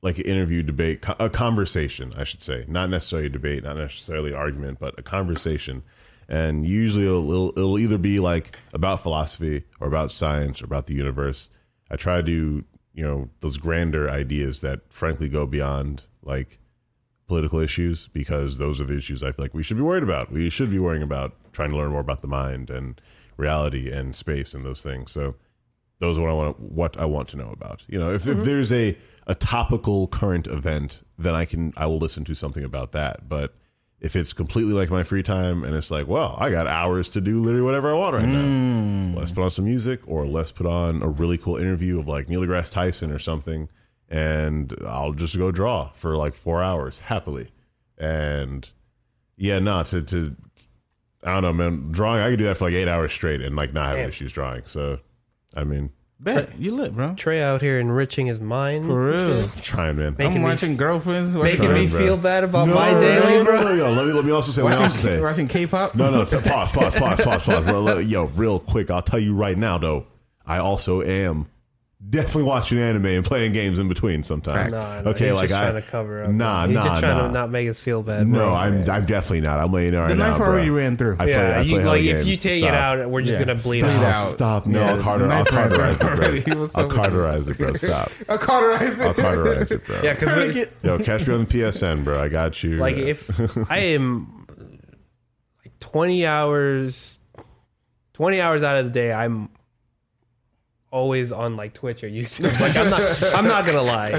Speaker 1: like an interview, debate, co- a conversation, I should say. Not necessarily a debate, not necessarily argument, but a conversation. And usually it'll, it'll, it'll either be like about philosophy or about science or about the universe. I try to, you know, those grander ideas that frankly go beyond like political issues because those are the issues I feel like we should be worried about. We should be worrying about trying to learn more about the mind and reality and space and those things. So those are what I want what I want to know about. You know, if, if there's a a topical current event, then I can I will listen to something about that. But if it's completely like my free time and it's like, well, I got hours to do literally whatever I want right
Speaker 3: Mm.
Speaker 1: now. Let's put on some music or let's put on a really cool interview of like Neil deGrasse Tyson or something and I'll just go draw for like 4 hours happily. And yeah, no, to to I don't know, man. Drawing, I could do that for like eight hours straight and like not have
Speaker 2: Damn.
Speaker 1: issues drawing. So, I mean,
Speaker 3: Bet you lit, bro.
Speaker 2: Trey out here enriching his mind.
Speaker 3: For real.
Speaker 1: I'm trying, man.
Speaker 2: Making
Speaker 3: I'm
Speaker 2: me-
Speaker 3: watching girlfriends.
Speaker 2: Making
Speaker 3: Watching,
Speaker 2: me
Speaker 1: Trying, bro.
Speaker 2: feel bad about
Speaker 1: No,
Speaker 2: my
Speaker 1: no,
Speaker 2: daily,
Speaker 1: no, no,
Speaker 2: bro.
Speaker 1: no, no, yo, let me let me also say. Let me also
Speaker 3: watching,
Speaker 1: say.
Speaker 3: watching K-pop.
Speaker 1: No, no. t- Pause, pause, pause, pause, pause. Let- let- Yo, real quick. I'll tell you right now, though. I also am definitely watching anime and playing games in between sometimes.
Speaker 2: Nah,
Speaker 3: Facts.
Speaker 2: nah,
Speaker 1: Okay,
Speaker 2: he's
Speaker 1: like,
Speaker 2: just
Speaker 1: I-
Speaker 2: trying to cover up.
Speaker 1: Nah,
Speaker 2: he's
Speaker 1: nah,
Speaker 2: just trying
Speaker 1: nah.
Speaker 2: to not make us feel bad.
Speaker 1: No,
Speaker 2: bro.
Speaker 1: I'm I'm definitely not. I'm laying it right
Speaker 3: the
Speaker 1: now,
Speaker 3: knife
Speaker 1: bro.
Speaker 3: already ran through.
Speaker 1: I play,
Speaker 2: yeah,
Speaker 1: I play
Speaker 2: you,
Speaker 1: Hello
Speaker 2: like if
Speaker 1: games.
Speaker 2: you take
Speaker 1: Stop.
Speaker 2: it out, we're just
Speaker 3: Yeah,
Speaker 2: gonna bleed
Speaker 1: stop,
Speaker 2: it out.
Speaker 3: out.
Speaker 1: Stop. No,
Speaker 3: Yeah,
Speaker 1: I'll
Speaker 3: the
Speaker 1: carter- I'll
Speaker 3: knife ran through
Speaker 1: carterize it,
Speaker 3: already. He
Speaker 1: bro.
Speaker 3: was so
Speaker 1: I'll
Speaker 3: mad.
Speaker 1: carterize it, bro. Stop.
Speaker 3: I cauterize
Speaker 1: I'll
Speaker 3: it.
Speaker 1: carterize it, bro.
Speaker 2: Yeah, because
Speaker 3: Tourniquet.
Speaker 1: Yo, catch me on the PSN, bro. I got you.
Speaker 2: like
Speaker 1: Uh,
Speaker 2: if I am like 20 hours, 20 hours out of the day, I'm always on like Twitch or YouTube. Like I'm not, I'm not gonna lie.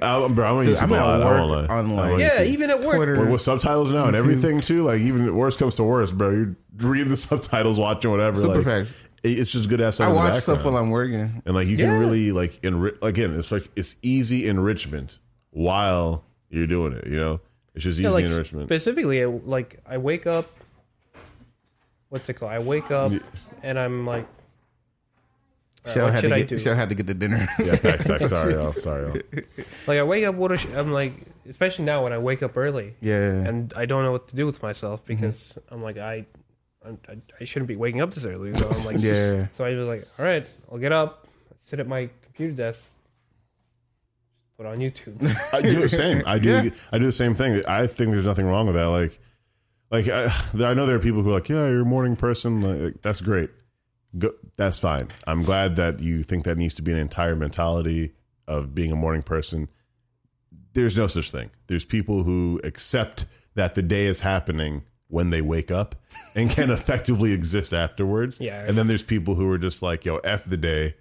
Speaker 1: I, bro, I'm gonna use
Speaker 3: I'm
Speaker 1: it a
Speaker 3: at
Speaker 1: lot. I won't
Speaker 3: work
Speaker 1: lie.
Speaker 3: on,
Speaker 1: I won't
Speaker 3: like,
Speaker 1: use
Speaker 2: Yeah,
Speaker 1: it.
Speaker 2: even at work.
Speaker 3: Twitter.
Speaker 1: Well, with subtitles now and
Speaker 3: YouTube.
Speaker 1: everything too. Like even worst comes to worst, bro. You're reading the subtitles, watching whatever.
Speaker 3: Super
Speaker 1: like,
Speaker 3: facts.
Speaker 1: it- It's just good ass.
Speaker 3: I
Speaker 1: in the
Speaker 3: watch stuff
Speaker 1: background.
Speaker 3: while I'm working.
Speaker 1: and like you
Speaker 2: Yeah.
Speaker 1: can really like enri- again. It's like it's easy enrichment while you're doing it. You know, it's just easy
Speaker 2: Yeah, like
Speaker 1: enrichment.
Speaker 2: specifically, I- like I wake up. What's it called? I wake up and I'm like, all right,
Speaker 3: Shell
Speaker 2: what
Speaker 3: had to
Speaker 2: should I
Speaker 3: get.
Speaker 2: do?
Speaker 3: Shell had to get the dinner.
Speaker 1: yeah, facts, facts. Sorry, y'all. Sorry, y'all.
Speaker 2: Like I wake up, what sh- I'm like, especially now when I wake up early,
Speaker 3: yeah. Mm-hmm.
Speaker 2: and I don't know what to do with myself because I'm like I, I'm, I, I shouldn't be waking up this early. So I'm like,
Speaker 3: Yeah.
Speaker 2: So I was like, all right, I'll get up, sit at my computer desk, put on YouTube.
Speaker 1: I do the same. I do.
Speaker 3: Yeah.
Speaker 1: I do the same thing. I think there's nothing wrong with that. Like, like I, I know there are people who are like, yeah, you're a morning person. Like, that's great. Go, that's fine. I'm glad that you think that needs to be an entire mentality of being a morning person. There's no such thing. There's people who accept that the day is happening when they wake up and can effectively exist afterwards.
Speaker 2: Yeah.
Speaker 1: And then there's people who are just like, yo, F the day.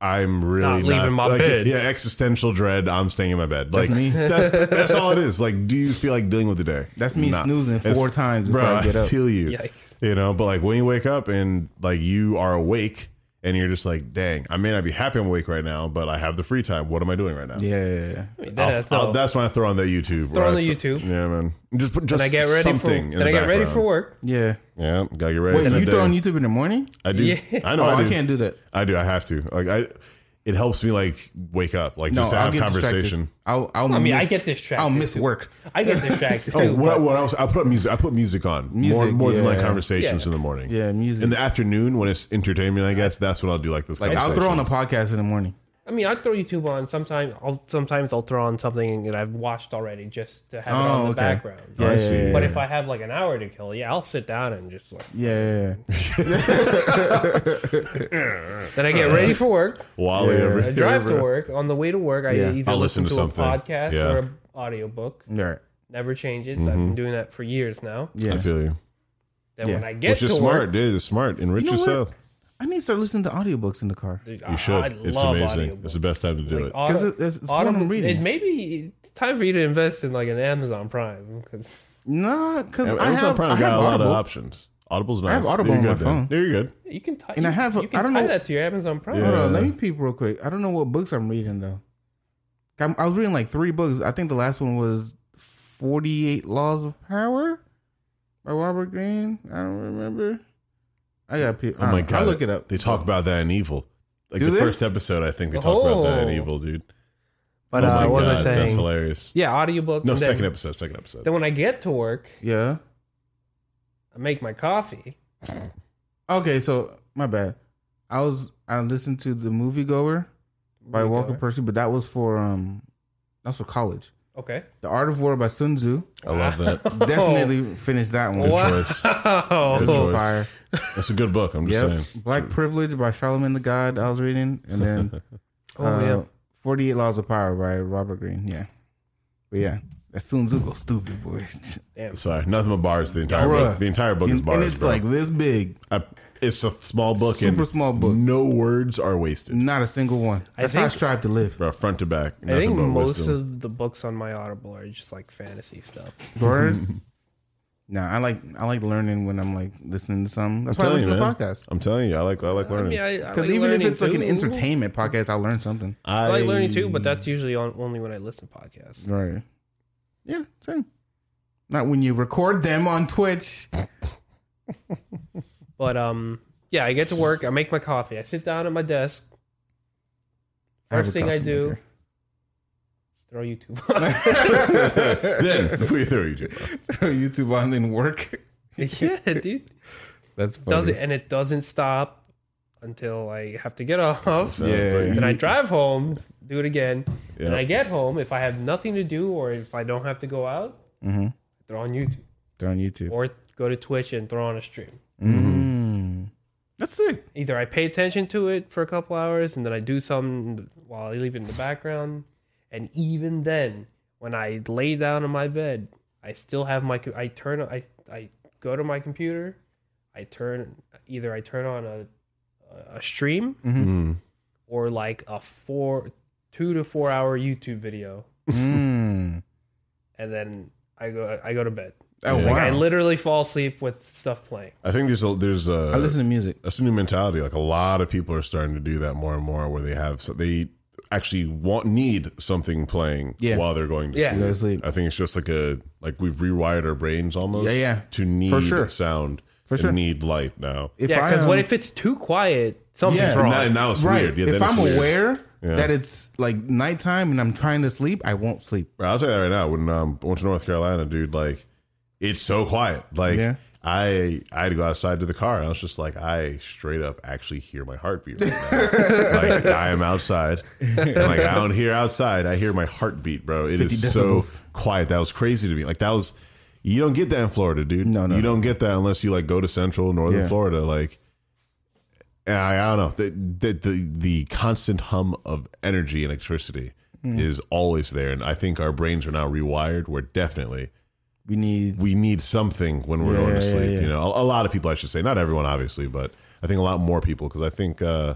Speaker 1: I'm really
Speaker 2: Not leaving my
Speaker 1: like,
Speaker 2: bed.
Speaker 1: Yeah, e- existential dread. I'm staying in my bed. Like
Speaker 3: That's me.
Speaker 1: That's, that's all it is. Like, do you feel like dealing with the day?
Speaker 3: That's me snoozing four
Speaker 1: It's-
Speaker 3: times before
Speaker 1: bro,
Speaker 3: I get up.
Speaker 1: feel you.
Speaker 2: Yikes.
Speaker 1: You know, but like when you wake up and like you are awake and you're just like, dang, I may not be happy I'm awake right now, but I have the free time. What am I doing right now?
Speaker 3: yeah.
Speaker 2: Then
Speaker 3: Oh,
Speaker 1: I'll-
Speaker 2: I
Speaker 1: I'll-
Speaker 2: throw-
Speaker 1: that's when I throw on the YouTube. or
Speaker 2: on
Speaker 1: I
Speaker 2: the
Speaker 1: throw-
Speaker 2: YouTube.
Speaker 1: Yeah, man. Just put just
Speaker 2: then I get ready
Speaker 1: something. in
Speaker 2: for. Then
Speaker 1: the
Speaker 2: I get ready for
Speaker 1: background.
Speaker 2: work.
Speaker 3: Yeah.
Speaker 1: Yeah, gotta get ready.
Speaker 3: Wait,
Speaker 1: for that
Speaker 3: you throw
Speaker 1: day.
Speaker 3: on YouTube in the morning?
Speaker 1: I do.
Speaker 2: Yeah.
Speaker 1: I know.
Speaker 3: Oh,
Speaker 1: I,
Speaker 3: I
Speaker 1: do.
Speaker 3: can't do that.
Speaker 1: I do. I have to. Like I, it helps me like wake up. Like
Speaker 3: No,
Speaker 1: just
Speaker 3: I'll
Speaker 1: have
Speaker 3: get
Speaker 1: conversation.
Speaker 3: distracted. I'll, I'll
Speaker 2: I mean, I
Speaker 3: miss-
Speaker 2: get distracted,
Speaker 3: I'll miss
Speaker 2: too.
Speaker 3: work.
Speaker 2: I get distracted too.
Speaker 1: Oh, what,
Speaker 2: but-
Speaker 1: what else? I put music. I put music on more,
Speaker 3: Music,
Speaker 1: more than like
Speaker 3: yeah.
Speaker 1: conversations
Speaker 2: Yeah.
Speaker 1: in the morning.
Speaker 3: Yeah, music.
Speaker 1: in the afternoon when it's entertainment. I guess that's what I'll do. Like this.
Speaker 3: Like I'll
Speaker 1: conversation.
Speaker 3: throw on a podcast in the morning.
Speaker 2: I mean, I throw YouTube on sometimes. I'll sometimes I'll throw on something that I've watched already just to have it
Speaker 3: Oh,
Speaker 2: on the
Speaker 3: okay.
Speaker 2: background.
Speaker 1: I
Speaker 3: Yeah,
Speaker 1: see.
Speaker 3: yeah, yeah.
Speaker 2: But if I have like an hour to kill, yeah, I'll sit down and just like.
Speaker 3: Yeah, yeah, yeah.
Speaker 2: Then I get ready for work.
Speaker 1: Wally.
Speaker 3: Yeah.
Speaker 1: every-
Speaker 2: I drive to work. On the way to work, I
Speaker 3: Yeah.
Speaker 2: either
Speaker 1: I'll
Speaker 2: listen,
Speaker 1: listen
Speaker 2: to,
Speaker 1: to
Speaker 2: a
Speaker 1: something.
Speaker 2: podcast
Speaker 1: Yeah. Mm-hmm.
Speaker 2: or an audiobook.
Speaker 3: All right.
Speaker 2: Never changes. I've been doing that for years now.
Speaker 3: Yeah.
Speaker 1: I feel you.
Speaker 2: Then
Speaker 3: Yeah.
Speaker 2: when I get
Speaker 1: Which
Speaker 2: to
Speaker 1: is smart,
Speaker 2: work,
Speaker 1: dude. It's smart. Enrich
Speaker 3: You know what?
Speaker 1: yourself.
Speaker 3: I need to start listening to audiobooks in the car.
Speaker 2: dude, I,
Speaker 1: You should.
Speaker 2: I
Speaker 1: it's
Speaker 2: love
Speaker 1: amazing.
Speaker 2: audiobooks.
Speaker 1: It's the best time to do
Speaker 2: Like,
Speaker 1: it.
Speaker 2: auto-
Speaker 3: 'Cause it- it's- it's what I'm
Speaker 2: audible-
Speaker 3: reading.
Speaker 2: It, maybe it's time for you to invest in like an Amazon Prime. 'cause-
Speaker 3: No, because I
Speaker 1: Amazon
Speaker 3: have,
Speaker 1: Prime
Speaker 3: I
Speaker 1: got
Speaker 3: have
Speaker 1: a lot of
Speaker 3: Audible.
Speaker 1: options. Audible's nice.
Speaker 3: have Audible
Speaker 1: You're
Speaker 3: on my
Speaker 1: good then.
Speaker 3: phone.
Speaker 1: There you're good.
Speaker 2: You can tie.
Speaker 3: And I have-
Speaker 2: You can
Speaker 3: I don't
Speaker 2: tie
Speaker 3: know-
Speaker 2: that to your Amazon Prime.
Speaker 1: Yeah.
Speaker 3: Hold on, let me peep real quick. I don't know what books I'm reading though. I'm, I was reading like three books. I think the last one was Forty Eight Laws of Power by Robert Greene. I don't remember. Ah, I got. Pe-
Speaker 1: Oh my
Speaker 3: I'll
Speaker 1: god!
Speaker 3: look it up.
Speaker 1: They talk about that in Evil. Like
Speaker 3: Do
Speaker 1: the
Speaker 3: they?
Speaker 1: first episode, I think they talk about that in
Speaker 2: Oh.
Speaker 1: Evil, dude.
Speaker 2: But
Speaker 1: oh my
Speaker 2: uh, what was I
Speaker 1: God, That's
Speaker 2: saying?
Speaker 1: hilarious.
Speaker 2: Yeah, audiobook.
Speaker 1: No,
Speaker 2: and
Speaker 1: second
Speaker 2: then,
Speaker 1: episode. Second episode.
Speaker 2: Then when I get to work,
Speaker 3: Yeah.
Speaker 2: I make my coffee.
Speaker 3: Okay, so my bad. I was I listened to the moviegoer by
Speaker 2: Moviegoer.
Speaker 3: Walker Percy, but that was for um that's for college.
Speaker 2: Okay.
Speaker 3: The Art of War by Sun Tzu.
Speaker 1: I love that.
Speaker 3: Definitely finished that one.
Speaker 1: Wow.
Speaker 2: Wow.
Speaker 1: choice. Good
Speaker 2: Oh,
Speaker 1: choice.
Speaker 3: Fire.
Speaker 1: That's a good book. I'm just
Speaker 3: Yep.
Speaker 1: saying.
Speaker 3: Black Privilege by Charlemagne the God. I was reading, and then uh,
Speaker 2: Oh, yeah.
Speaker 3: Forty Eight Laws of Power by Robert Greene. Yeah, but yeah, that Sun Tzu go stupid, boy.
Speaker 2: Damn.
Speaker 1: It's fine. Nothing but bars. The entire
Speaker 3: Bruh.
Speaker 1: book. The entire book is
Speaker 3: and,
Speaker 1: bars.
Speaker 3: and it's
Speaker 1: bro.
Speaker 3: like this big,
Speaker 1: I, it's a small book.
Speaker 3: super
Speaker 1: and
Speaker 3: small book.
Speaker 1: No words are wasted,
Speaker 3: not a single one.
Speaker 2: I
Speaker 3: That's how I
Speaker 2: think-
Speaker 3: strive to live.
Speaker 1: bro. Front to back.
Speaker 2: I think
Speaker 1: nothing but
Speaker 2: most
Speaker 1: wisdom.
Speaker 2: of the books on my Audible are just like fantasy stuff.
Speaker 3: Word. nah, I like I like learning when I'm like listening to something. That's why I
Speaker 1: telling
Speaker 3: listen
Speaker 1: you,
Speaker 3: to
Speaker 1: man.
Speaker 3: podcasts.
Speaker 1: I'm telling you, I like I like
Speaker 2: I
Speaker 1: learning.
Speaker 2: mean, I, I
Speaker 3: Because
Speaker 2: like
Speaker 3: even if
Speaker 2: learning
Speaker 3: it's like an
Speaker 2: too.
Speaker 3: entertainment podcast, I'll learn something.
Speaker 2: I like learning too, but that's usually on, only when I listen to podcasts.
Speaker 3: Right. Yeah, same. Not when you record them on Twitch.
Speaker 2: But um, yeah, I get to work. I make my coffee. I sit down at my desk.
Speaker 3: have
Speaker 2: First
Speaker 3: a
Speaker 2: thing I
Speaker 3: coffee
Speaker 2: do,
Speaker 3: maker.
Speaker 2: throw YouTube.
Speaker 1: then we throw you to
Speaker 3: YouTube on then work.
Speaker 2: on. yeah, dude.
Speaker 3: That's funny.
Speaker 2: Does it, and it doesn't stop. until I have to get off.
Speaker 1: So,
Speaker 3: Yeah.
Speaker 1: but
Speaker 2: Then I
Speaker 1: you-
Speaker 2: drive home, do it again.
Speaker 1: Yeah.
Speaker 2: And I get home if I have nothing to do or if I don't have to go out,
Speaker 3: Mm-hmm.
Speaker 2: throw on YouTube
Speaker 3: They're on YouTube.
Speaker 2: or go to Twitch and throw on a stream.
Speaker 3: Mm. That's sick.
Speaker 2: Either I pay attention to it for a couple hours and then I do something while I leave it in the background. And even then, when I lay down in my bed, I still have my. co- I turn. I I go to my computer. I turn either I turn on a a stream
Speaker 3: Mm-hmm.
Speaker 1: Mm.
Speaker 2: or like a four two to four hour YouTube video,
Speaker 3: Mm.
Speaker 2: and then I go I go to bed.
Speaker 3: Oh,
Speaker 1: Yeah.
Speaker 3: wow.
Speaker 2: Like I
Speaker 3: I,
Speaker 2: literally fall asleep with stuff playing.
Speaker 1: I think there's a there's a
Speaker 3: listen to music.
Speaker 1: that's a new mentality. Like a lot of people are starting to do that more and more, where they have so they actually want need something playing
Speaker 3: Yeah.
Speaker 1: while they're going to
Speaker 2: Yeah.
Speaker 1: sleep.
Speaker 3: Go to sleep.
Speaker 1: I think it's just like a like we've rewired our brains almost.
Speaker 3: Yeah, yeah.
Speaker 1: To need
Speaker 3: For sure.
Speaker 1: sound.
Speaker 3: For
Speaker 1: and
Speaker 3: sure.
Speaker 1: Need light now.
Speaker 3: If
Speaker 2: yeah, because
Speaker 3: um,
Speaker 2: what if it's too quiet? Something's
Speaker 3: Yeah.
Speaker 1: And
Speaker 2: wrong.
Speaker 1: now, and now it's
Speaker 3: right?
Speaker 1: weird. Yeah,
Speaker 3: if
Speaker 1: then it's
Speaker 3: I'm
Speaker 1: weird.
Speaker 3: aware
Speaker 1: Yeah.
Speaker 3: that it's like nighttime and I'm trying to sleep, I won't sleep.
Speaker 1: Bro, I'll tell you that right now. When um, I went to North Carolina, dude, like it's so quiet. Like
Speaker 3: Yeah.
Speaker 1: I I had to go outside to the car, and I was just like, I straight up actually hear my heartbeat. Right now. like I am outside, and like I don't hear outside. I hear my heartbeat, bro. It
Speaker 3: 50
Speaker 1: is so
Speaker 3: decibels.
Speaker 1: quiet. That was crazy to me. Like that was you don't get that in Florida, dude.
Speaker 3: No, no,
Speaker 1: you
Speaker 3: no.
Speaker 1: don't get that unless you like go to Central Northern
Speaker 3: Yeah.
Speaker 1: Florida, like. And I, I don't know the, the the the constant hum of energy and electricity
Speaker 3: Hmm.
Speaker 1: is always there, and I think our brains are now rewired. Where definitely
Speaker 3: We need
Speaker 1: we need something when we're
Speaker 3: Yeah,
Speaker 1: going to
Speaker 3: yeah,
Speaker 1: sleep.
Speaker 3: yeah.
Speaker 1: You know, a, a lot of people, I should say, not everyone, obviously, but I think a lot more people because I think uh,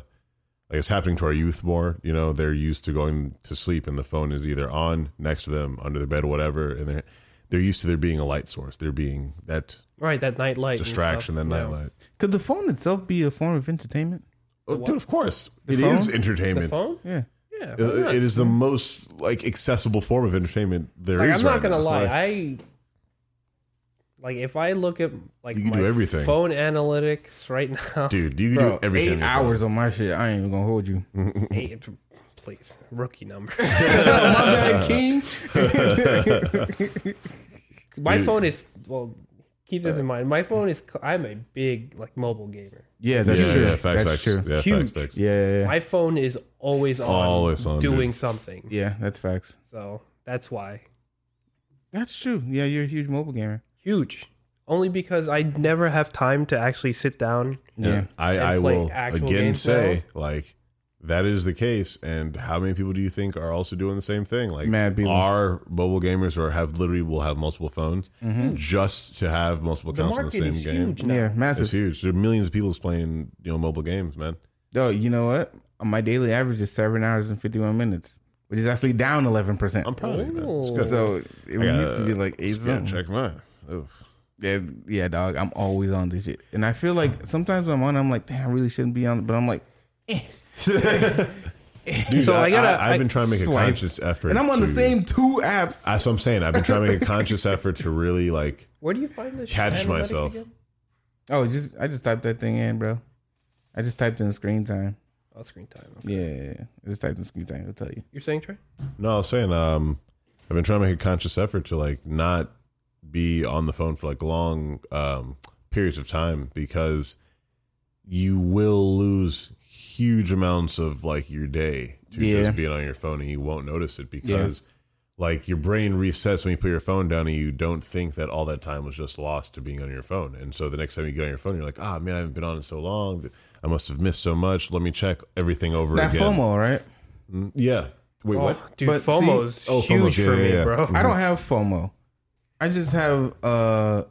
Speaker 1: like it's happening to our youth more. You know, they're used to going to sleep, and the phone is either on next to them, under their bed, or whatever, and they're they're used to there being a light source, there being that
Speaker 2: Right, that night light and
Speaker 1: distraction, that
Speaker 2: stuff. Yeah.
Speaker 1: nightlight.
Speaker 3: could the phone itself be a form of entertainment?
Speaker 1: Oh, dude, of course, it
Speaker 3: The
Speaker 1: is
Speaker 3: phone?
Speaker 1: entertainment.
Speaker 2: The phone?
Speaker 3: Yeah.
Speaker 2: Yeah.
Speaker 1: It- it is the most like accessible form of entertainment there is.
Speaker 2: Like, I'm
Speaker 1: right
Speaker 2: not gonna
Speaker 1: now.
Speaker 2: lie,
Speaker 1: Like,
Speaker 2: I like if I look at like
Speaker 1: You can
Speaker 2: my
Speaker 1: do everything.
Speaker 2: phone analytics right now.
Speaker 1: dude, you can
Speaker 3: Bro,
Speaker 1: do everything.
Speaker 3: eight hours on my shit. I ain't even gonna hold you. My
Speaker 2: Hey, it's- please, rookie number.
Speaker 3: bad, King.
Speaker 2: my phone is well. Keep this in mind. My phone is. I'm a big like mobile gamer.
Speaker 3: Yeah,
Speaker 1: Yeah,
Speaker 3: that's
Speaker 1: yeah,
Speaker 3: true.
Speaker 1: yeah, facts,
Speaker 3: that's
Speaker 1: facts.
Speaker 3: true.
Speaker 1: Yeah, facts,
Speaker 2: Huge.
Speaker 1: facts.
Speaker 3: Yeah, yeah, yeah.
Speaker 2: My phone is always on,
Speaker 1: Always on,
Speaker 2: doing
Speaker 1: dude.
Speaker 2: something.
Speaker 3: Yeah, that's facts.
Speaker 2: So that's why
Speaker 3: That's true. Yeah, you're a huge mobile gamer.
Speaker 2: huge. Only because I never have time to actually sit down.
Speaker 1: Yeah.
Speaker 3: Yeah.
Speaker 1: I, I
Speaker 2: play
Speaker 1: will
Speaker 2: actual
Speaker 1: again
Speaker 2: games
Speaker 1: say, like, that is the case. And how many people do you think are also doing the same thing? Like,
Speaker 3: Mad people.
Speaker 1: are mobile gamers or have literally will have multiple phones just to have multiple
Speaker 2: The
Speaker 1: accounts in the
Speaker 2: market
Speaker 1: same
Speaker 2: is
Speaker 1: game?
Speaker 2: huge now.
Speaker 3: Yeah, massive.
Speaker 1: It's huge. There are millions of people playing, you know, mobile games, man.
Speaker 3: Oh, you know what? My daily average is seven hours and fifty-one minutes, which is actually down eleven percent.
Speaker 1: I'm proud of you, man. It's
Speaker 2: Ooh.
Speaker 1: good.
Speaker 3: So it
Speaker 1: I
Speaker 3: used to be like eight
Speaker 1: Yeah,
Speaker 3: something.
Speaker 1: check mine. Oof.
Speaker 3: Yeah, yeah, dog. I'm always on this shit, and I feel like sometimes when I'm on. I'm like, damn, I really shouldn't be on, but I'm like,
Speaker 1: Dude,
Speaker 2: So
Speaker 1: I,
Speaker 2: I gotta-
Speaker 1: I, have been
Speaker 2: I-
Speaker 1: trying to make a
Speaker 3: swipe.
Speaker 1: conscious effort.
Speaker 3: and I'm on the
Speaker 1: to-
Speaker 3: same two apps.
Speaker 1: That's what I'm saying. I've been trying to make a conscious effort to really, like,
Speaker 2: Where do you find this?
Speaker 1: Catch
Speaker 2: analytics
Speaker 1: myself.
Speaker 2: Again?
Speaker 3: oh, just I just typed that thing in, bro. I just typed in screen time.
Speaker 2: Oh, screen time.
Speaker 3: Yeah, yeah, yeah. I just typed in screen time. It'll tell you.
Speaker 2: You're saying Trey?
Speaker 1: No, I was saying, um, I've been trying to make a conscious effort to like not be on the phone for like long um, periods of time because you will lose huge amounts of like your day to
Speaker 3: Yeah.
Speaker 1: just being on your phone and you won't notice it because like your brain resets when you put your phone down and you don't think that all that time was just lost to being on your phone. And so the next time you get on your phone, you're like, ah, man, I haven't been on it so long. I must have missed so much. Let me check everything over
Speaker 3: That
Speaker 1: again.
Speaker 3: FOMO, right?
Speaker 1: Yeah. Wait, what?
Speaker 2: Oh, dude,
Speaker 3: But see-
Speaker 2: FOMO's
Speaker 1: Oh, FOMO,
Speaker 2: huge
Speaker 1: yeah,
Speaker 2: for
Speaker 1: yeah,
Speaker 2: me,
Speaker 1: yeah.
Speaker 2: bro.
Speaker 3: I don't have FOMO. I just have uh,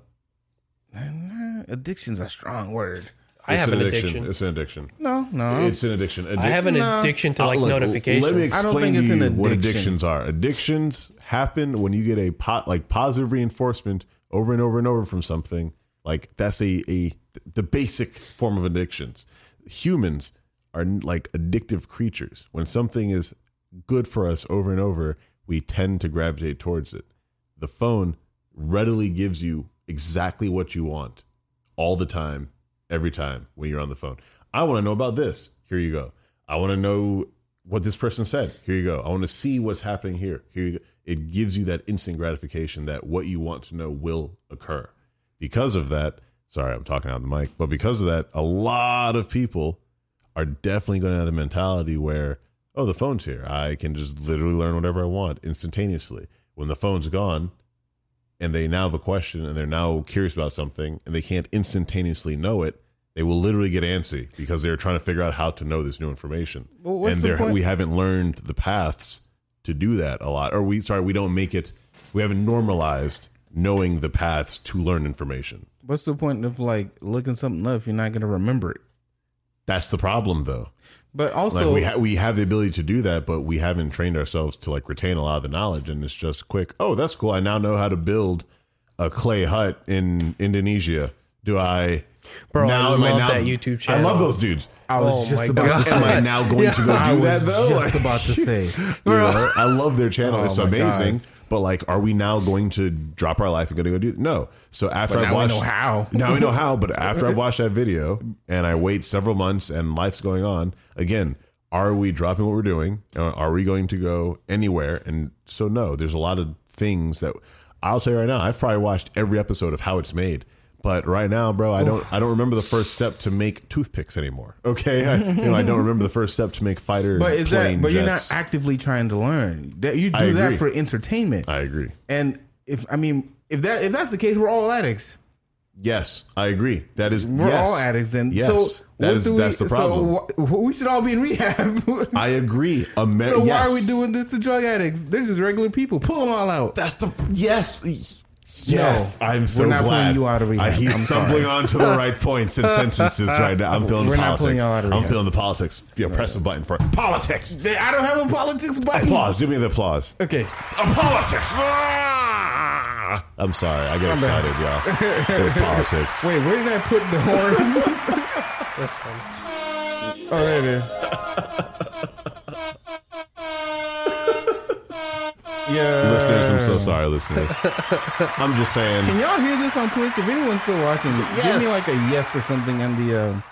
Speaker 3: addiction's a strong word.
Speaker 2: I
Speaker 1: It's
Speaker 2: have an addiction.
Speaker 1: It's an addiction.
Speaker 3: No, no, I don't
Speaker 1: It's an addiction. Addic-
Speaker 2: I have an
Speaker 3: Nah.
Speaker 2: addiction to like
Speaker 1: Look,
Speaker 2: notifications.
Speaker 1: Let me
Speaker 3: I
Speaker 1: explain
Speaker 3: don't think
Speaker 1: to
Speaker 3: it's an
Speaker 1: you what
Speaker 3: addiction.
Speaker 1: addictions are. Addictions happen when you get a pot like positive reinforcement over and over and over from something. Like that's a a the basic form of addictions. Humans are like addictive creatures. When something is good for us over and over, we tend to gravitate towards it. The phone readily gives you exactly what you want all the time, every time when you're on the phone. I want to know about this. Here you go. I want to know what this person said. Here you go. I want to see what's happening here. Here you go. It gives you that instant gratification that what you want to know will occur. Because of that, sorry, I'm talking out of the mic, but because of that, a lot of people are definitely going to have the mentality where, oh, the phone's here. I can just literally learn whatever I want instantaneously. When the phone's gone and they now have a question and they're now curious about something and they can't instantaneously know it, they will literally get antsy because they're trying to figure out how to know this new information.
Speaker 3: Well, what's
Speaker 1: and
Speaker 3: the
Speaker 1: they're-
Speaker 3: point-
Speaker 1: we haven't learned the paths to do that a lot. Or we, sorry, we don't make it, we haven't normalized knowing the paths to learn information.
Speaker 3: What's the point of like looking something up if you're not gonna remember it?
Speaker 1: That's the problem, though.
Speaker 3: But
Speaker 1: Like
Speaker 3: also,
Speaker 1: we ha- we have the ability to do that, but we haven't trained ourselves to like retain a lot of the knowledge, and it's just quick. Oh, that's cool. I now know how to build a clay hut in Indonesia. Do I?
Speaker 2: Bro, I
Speaker 1: am
Speaker 2: love that YouTube
Speaker 1: I
Speaker 2: channel.
Speaker 1: love those dudes.
Speaker 3: I was
Speaker 2: Oh
Speaker 3: just
Speaker 2: my God.
Speaker 3: about to
Speaker 1: Am I
Speaker 3: say.
Speaker 1: now going to go
Speaker 3: I
Speaker 1: do that
Speaker 3: was
Speaker 1: though?
Speaker 3: just about to say.
Speaker 1: You know, I love their channel.
Speaker 3: Oh
Speaker 1: it's
Speaker 3: my
Speaker 1: amazing.
Speaker 3: God.
Speaker 1: But like, are we now going to drop our life and going to go do no? So after
Speaker 3: But
Speaker 1: I
Speaker 3: now we
Speaker 1: watched,
Speaker 3: know how.
Speaker 1: now we know how. But after I watched that video and I wait several months and life's going on again, are we dropping what we're doing? Or Are we going to go anywhere? And so no, there's a lot of things that I'll say right now. I've probably watched every episode of How It's Made. But right now, bro, I don't. I don't remember the first step to make toothpicks anymore. Okay, I, you know, I don't remember the first step to make fighter.
Speaker 3: But is that?
Speaker 1: plane
Speaker 3: But you're
Speaker 1: jets.
Speaker 3: not actively trying to learn. That you
Speaker 1: I
Speaker 3: do that
Speaker 1: agree.
Speaker 3: for entertainment.
Speaker 1: I agree.
Speaker 3: and if I mean, if that if that's the case, we're all addicts.
Speaker 1: Yes, I agree. That is
Speaker 3: We're
Speaker 1: yes.
Speaker 3: all addicts. Then
Speaker 1: Yes,
Speaker 3: so
Speaker 1: that
Speaker 3: what
Speaker 1: is
Speaker 3: do we,
Speaker 1: that's the problem.
Speaker 3: So wh- we should all be in rehab.
Speaker 1: I agree. Amer-
Speaker 3: so why
Speaker 1: yes.
Speaker 3: are we doing this to drug addicts? They're just regular people. Pull them all out.
Speaker 1: That's the yes.
Speaker 3: No,
Speaker 1: I'm so
Speaker 3: we're not
Speaker 1: glad.
Speaker 3: pulling you out of rehab.
Speaker 1: I, he's
Speaker 3: I'm
Speaker 1: stumbling
Speaker 3: sorry.
Speaker 1: onto the right points and sentences right now. I'm feeling
Speaker 3: We're
Speaker 1: the
Speaker 3: not
Speaker 1: politics.
Speaker 3: pulling you out of
Speaker 1: I'm
Speaker 3: rehab.
Speaker 1: feeling the politics. Yeah, press the button for it. politics.
Speaker 3: They- I don't have a politics button.
Speaker 1: Applause. Give me the applause.
Speaker 3: Okay.
Speaker 1: A politics. Ah! I'm sorry. I get
Speaker 3: bad.
Speaker 1: excited, y'all. It was politics.
Speaker 3: Wait, where did I put the horn?
Speaker 2: That's fun.
Speaker 3: oh, there it is. yeah.
Speaker 1: Listeners, I'm so sorry, listeners. I'm just saying.
Speaker 3: Can y'all hear this on Twitch? If anyone's still watching, give
Speaker 1: Yes.
Speaker 3: me like a yes or something in the um,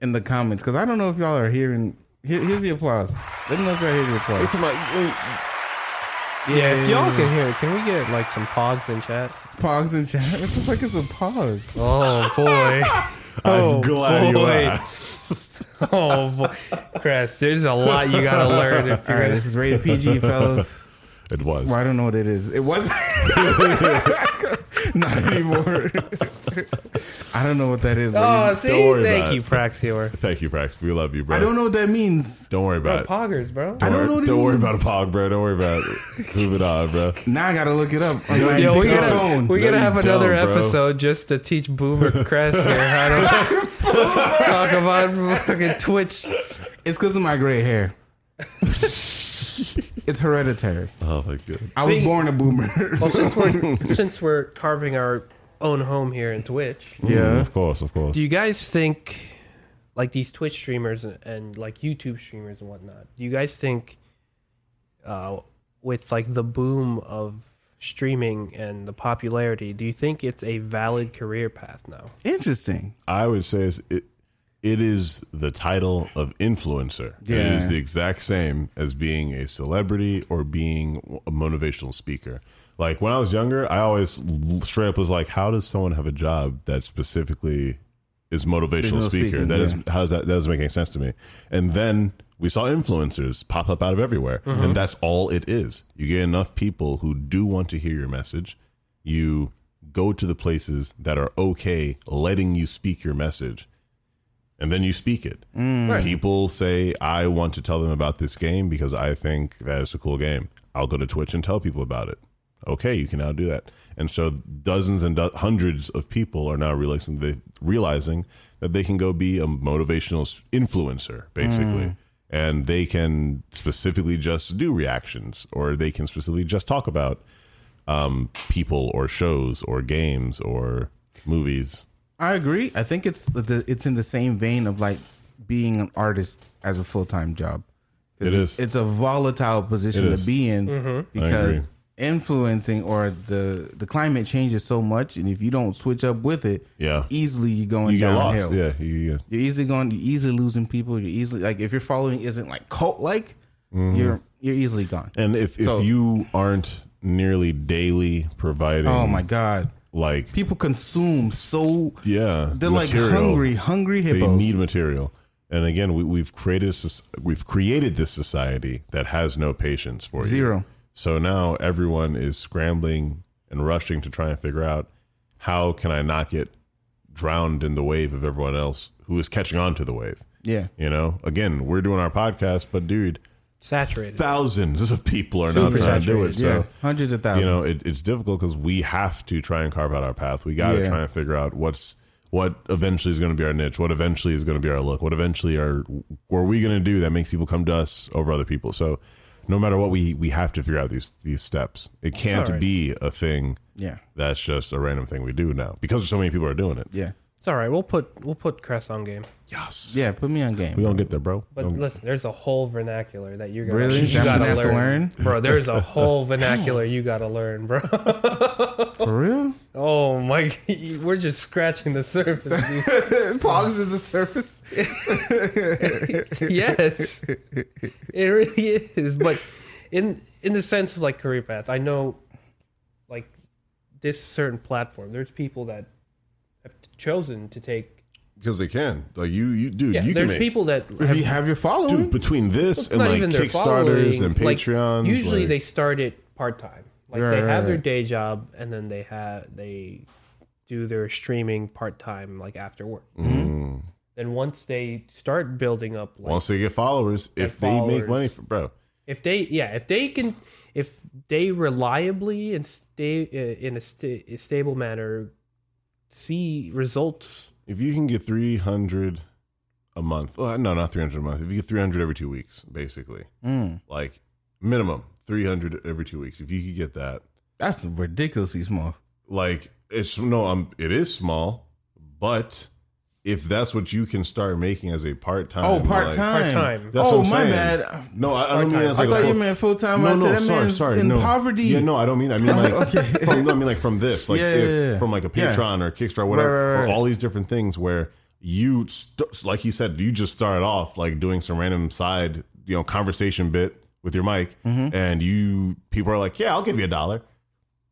Speaker 3: in the comments because I don't know if y'all are hearing. Here, here's the applause. Let me know if y'all hear the applause.
Speaker 2: Yeah, if y'all can hear it, can we get like some pogs in chat?
Speaker 3: Pogs in chat. What the fuck is a pog?
Speaker 2: Oh boy. Oh,
Speaker 3: Oh,
Speaker 1: I'm glad you
Speaker 2: boy.
Speaker 1: asked.
Speaker 2: Oh boy. Chris, there's a lot you gotta learn if
Speaker 3: All
Speaker 2: you're
Speaker 3: right,
Speaker 2: gonna
Speaker 3: this is rated PG, fellas.
Speaker 1: It was.
Speaker 3: Well, I don't know what it is. It wasn't. Not anymore. I don't know what that is. but
Speaker 2: Oh,
Speaker 3: you-
Speaker 2: see,
Speaker 1: Don't worry
Speaker 2: thank
Speaker 1: about
Speaker 2: you,
Speaker 1: it.
Speaker 2: Praxior.
Speaker 1: Thank you, Prax. We love you, bro.
Speaker 3: I don't know what that means.
Speaker 1: Don't worry
Speaker 2: Bro,
Speaker 1: about it.
Speaker 2: poggers, bro.
Speaker 3: I don't know what it
Speaker 1: Don't worry
Speaker 3: means.
Speaker 1: about a pog, bro. Don't worry about it. Move it on, bro.
Speaker 3: Now I gotta look it up on my
Speaker 2: Yo, we
Speaker 3: digital
Speaker 2: gotta,
Speaker 3: phone.
Speaker 2: we
Speaker 1: No,
Speaker 2: gotta
Speaker 1: you
Speaker 2: have another
Speaker 1: don't, bro.
Speaker 2: episode just to teach Boomer Crest here how to talk about fucking Twitch.
Speaker 3: It's because of my gray hair. it's hereditary.
Speaker 1: Oh my god.
Speaker 3: I was
Speaker 2: Think-
Speaker 3: born a boomer.
Speaker 2: Well, since we're since we're carving our own home here in Twitch,
Speaker 1: Mm,
Speaker 3: yeah.
Speaker 1: of course, of course.
Speaker 2: do you guys think, like these Twitch streamers and, and like YouTube streamers and whatnot, do you guys think, uh, with like the boom of streaming and the popularity, do you think it's a valid career path now?
Speaker 3: Interesting.
Speaker 1: I would say is it. It is the title of influencer. It
Speaker 3: Yeah.
Speaker 1: is the exact same as being a celebrity or being a motivational speaker. Like when I was younger, I always l- straight up was like, "How does someone have a job that specifically is motivational
Speaker 3: Motivational
Speaker 1: speaker?
Speaker 3: speaking,
Speaker 1: That is
Speaker 3: yeah.
Speaker 1: how does that that doesn't make any sense to me. And then we saw influencers pop up out of everywhere,
Speaker 3: Uh-huh.
Speaker 1: and that's all it is. You get enough people who do want to hear your message. You go to the places that are okay letting you speak your message, and then you speak it.
Speaker 3: Mm.
Speaker 1: People say, "I want to tell them about this game because I think that it's a cool game." I'll go to Twitch and tell people about it. Okay, you can now do that. And so dozens and do- hundreds of people are now realizing they realizing that they can go be a motivational s- influencer basically. And they can specifically just do reactions or they can specifically just talk about um, people or shows or games or movies.
Speaker 3: I agree. I think it's the, it's in the same vein of like being an artist as a full time job. 'Cause
Speaker 1: It is.
Speaker 3: It's a volatile position
Speaker 1: It
Speaker 3: to
Speaker 1: is.
Speaker 3: be in because
Speaker 1: agree.
Speaker 3: influencing or the the climate changes so much, and if you don't switch up with it,
Speaker 1: Yeah.
Speaker 3: easily you're going
Speaker 1: You get
Speaker 3: downhill.
Speaker 1: lost. Yeah, you get
Speaker 3: You're easily going. You're easily losing people. You're easily like if your following isn't like cult like, you're you're easily gone.
Speaker 1: Mm-hmm. And if, if
Speaker 3: So-
Speaker 1: you aren't nearly daily providing,
Speaker 3: Oh my god,
Speaker 1: like
Speaker 3: people consume so
Speaker 1: yeah,
Speaker 3: they're like
Speaker 1: material,
Speaker 3: hungry, hungry
Speaker 1: They
Speaker 3: hippos.
Speaker 1: need material. And again, we, we've created a, soc- we've created this society that has no patience for you.
Speaker 3: Zero.
Speaker 1: So now everyone is scrambling and rushing to try and figure out how can I not get drowned in the wave of everyone else who is catching on to the wave.
Speaker 3: Yeah.
Speaker 1: You know, again, we're doing our podcast, but dude,
Speaker 2: saturated.
Speaker 1: thousands of people are not trying to do it. So
Speaker 3: yeah. Hundreds of
Speaker 1: you
Speaker 3: thousands.
Speaker 1: know it, it's difficult because we have to try and carve out our path we got to
Speaker 3: Yeah.
Speaker 1: try and figure out what's what eventually is going to be our niche what eventually is going to be our look what eventually are what are we going to do that makes people come to us over other people so no matter what we we have to figure out these these steps it can't
Speaker 2: All right.
Speaker 1: be a thing
Speaker 3: yeah.
Speaker 1: that's just a random thing we do now because so many people are doing it
Speaker 3: Yeah.
Speaker 2: It's all right. We'll put we'll put Crest on game.
Speaker 1: yes
Speaker 3: Yeah. Put me on
Speaker 1: we
Speaker 3: game.
Speaker 1: gonna get there bro
Speaker 2: But
Speaker 1: Don't-
Speaker 2: listen, there's a whole vernacular that you're gonna
Speaker 3: Really?
Speaker 2: you
Speaker 3: That I'm
Speaker 2: gotta
Speaker 3: gonna have to learn?
Speaker 2: bro. There's a whole vernacular you gotta learn, bro.
Speaker 3: For real?
Speaker 2: Oh my, we're just scratching the surface. dude.
Speaker 3: Pogs is the surface.
Speaker 2: yes, it really is. But in in the sense of like career path, I know like this certain platform. There's people that have chosen to take.
Speaker 1: because they can like you you dude
Speaker 2: Yeah,
Speaker 1: you can
Speaker 2: there's
Speaker 1: make
Speaker 2: people that
Speaker 3: If
Speaker 2: have
Speaker 3: you have your following.
Speaker 1: dude between this
Speaker 2: It's
Speaker 1: and
Speaker 2: not
Speaker 1: like
Speaker 2: even their
Speaker 1: kickstarters
Speaker 2: following.
Speaker 1: and
Speaker 2: Like,
Speaker 1: patreons
Speaker 2: usually
Speaker 1: like-
Speaker 2: they start it part time. Like
Speaker 3: Right,
Speaker 2: they
Speaker 3: right,
Speaker 2: have their
Speaker 3: right.
Speaker 2: day job and then they have they do their streaming part time like after work.
Speaker 1: Mm.
Speaker 2: Then once they start building up, like
Speaker 1: Once they get followers, if they make
Speaker 2: followers.
Speaker 1: money, for, bro,
Speaker 2: if they yeah if they can if they reliably and stay uh, in a, sta a stable manner see results.
Speaker 1: if you can get three hundred a month, well, no, not three hundred a month. If you get three hundred every two weeks, basically,
Speaker 3: Mm.
Speaker 1: like minimum three hundred every two weeks. If you could get that,
Speaker 3: That's ridiculously small.
Speaker 1: like it's no, I'm it is small, but if that's what you can start making as a part time,
Speaker 3: Oh, part time.
Speaker 2: Part-time.
Speaker 1: That's
Speaker 3: oh,
Speaker 1: what I'm
Speaker 3: my
Speaker 1: saying.
Speaker 3: bad.
Speaker 1: No, I, I don't mean
Speaker 2: Part-time.
Speaker 1: as
Speaker 3: I
Speaker 1: like a
Speaker 3: thought you
Speaker 1: full-
Speaker 3: meant full time. I
Speaker 1: No,
Speaker 3: said
Speaker 1: no,
Speaker 3: that
Speaker 1: sorry,
Speaker 3: man's
Speaker 1: sorry.
Speaker 3: in
Speaker 1: no.
Speaker 3: poverty.
Speaker 1: Yeah, no, I don't mean. I mean like from. No, I mean like from this, like
Speaker 3: Yeah,
Speaker 1: if,
Speaker 3: yeah, yeah.
Speaker 1: from like a
Speaker 3: Yeah.
Speaker 1: Patreon or Kickstarter, whatever,
Speaker 3: Right, right,
Speaker 1: or
Speaker 3: right.
Speaker 1: all these different things where you, st- like you said, you just started off like doing some random side, you know, conversation bit with your mic,
Speaker 3: Mm-hmm.
Speaker 1: and you people are like, "Yeah, I'll give you a dollar."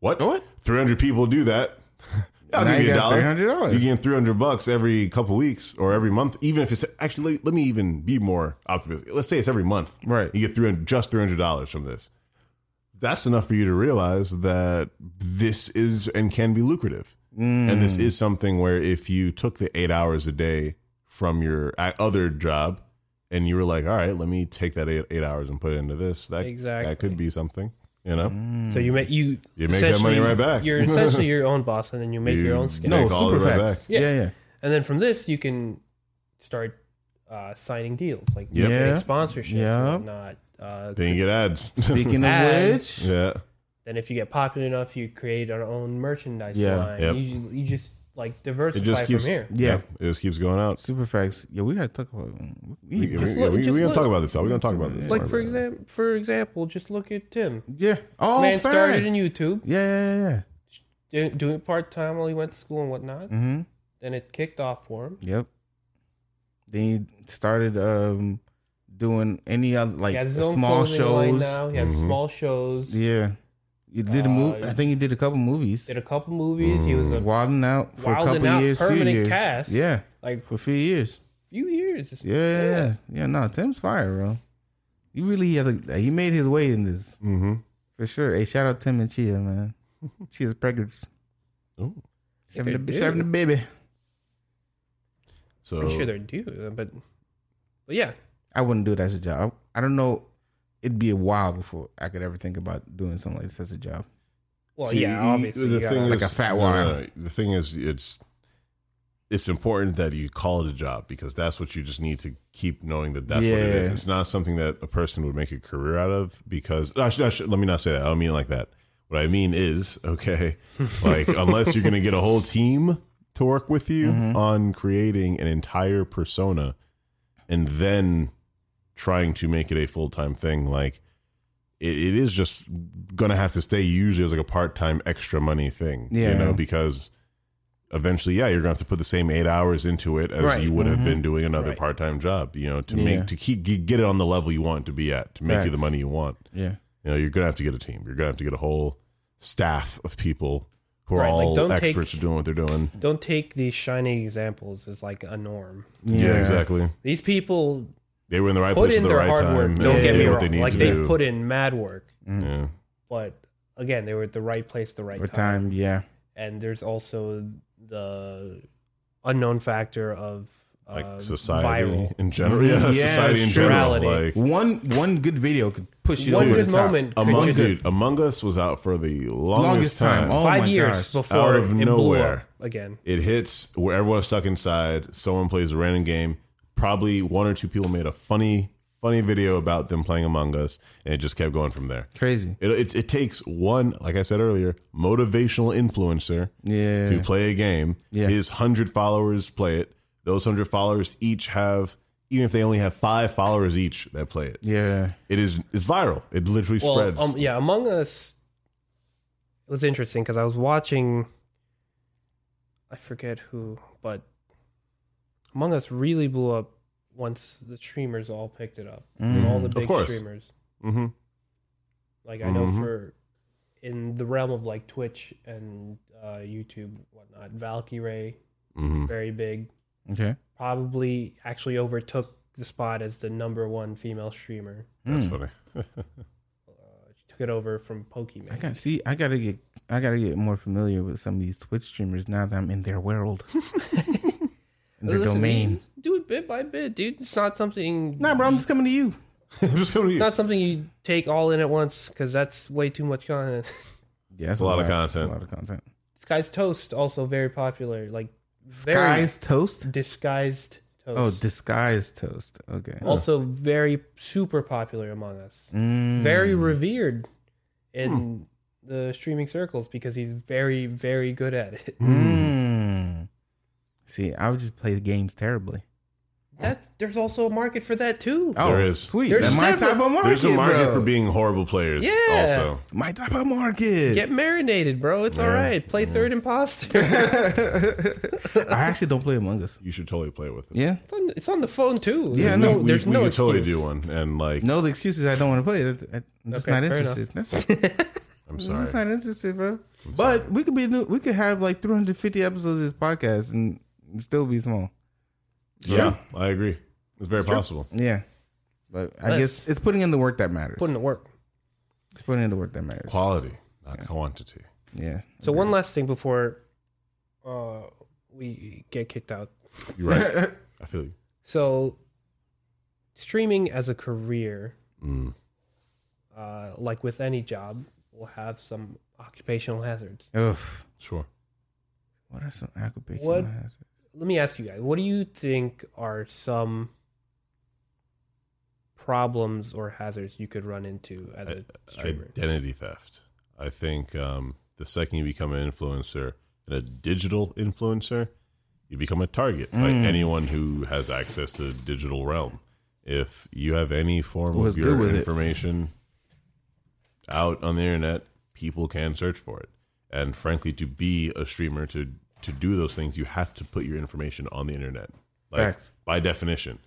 Speaker 1: What?
Speaker 3: What?
Speaker 1: Three hundred people do that. I'll
Speaker 3: Now
Speaker 1: give
Speaker 3: you
Speaker 1: you a
Speaker 3: got
Speaker 1: dollar.
Speaker 3: $300.
Speaker 1: You get three hundred bucks every couple weeks or every month, even if it's actually. Let, let me even be more optimistic. Let's say it's every month.
Speaker 3: Right.
Speaker 1: You get three hundred, just three hundred dollars from this. That's enough for you to realize that this is and can be lucrative, and this is something where if you took the eight hours a day from your a- other job, and you were like, "All right, let me take that eight, eight hours and put it into this," that
Speaker 2: Exactly. Mm.
Speaker 1: that could be something, you know.
Speaker 2: So you make you
Speaker 1: You make that
Speaker 2: essentially-
Speaker 1: money right back.
Speaker 2: You're essentially your own boss, and then you make your own schedule.
Speaker 3: No,
Speaker 1: Take all
Speaker 3: super
Speaker 1: the way
Speaker 3: facts.
Speaker 1: back.
Speaker 3: Yeah,
Speaker 2: Yeah.
Speaker 3: yeah.
Speaker 2: And then from this, you can start uh, signing deals like
Speaker 1: Yep.
Speaker 2: getting
Speaker 3: Yeah.
Speaker 2: sponsorships,
Speaker 3: Yeah.
Speaker 2: and whatnot. Uh,
Speaker 1: Then you get ads.
Speaker 3: Speaking of
Speaker 2: Ads.
Speaker 3: which,
Speaker 1: yeah,
Speaker 2: then if you get popular enough, you create our own merchandise
Speaker 3: Yeah.
Speaker 2: line.
Speaker 1: Yep.
Speaker 2: You, you just like
Speaker 1: it
Speaker 2: diversify
Speaker 1: just keeps
Speaker 2: from here.
Speaker 3: Yeah.
Speaker 1: it just keeps going out.
Speaker 3: super facts. Yeah, we gotta talk about.
Speaker 1: We, we,
Speaker 3: We,
Speaker 2: look-
Speaker 1: we,
Speaker 2: just
Speaker 1: are gonna
Speaker 2: look.
Speaker 1: talk about this. Though. We're gonna talk about this.
Speaker 2: Like for
Speaker 1: example,
Speaker 2: example, for example, just look at Tim.
Speaker 3: yeah,
Speaker 1: Oh,
Speaker 3: all
Speaker 2: Man
Speaker 3: facts.
Speaker 2: started in YouTube,
Speaker 3: Yeah, yeah, yeah, yeah.
Speaker 2: did- doing it part time while he went to school and whatnot.
Speaker 3: Mm-hmm.
Speaker 2: Then it kicked off for him.
Speaker 3: Yep. Then he started um doing any other like
Speaker 2: He has his own
Speaker 3: small
Speaker 2: clothing line
Speaker 3: shows.
Speaker 2: now. He has
Speaker 1: Mm-hmm.
Speaker 2: small shows.
Speaker 3: Yeah, he did a
Speaker 2: Uh,
Speaker 3: movie. I think he did a couple movies.
Speaker 2: Did a couple movies. He was a
Speaker 3: Wilding out for
Speaker 2: Wildin'
Speaker 3: a couple
Speaker 2: Out
Speaker 3: years, few
Speaker 2: permanent
Speaker 3: years.
Speaker 2: cast.
Speaker 3: Yeah,
Speaker 2: like
Speaker 3: for a few years.
Speaker 2: few years.
Speaker 3: Yeah, yeah, yeah. yeah. no, Tim's fire, bro. He really had a, he made his way in this
Speaker 1: Mhm.
Speaker 3: for sure. Hey, shout out Tim and Chia, man. Chia's preggers.
Speaker 1: Ooh.
Speaker 3: She's having
Speaker 2: They
Speaker 3: the, she's having the
Speaker 2: do.
Speaker 3: baby.
Speaker 1: So
Speaker 2: Pretty sure they're due, but but yeah,
Speaker 3: I wouldn't do it as a job. I don't know. It'd be a while before I could ever think about doing something like this as a job.
Speaker 2: well,
Speaker 1: See,
Speaker 2: yeah,
Speaker 1: you-
Speaker 2: obviously.
Speaker 1: The
Speaker 2: you gotta-
Speaker 1: thing is,
Speaker 3: Like a fat
Speaker 1: no,
Speaker 3: wire.
Speaker 1: no, no. The thing is, it's it's important that you call it a job because that's what you just need to keep knowing that that's what it is.
Speaker 3: Yeah.
Speaker 1: It's not something that a person would make a career out of because I should, I should- let me not say that. I don't mean it like that. What I mean is, okay, like unless you're going to get a whole team to work with you
Speaker 2: Mm-hmm.
Speaker 1: on creating an entire persona and then trying to make it a full time thing, like it, it is just gonna have to stay usually as like a part time extra money thing. You
Speaker 3: Yeah.
Speaker 1: know, because eventually, yeah, you're gonna have to put the same eight hours into it as
Speaker 2: Right. Mm-hmm.
Speaker 1: you would have been doing another
Speaker 2: Right.
Speaker 1: part time job, you know, to
Speaker 3: Yeah.
Speaker 1: make to keep g- get it on the level you want it to be at, to make you the
Speaker 3: Facts.
Speaker 1: money you want.
Speaker 3: Yeah.
Speaker 1: You know, you're gonna have to get a team. You're gonna have to get a whole staff of people who are
Speaker 2: Right, like,
Speaker 1: all
Speaker 2: don't take-
Speaker 1: experts at doing what they're doing.
Speaker 2: Don't take these shining examples as like a norm.
Speaker 1: Yeah. exactly.
Speaker 2: These people
Speaker 1: They were in the right
Speaker 2: put
Speaker 1: place
Speaker 2: in
Speaker 1: at the
Speaker 2: their
Speaker 1: right
Speaker 2: hard
Speaker 1: time.
Speaker 2: work.
Speaker 1: and
Speaker 2: Don't
Speaker 1: they
Speaker 2: get
Speaker 1: did
Speaker 2: me
Speaker 1: what
Speaker 2: wrong.
Speaker 1: They need
Speaker 2: like
Speaker 1: to
Speaker 2: they
Speaker 1: do.
Speaker 2: put in mad work,
Speaker 1: Yeah.
Speaker 2: but again, they were at the right place, the right
Speaker 3: Or
Speaker 2: time.
Speaker 3: time, yeah.
Speaker 2: And there's also the unknown factor of uh,
Speaker 1: Like society
Speaker 2: viral.
Speaker 1: in general. Yeah,
Speaker 3: Yeah,
Speaker 1: society in
Speaker 3: sure.
Speaker 1: general.
Speaker 2: Virality.
Speaker 1: Like
Speaker 3: One one good video could push you
Speaker 2: One
Speaker 3: over
Speaker 2: good
Speaker 3: the top.
Speaker 2: moment could
Speaker 1: Among
Speaker 2: just-
Speaker 1: dude, Among Us was out for the longest,
Speaker 3: Longest time.
Speaker 1: time.
Speaker 3: Oh
Speaker 2: five
Speaker 3: my
Speaker 2: years
Speaker 3: gosh.
Speaker 2: before
Speaker 1: Out of
Speaker 2: it
Speaker 1: nowhere.
Speaker 2: blew up again.
Speaker 1: It hits where everyone's stuck inside. Someone plays a random game. Probably one or two people made a funny, funny video about them playing Among Us, and it just kept going from there.
Speaker 3: Crazy.
Speaker 1: It, it, it takes one, like I said earlier, motivational influencer
Speaker 3: Yeah.
Speaker 1: to play a game.
Speaker 3: Yeah.
Speaker 1: His 100 followers play it. Those 100 followers each have, even if they only have five followers each that play it,
Speaker 3: Yeah.
Speaker 1: it is it's viral. It literally spreads.
Speaker 2: Well, um, yeah, Among Us was interesting because I was watching. I forget who, but Among Us really blew up once the streamers all picked it up. all the
Speaker 1: Of
Speaker 2: big
Speaker 1: course.
Speaker 2: streamers.
Speaker 1: hmm
Speaker 2: Like I know
Speaker 3: Mm-hmm.
Speaker 1: Mhm.
Speaker 2: for in the realm of like Twitch and uh, YouTube whatnot, Valkyrie
Speaker 1: hmm
Speaker 2: very big.
Speaker 3: Okay.
Speaker 2: Probably actually overtook the spot as the number one female streamer.
Speaker 1: That's
Speaker 3: Mm.
Speaker 1: funny.
Speaker 2: Uh, she took it over from
Speaker 3: I
Speaker 2: Pokemon.
Speaker 3: got see. I gotta get. I gotta get more familiar with some of these Twitch streamers now that I'm in their world, in their
Speaker 2: Listen,
Speaker 3: domain.
Speaker 2: Do it bit by bit, dude. It's not something.
Speaker 3: Nah, bro. I'm just coming to you.
Speaker 1: I'm just coming to you.
Speaker 2: Not something you take all in at once because that's way too much content.
Speaker 3: Yeah, that's
Speaker 1: a lot of
Speaker 3: that's
Speaker 1: content.
Speaker 3: A lot of content.
Speaker 2: Sky's Toast also very popular. Like very
Speaker 3: Disguised toast.
Speaker 2: disguised toast.
Speaker 3: Oh, disguised toast. Okay.
Speaker 1: Oh.
Speaker 2: also very super popular among us.
Speaker 3: Mm.
Speaker 2: Very revered in the streaming circles because he's very very good at it.
Speaker 3: Hmm. Mm. See, I would just play the games terribly.
Speaker 2: That's there's also a market for that too.
Speaker 3: Oh,
Speaker 1: There is.
Speaker 3: sweet.
Speaker 2: There's
Speaker 3: That's my
Speaker 2: several-
Speaker 3: type of market.
Speaker 1: There's a market
Speaker 3: bro.
Speaker 1: for being horrible players.
Speaker 2: Yeah.
Speaker 1: Also,
Speaker 3: my type of market.
Speaker 2: Get marinated, bro. It's all right. Play third imposter.
Speaker 3: I actually don't play Among Us.
Speaker 1: you should totally play with it.
Speaker 3: Yeah.
Speaker 2: It's on, it's on the phone too.
Speaker 3: Yeah,
Speaker 2: There's
Speaker 3: no,
Speaker 1: we,
Speaker 2: there's
Speaker 1: we
Speaker 2: no
Speaker 1: could totally
Speaker 2: excuse.
Speaker 1: do one. And like,
Speaker 3: No, the excuses I don't want to play. That's, I- I'm just
Speaker 2: Okay,
Speaker 3: not
Speaker 2: fair
Speaker 3: interested. That's I'm
Speaker 1: I'm
Speaker 3: just
Speaker 1: sorry.
Speaker 3: not interested, bro. But we could be new. We could have like 350 episodes of this podcast and still be small.
Speaker 1: Yeah, I agree. It's very possible.
Speaker 3: Yeah. But I
Speaker 2: Let's-
Speaker 3: guess it's putting in the work that matters.
Speaker 2: Putting to work.
Speaker 3: it's putting in the work that matters.
Speaker 1: Quality, not quantity.
Speaker 3: Yeah.
Speaker 2: So one last thing before uh, we get kicked out.
Speaker 1: You're right. I feel you.
Speaker 2: So streaming as a career
Speaker 1: Mm.
Speaker 2: uh, like with any job, will have some occupational hazards.
Speaker 3: Oof.
Speaker 1: Sure.
Speaker 3: What are some occupational
Speaker 2: What-
Speaker 3: hazards?
Speaker 2: Let me ask you guys what do you think are some problems or hazards you could run into as a streamer?
Speaker 1: Identity theft. I think um, the second you become an influencer and a digital influencer, you become a target by
Speaker 3: Mm.
Speaker 1: anyone who has access to the digital realm. If you have any form
Speaker 3: Was
Speaker 1: of
Speaker 3: good
Speaker 1: your
Speaker 3: with it.
Speaker 1: information out on the internet, people can search for it. And frankly, to be a streamer to to do those things, you have to put your information on the internet. Like
Speaker 3: Facts.
Speaker 1: by definition,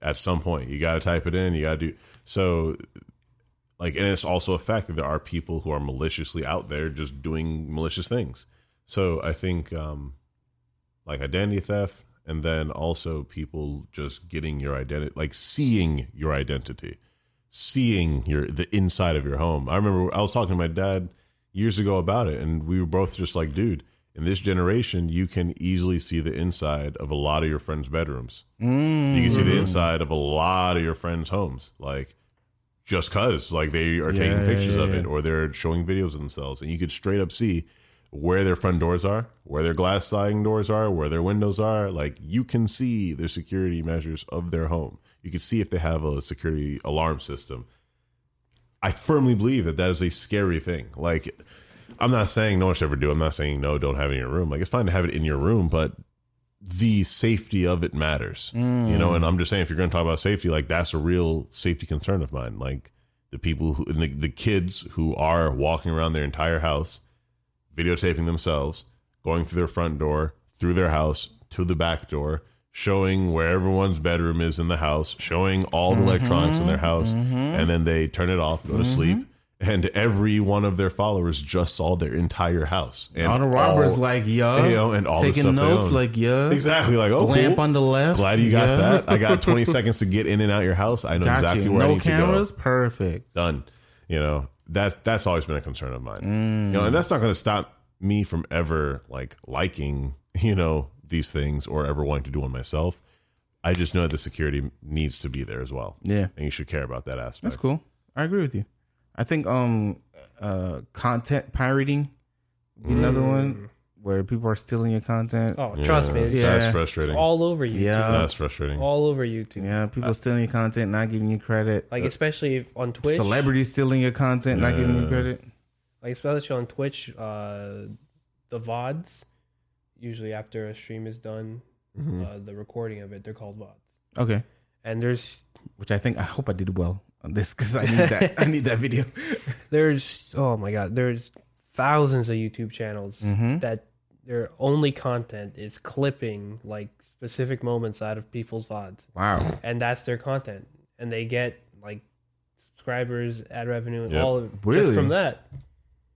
Speaker 1: at some point, you got to type it in. You got to do so like and it's also a fact that there are people who are maliciously out there just doing malicious things so i think um like identity theft and then also people just getting your identity like seeing your identity seeing your the inside of your home i remember i was talking to my dad years ago about it and we were both just like dude in this generation you can easily see the inside of a lot of your friends bedrooms you can see
Speaker 3: Mm.
Speaker 1: the inside of a lot of your friends homes like just cuz like they are taking
Speaker 3: yeah,
Speaker 1: pictures
Speaker 3: yeah,
Speaker 1: of it
Speaker 3: yeah.
Speaker 1: or they're showing videos of themselves and you could straight up see where their front doors are where their glass sliding doors are where their windows are like you can see their security measures of their home you can see if they have a security alarm system i firmly believe that that is a scary thing like i'm not saying no one should ever do it. i'm not saying no don't have it in your room like it's fine to have it in your room but the safety of it matters. You know, and I'm just saying, if you're going to talk about safety, like that's a real safety concern of mine. Like the people who, and the, the kids who are walking around their entire house, videotaping themselves, going through their front door, through their house, to the back door, showing where everyone's bedroom is in the house, showing all the electronics in their house, and then they turn it off, go to sleep, and every one of their followers just saw their entire house and
Speaker 3: all the robbers
Speaker 1: all-
Speaker 3: like yeah,
Speaker 1: you know, and all the
Speaker 3: taking
Speaker 1: stuff they
Speaker 3: notes
Speaker 1: own.
Speaker 3: like yeah,
Speaker 1: exactly like oh
Speaker 3: lamp
Speaker 1: cool.
Speaker 3: on the left.
Speaker 1: glad you got
Speaker 3: yeah.
Speaker 1: that i got 20 seconds to get in and out your house i know
Speaker 3: Got
Speaker 1: exactly
Speaker 3: you.
Speaker 1: where i
Speaker 3: no
Speaker 1: need
Speaker 3: cameras,
Speaker 1: to
Speaker 3: perfect.
Speaker 1: go done you know that that's always been a concern of mine you know and that's not going to stop me from ever like liking you know these things or ever wanting to do one myself i just know that the security needs to be there as well
Speaker 3: Yeah,
Speaker 1: and you should care about that aspect
Speaker 3: that's cool. I agree with you. I think um, uh, content pirating, would be another one where people are stealing your content.
Speaker 2: Oh, trust me.
Speaker 3: Yeah.
Speaker 1: That's frustrating.
Speaker 2: All over YouTube.
Speaker 3: Yeah.
Speaker 1: That's frustrating.
Speaker 2: All over YouTube.
Speaker 3: Yeah, people stealing your content, not giving you credit. Uh,
Speaker 2: Like especially if on Twitch.
Speaker 3: Celebrities stealing your content, not giving you
Speaker 1: Yeah.
Speaker 3: credit.
Speaker 2: like especially on Twitch, uh, the VODs, usually after a stream is done,
Speaker 1: Mm-hmm.
Speaker 2: uh,
Speaker 1: Mm.
Speaker 2: the recording of it, they're called VODs.
Speaker 3: Okay,
Speaker 2: And there's
Speaker 3: which I think I hope I did well on this because I need that. I need that video.
Speaker 2: there's oh my god, there's thousands of YouTube channels
Speaker 3: Mm-hmm.
Speaker 2: that their only content is clipping like specific moments out of people's VODs.
Speaker 3: Wow.
Speaker 2: And that's their content. And they get like subscribers, ad revenue, and
Speaker 1: Yep.
Speaker 2: all of
Speaker 3: Really?
Speaker 2: just from that.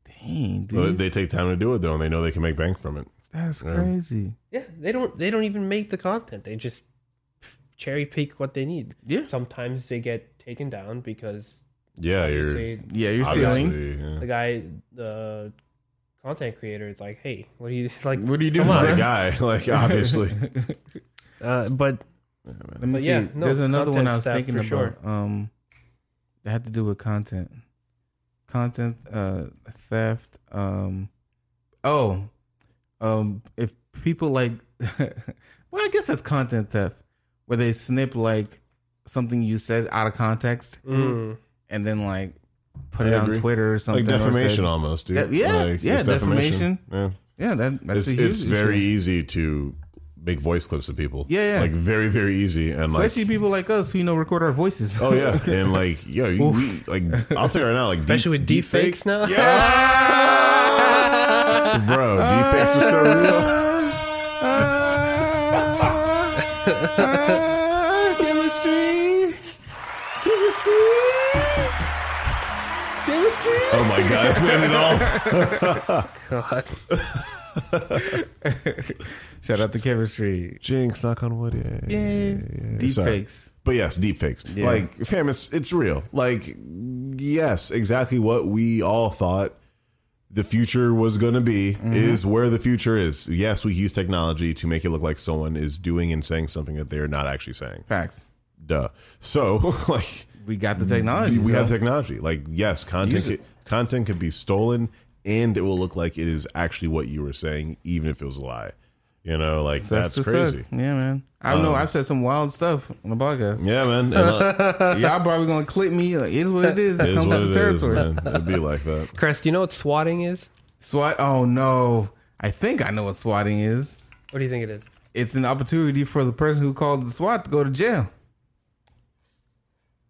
Speaker 3: Dang,
Speaker 1: But
Speaker 3: dude.
Speaker 1: they take time to do it though, and they know they can make bank from it.
Speaker 3: That's crazy.
Speaker 2: Yeah, they don't they don't even make the content. They just cherry pick what they need.
Speaker 3: Yeah.
Speaker 2: Sometimes they get taken down because
Speaker 1: Yeah,
Speaker 2: they
Speaker 1: you're
Speaker 2: say
Speaker 3: Yeah, you're stealing.
Speaker 1: obviously. yeah.
Speaker 2: the guy the content creator is like, "Hey, what do you like?"
Speaker 3: What are you doing?
Speaker 2: Come on.
Speaker 1: The
Speaker 3: bruh?
Speaker 1: guy, like obviously,
Speaker 2: Uh, but
Speaker 3: Let me
Speaker 2: But
Speaker 3: see.
Speaker 2: yeah, no,
Speaker 3: There's another one I was
Speaker 2: content
Speaker 3: thinking about.
Speaker 2: stuff for
Speaker 3: Um, that had to do with content, content uh, theft. Um, oh, um, if people like, well, I guess that's content theft, where they snip like something you said out of context
Speaker 2: mm,
Speaker 3: and then like put
Speaker 1: I
Speaker 3: it
Speaker 1: agree.
Speaker 3: on Twitter or something.
Speaker 1: like
Speaker 3: or said-
Speaker 1: defamation almost, dude.
Speaker 3: Yeah, yeah,
Speaker 1: Like,
Speaker 3: yeah,
Speaker 1: it's
Speaker 3: defamation.
Speaker 1: Yeah,
Speaker 3: Yeah, that, that's
Speaker 1: it's
Speaker 3: a huge
Speaker 1: it's very
Speaker 3: issue.
Speaker 1: easy to make voice clips of people.
Speaker 3: Yeah, yeah.
Speaker 1: like very very easy, and like
Speaker 3: especially people like us who you know record our voices.
Speaker 1: oh yeah, and like yo, you, we, like I'll tell you right now, like
Speaker 2: especially with deep
Speaker 1: deepfakes,
Speaker 2: fakes now.
Speaker 1: bro, deep fakes are so real.
Speaker 3: Chemistry. Chemistry. Chemistry.
Speaker 1: Oh my god, it's made it all.
Speaker 2: God.
Speaker 3: Shout out to chemistry.
Speaker 1: Jinx, knock on wood. Yeah,
Speaker 3: Deep
Speaker 1: Sorry.
Speaker 3: fakes.
Speaker 1: But yes, deepfakes.
Speaker 3: Yeah.
Speaker 1: Like, fam, it's, it's real. Like, yes, exactly what we all thought the future was going to be
Speaker 3: Mm-hmm.
Speaker 1: is where the future is. Yes, we use technology to make it look like someone is doing and saying something that they're not actually saying.
Speaker 3: Facts.
Speaker 1: Duh. So, like,
Speaker 3: We got the technology.
Speaker 1: Mm, we have
Speaker 3: so-
Speaker 1: technology. Like, yes, content
Speaker 3: Use
Speaker 1: can,
Speaker 3: it.
Speaker 1: content can be stolen and it will look like it is actually what you were saying, even if it was a lie. You know, like, that's,
Speaker 3: the
Speaker 1: crazy. Um,
Speaker 3: stuff. Yeah, man. I don't know. I've said some wild stuff on the podcast.
Speaker 1: Yeah, man. And, uh,
Speaker 3: Y'all probably gonna clip me. Like, it is what it is.
Speaker 1: it
Speaker 3: It
Speaker 1: is
Speaker 3: comes
Speaker 1: what
Speaker 3: with
Speaker 1: it
Speaker 3: the
Speaker 1: is,
Speaker 3: territory.
Speaker 1: man. It'd be like that.
Speaker 2: Chris, do you know what swatting is?
Speaker 3: SWAT. Oh no. I think I know what swatting is.
Speaker 2: What do you think it is?
Speaker 3: It's an opportunity for the person who called the SWAT to go to jail.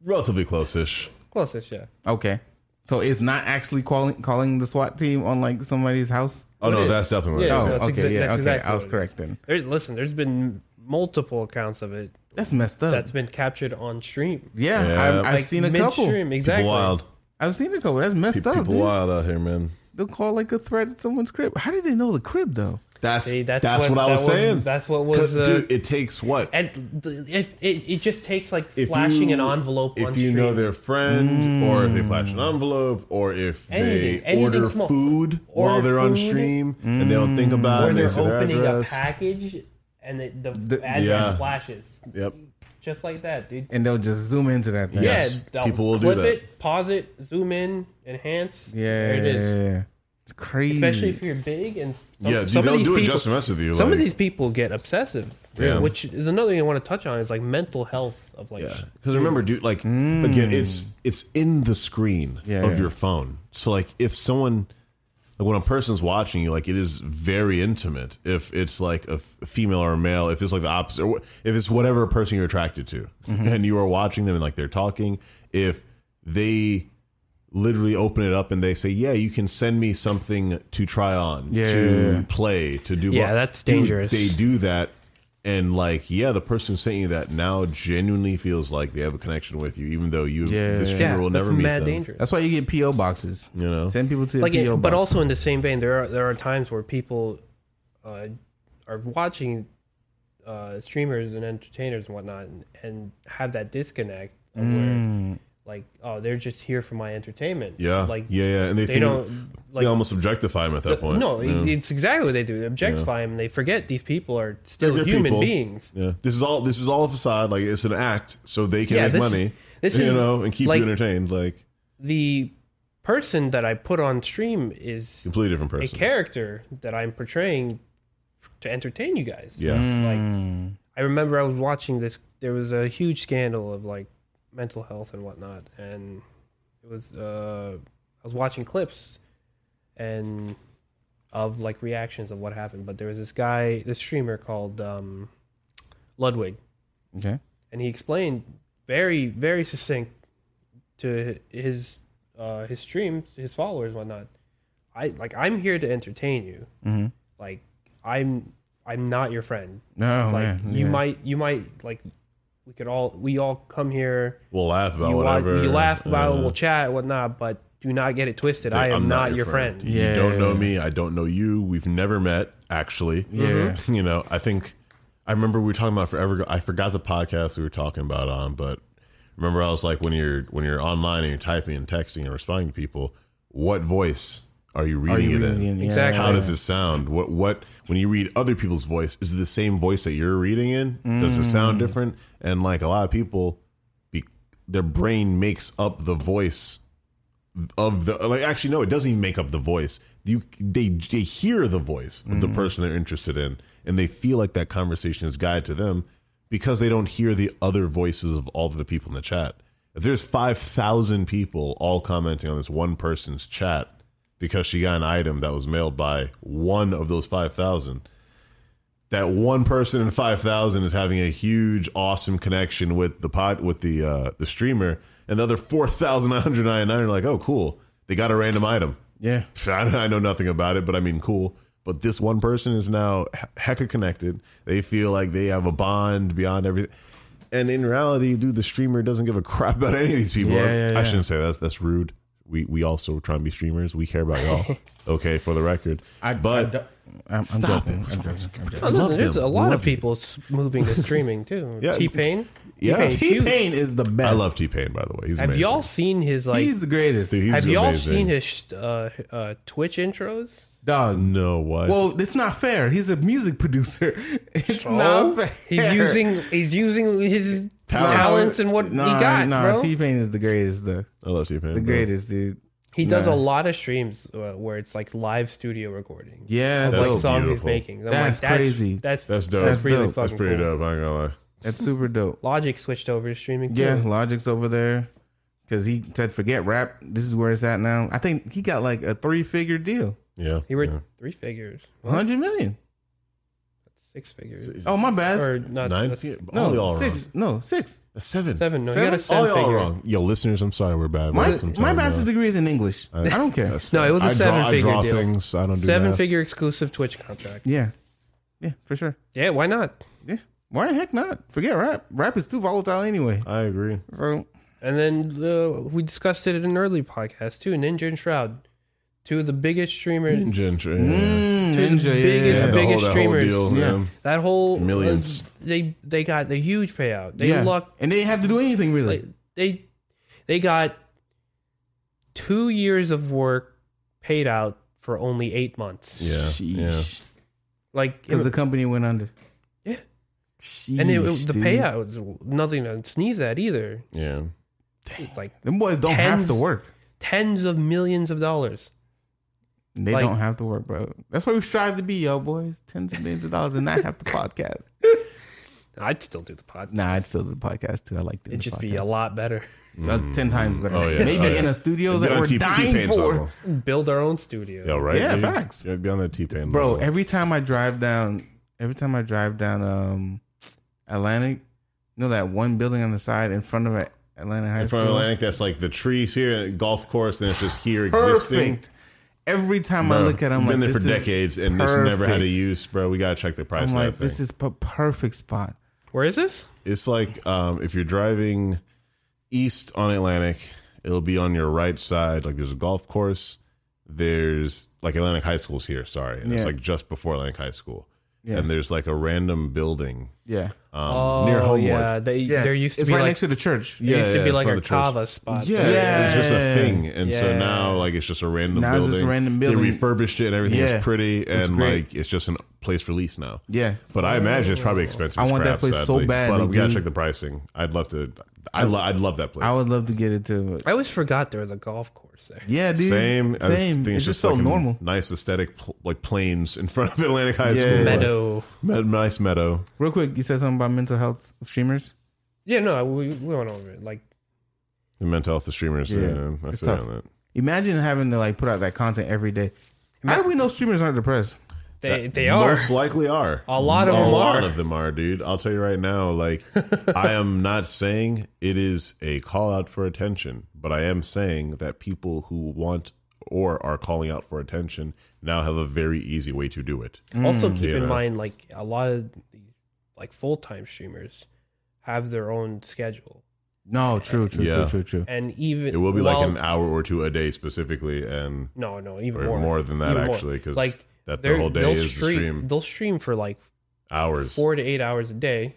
Speaker 1: relatively close-ish.
Speaker 2: Closest, yeah.
Speaker 3: Okay. So it's not actually calling calling the SWAT team on like somebody's house.
Speaker 1: Oh no,
Speaker 2: is-
Speaker 1: that's definitely
Speaker 2: yeah,
Speaker 1: yeah,
Speaker 3: Oh,
Speaker 2: that's
Speaker 3: okay,
Speaker 2: exa-
Speaker 3: yeah,
Speaker 2: that's
Speaker 3: okay.
Speaker 2: exactly
Speaker 3: I was
Speaker 2: what it
Speaker 3: correct then.
Speaker 2: There, listen, there's been multiple accounts of it
Speaker 3: That's messed up.
Speaker 2: that's been captured on stream.
Speaker 3: yeah,
Speaker 1: Yeah.
Speaker 3: I've, I've
Speaker 2: Like
Speaker 3: seen a couple.
Speaker 2: midstream, exactly.
Speaker 1: wild.
Speaker 3: I've seen a couple. That's messed
Speaker 1: People
Speaker 3: up. dude.
Speaker 1: wild out here, man.
Speaker 3: They'll call like a threat at someone's crib. How did they know the crib though?
Speaker 1: That's
Speaker 2: See,
Speaker 1: that's,
Speaker 2: that's
Speaker 1: what,
Speaker 2: what-
Speaker 1: I was
Speaker 2: that was-
Speaker 1: saying.
Speaker 2: that's what was,
Speaker 1: 'Cause,
Speaker 2: uh,
Speaker 1: dude, it takes what
Speaker 2: And th- if it, it just takes like
Speaker 1: If
Speaker 2: flashing
Speaker 1: you-
Speaker 2: an envelope
Speaker 1: If
Speaker 2: on
Speaker 1: you
Speaker 2: stream. Mm.
Speaker 1: know their friend, or if they flash an envelope, or if
Speaker 2: Anything,
Speaker 1: they
Speaker 2: anything
Speaker 1: order
Speaker 2: small.
Speaker 1: food
Speaker 2: Order
Speaker 1: while they're on
Speaker 2: food. Mm.
Speaker 1: stream and they don't think about
Speaker 2: or
Speaker 1: it, and they
Speaker 2: they're
Speaker 1: say their
Speaker 2: opening a
Speaker 1: address.
Speaker 2: package and it, the, address
Speaker 1: yeah.
Speaker 2: flashes.
Speaker 1: Yep.
Speaker 2: Just like that, dude.
Speaker 3: And they'll just zoom into that thing.
Speaker 1: Yeah.
Speaker 3: Yeah,
Speaker 1: Yes,
Speaker 2: Yeah,
Speaker 1: people will do
Speaker 2: clip
Speaker 1: that.
Speaker 2: it, pause it, zoom in, enhance.
Speaker 3: yeah,
Speaker 2: there it is.
Speaker 3: It's crazy.
Speaker 2: Especially if you're big and some,
Speaker 1: Mm. Yeah, dude,
Speaker 2: some of
Speaker 1: they'll
Speaker 2: these
Speaker 1: do it
Speaker 2: people,
Speaker 1: just to mess with you.
Speaker 2: some of
Speaker 1: like-
Speaker 2: these people get obsessive,
Speaker 1: Yeah.
Speaker 2: which is another thing I want to touch on is like mental health of like
Speaker 1: Yeah, because remember, dude, like again, it's it's in the screen
Speaker 3: Hmm. Yeah,
Speaker 1: of
Speaker 3: yeah.
Speaker 1: your phone. So like, if someone, like when a person's watching you, like it is very intimate. If it's like a f- female or a male, if it's like the opposite, or wh- if it's whatever person you're attracted to,
Speaker 3: Mm-hmm.
Speaker 1: and you are watching them and like they're talking, if they literally open it up and they say, "Yeah, you can send me something to try on,
Speaker 3: Yeah,
Speaker 1: to
Speaker 3: yeah, yeah.
Speaker 1: play, to do."
Speaker 2: Yeah,
Speaker 1: blah."
Speaker 2: that's
Speaker 1: Dude,
Speaker 2: dangerous.
Speaker 1: they do that and like yeah the person sent you that now genuinely feels like they have a connection with you even though you
Speaker 3: Yeah.
Speaker 1: this
Speaker 2: Yeah,
Speaker 1: streamer will
Speaker 2: that's
Speaker 1: never meet
Speaker 2: mad
Speaker 1: them
Speaker 2: dangerous.
Speaker 3: That's why you get PO boxes.
Speaker 1: you know
Speaker 3: Send people to the
Speaker 2: like,
Speaker 3: PO
Speaker 2: it-
Speaker 3: box.
Speaker 2: but also in the same vein, there are there are times where people uh, are watching uh, streamers and entertainers and whatnot, and, and have that disconnect of
Speaker 1: Mm.
Speaker 2: where, like, oh, they're just here for my entertainment.
Speaker 1: yeah
Speaker 2: like
Speaker 1: yeah yeah and they,
Speaker 2: they
Speaker 1: think-
Speaker 2: don't
Speaker 1: they
Speaker 2: like.
Speaker 1: almost objectify him at that point
Speaker 2: no,
Speaker 1: yeah.
Speaker 2: it's exactly what they do. They objectify them. They forget these people are still
Speaker 1: good
Speaker 2: human
Speaker 1: people.
Speaker 2: beings.
Speaker 1: Yeah. This is all this is all a facade. Like it's an act, so they can
Speaker 2: Yeah,
Speaker 1: make
Speaker 2: this-
Speaker 1: money.
Speaker 2: this
Speaker 1: you
Speaker 2: is-
Speaker 1: know and keep
Speaker 2: like-
Speaker 1: you entertained. Like
Speaker 2: The person that I put on stream is
Speaker 1: completely different
Speaker 2: a
Speaker 1: person.
Speaker 2: character that I'm portraying to entertain you guys.
Speaker 1: Yeah,
Speaker 2: I remember I was watching this. There was a huge scandal of like mental health and whatnot, and it was uh, I was watching clips and of like reactions of what happened. But there was this guy, this streamer called um, Ludwig,
Speaker 3: Okay.
Speaker 2: and he explained very very succinct to his uh, his streams, his followers, and whatnot. I like I'm here to entertain you. Like I'm I'm not your friend like
Speaker 3: No, Oh, man.
Speaker 2: you
Speaker 3: Yeah.
Speaker 2: might you might like we could all we all come here
Speaker 1: we'll laugh about
Speaker 2: you, wa-
Speaker 1: whatever.
Speaker 2: you laugh about
Speaker 1: uh,
Speaker 2: it, we'll chat whatnot but do not get it twisted
Speaker 1: like,
Speaker 2: i am not, your friend,
Speaker 1: You
Speaker 3: Yeah.
Speaker 1: don't know me. I don't know you. We've never met. Actually,
Speaker 3: Yeah.
Speaker 1: You know, I think I remember we were talking about forever. ago. I forgot the podcast we were talking about on, but remember I was like, when you're when you're online and you're typing and texting and responding to people, what voice are you reading it in?
Speaker 2: Exactly.
Speaker 1: how does this sound? What what when you read other people's voice, is it the same voice that you're reading in? Does it sound different? And like a lot of people, be, their brain makes up the voice of the like. Actually, no, it doesn't even make up the voice. You they they hear the voice of the person they're interested in, and they feel like that conversation is guided to them because they don't hear the other voices of all of the people in the chat. If there's five thousand people all commenting on this one person's chat, because she got an item that was mailed by one of those 5,000. That one person in 5,000 is having a huge, awesome connection with the pod, with the uh, the streamer, and the other 4,999 are like, oh, cool. They got a random item.
Speaker 3: Yeah.
Speaker 1: I know nothing about it, but I mean, cool. But this one person is now he- hecka connected. They feel like they have a bond beyond everything. And in reality, dude, the streamer doesn't give a crap about any of these people.
Speaker 3: Yeah, yeah,
Speaker 1: I
Speaker 3: yeah.
Speaker 1: shouldn't say that's that's rude. We we also try and be streamers. We care about y'all. okay, for the record.
Speaker 3: I,
Speaker 1: but
Speaker 3: I, am I'm
Speaker 1: Stop
Speaker 3: joking.
Speaker 1: it.
Speaker 3: I'm joking. I'm joking.
Speaker 2: Oh, listen,
Speaker 1: Love
Speaker 2: there's
Speaker 1: them.
Speaker 2: a lot
Speaker 1: Love
Speaker 2: of people s- moving to streaming too
Speaker 1: Yeah.
Speaker 2: t-pain
Speaker 1: Yeah.
Speaker 2: T-Pain's huge.
Speaker 3: T-Pain is the best.
Speaker 1: I love T Pain, by the way. He's
Speaker 2: have
Speaker 1: amazing.
Speaker 2: y'all seen his like
Speaker 3: He's the greatest.
Speaker 1: Dude, he's
Speaker 2: have y'all
Speaker 1: amazing.
Speaker 2: seen his uh, uh, twitch intros
Speaker 3: Dog.
Speaker 1: No, what?
Speaker 3: Well, it's not fair. He's a music producer. It's
Speaker 2: Oh,
Speaker 3: not fair.
Speaker 2: he's using he's using his talents, and what he got
Speaker 3: Nah,
Speaker 2: bro.
Speaker 3: T Pain is the greatest, though.
Speaker 1: I love T Pain.
Speaker 3: The greatest, dude.
Speaker 2: He does a lot of streams uh, where it's like live studio recording.
Speaker 3: Yeah,
Speaker 2: like
Speaker 3: that's,
Speaker 1: dope.
Speaker 2: songs
Speaker 1: beautiful.
Speaker 2: he's making. I'm
Speaker 3: That's
Speaker 2: like,
Speaker 3: crazy.
Speaker 2: That's
Speaker 1: That's dope.
Speaker 2: That's,
Speaker 1: That's
Speaker 2: really
Speaker 3: dope.
Speaker 2: fucking
Speaker 1: That's pretty
Speaker 2: cool.
Speaker 1: dope. I ain't gonna lie.
Speaker 3: that's super dope.
Speaker 2: Logic switched over to streaming. Too.
Speaker 3: Yeah, Logic's over there because he said, "Forget rap. This is where it's at now." I think he got like a three-figure deal,
Speaker 1: Yeah.
Speaker 2: he were
Speaker 1: yeah.
Speaker 2: three figures,
Speaker 3: hundred million.
Speaker 2: six figures,
Speaker 3: Oh my bad.
Speaker 2: or not uh,
Speaker 1: Nine.
Speaker 2: that's
Speaker 1: all
Speaker 3: no,
Speaker 1: y'all
Speaker 3: six. No, six.
Speaker 1: Wrong. Seven.
Speaker 2: seven. No, you
Speaker 3: Seven?
Speaker 2: got a seven
Speaker 1: All y'all
Speaker 2: figure.
Speaker 1: wrong. Yo, listeners, I'm sorry. We're bad.
Speaker 3: My
Speaker 1: about it sometimes,
Speaker 3: my
Speaker 1: uh,
Speaker 3: master's degree is in English. I, don't care.
Speaker 1: That's
Speaker 2: No,
Speaker 1: fine.
Speaker 2: it was a
Speaker 1: I draw-
Speaker 2: seven-figure
Speaker 1: I draw
Speaker 2: deal.
Speaker 1: things. I don't do
Speaker 2: Seven
Speaker 1: math.
Speaker 2: figure exclusive Twitch contract.
Speaker 3: Yeah, yeah, for sure.
Speaker 2: Yeah, why not?
Speaker 3: Yeah, why the heck not? Forget rap. Rap is too volatile anyway.
Speaker 1: I agree.
Speaker 3: So
Speaker 2: And then uh, we discussed it in an early podcast too. Ninja and Shroud, two of the biggest streamers.
Speaker 1: Ginger.
Speaker 3: mm,
Speaker 2: Dude,
Speaker 3: ninja,
Speaker 2: biggest-
Speaker 1: the
Speaker 3: yeah, yeah.
Speaker 2: biggest
Speaker 1: that
Speaker 2: streamers.
Speaker 1: deal,
Speaker 3: Yeah.
Speaker 1: man.
Speaker 2: That whole uh,
Speaker 1: Millions.
Speaker 2: They they got the huge payout. They
Speaker 3: yeah.
Speaker 2: lucked
Speaker 3: and they didn't have to do anything really.
Speaker 2: like they they got two years of work paid out for only eight months.
Speaker 1: Yeah. Yeah.
Speaker 3: Sheesh.
Speaker 2: Like
Speaker 3: Because the company went under.
Speaker 2: Yeah.
Speaker 3: Sheesh,
Speaker 2: and it, the
Speaker 3: dude.
Speaker 2: payout was nothing to sneeze at either.
Speaker 1: Yeah.
Speaker 2: It's like
Speaker 3: Them boys don't have
Speaker 2: Tens-
Speaker 3: to work.
Speaker 2: tens of millions of dollars.
Speaker 3: They
Speaker 2: like-
Speaker 3: don't have to work, bro. That's why we strive to be, yo, boys. Tens of millions of dollars and not have the podcast.
Speaker 2: I'd still do the pod.
Speaker 3: Nah, I'd still do the podcast too. I like doing
Speaker 2: It'd
Speaker 3: the
Speaker 2: just
Speaker 3: podcast.
Speaker 2: be a lot better.
Speaker 3: Uh, ten times better.
Speaker 1: Oh, yeah.
Speaker 3: Maybe
Speaker 1: Oh, yeah.
Speaker 3: in a studio that
Speaker 1: Beyond
Speaker 3: we're
Speaker 1: T-
Speaker 3: dying
Speaker 1: T-Pain's
Speaker 3: for.
Speaker 1: level.
Speaker 2: Build our own studio.
Speaker 1: Yeah, right.
Speaker 3: Yeah,
Speaker 1: dude?
Speaker 3: facts.
Speaker 1: Yeah, beyond that T Pain,
Speaker 3: Bro, every time I drive down, every time I drive down um Atlantic, you know that one building on the side in front of Atlanta High
Speaker 1: in
Speaker 3: School.
Speaker 1: front of Atlantic, that's like the trees here, golf course, and it's just here
Speaker 3: Perfect.
Speaker 1: existing.
Speaker 3: every time I
Speaker 1: Bro,
Speaker 3: look at it, I'm
Speaker 1: been
Speaker 3: like,
Speaker 1: there
Speaker 3: this
Speaker 1: for
Speaker 3: is
Speaker 1: decades, and this never had a
Speaker 3: perfect.
Speaker 1: use, bro. We gotta check the price.
Speaker 3: I'm
Speaker 1: of
Speaker 3: like,
Speaker 1: that thing.
Speaker 3: this is a perfect spot.
Speaker 2: Where is this?
Speaker 1: It's like um, if you're driving east on Atlantic, it'll be on your right side. Like there's a golf course. There's like Atlantic High School's here. Sorry, and it's
Speaker 3: Yeah.
Speaker 1: like just before Atlantic High School.
Speaker 3: Yeah.
Speaker 1: And there's like a random building
Speaker 3: Yeah,
Speaker 1: um,
Speaker 2: oh,
Speaker 1: near Homewood.
Speaker 2: yeah. They, There used to
Speaker 3: it's
Speaker 2: be
Speaker 3: right
Speaker 2: like
Speaker 3: next to the church.
Speaker 2: It used to be
Speaker 1: in front
Speaker 2: like a
Speaker 1: of the church.
Speaker 2: cava spot.
Speaker 1: Yeah,
Speaker 3: Yeah.
Speaker 1: it's just a thing, and so
Speaker 2: Yeah.
Speaker 1: now like it's just a random
Speaker 3: Now it's
Speaker 1: building.
Speaker 3: just a random
Speaker 1: They
Speaker 3: building.
Speaker 1: refurbished it, and everything
Speaker 3: Yeah.
Speaker 1: is pretty, and
Speaker 3: great.
Speaker 1: like it's just a place for lease now.
Speaker 3: Yeah,
Speaker 1: But I imagine it's probably expensive.
Speaker 3: I
Speaker 1: as
Speaker 3: want that
Speaker 1: crap,
Speaker 3: place so
Speaker 1: sadly.
Speaker 3: bad,
Speaker 1: But we gotta
Speaker 3: dude.
Speaker 1: check the pricing. I'd love to. I lo- I'd love that place.
Speaker 3: I would love to get it too. but-
Speaker 2: I always forgot there was a golf course there.
Speaker 3: Yeah, dude.
Speaker 1: same, I
Speaker 3: same.
Speaker 1: think
Speaker 3: It's, just, so
Speaker 1: like a
Speaker 3: normal.
Speaker 1: Nice aesthetic, pl- like plains in front of Atlantic High
Speaker 3: Yeah.
Speaker 1: School.
Speaker 2: Meadow.
Speaker 1: Med- nice meadow.
Speaker 3: Real quick, you said something about mental health of streamers.
Speaker 2: Yeah, no, we, we went over it. Like,
Speaker 1: The mental health, the streamers.
Speaker 3: Yeah.
Speaker 1: Yeah, I
Speaker 3: It's
Speaker 1: feel you
Speaker 3: tough.
Speaker 1: on that.
Speaker 3: Imagine having to like put out that content every day. How do we know streamers aren't depressed?
Speaker 2: they, they are.
Speaker 1: Most likely are.
Speaker 2: A lot of
Speaker 1: a
Speaker 2: them
Speaker 1: lot
Speaker 2: are.
Speaker 1: of them are, dude. I'll tell you right now. Like, I am not saying it is a call out for attention, but I am saying that people who want or are calling out for attention now have a very easy way to do it.
Speaker 2: also, keep
Speaker 1: you
Speaker 2: in
Speaker 1: know.
Speaker 2: mind, like, a lot of the, like full time streamers have their own schedule.
Speaker 3: No, true, true,
Speaker 1: Yeah.
Speaker 3: true, true, true.
Speaker 2: And even.
Speaker 1: It will be like
Speaker 2: while-
Speaker 1: an hour or two a day specifically, and
Speaker 2: No, no, even
Speaker 1: or
Speaker 2: more.
Speaker 1: more, than that
Speaker 2: Even more.
Speaker 1: actually, because
Speaker 2: Like,
Speaker 1: that the
Speaker 2: they're-
Speaker 1: whole day
Speaker 2: they'll
Speaker 1: is the
Speaker 2: stream,
Speaker 1: stream
Speaker 2: They'll stream for like
Speaker 1: hours.
Speaker 2: four to eight hours a day.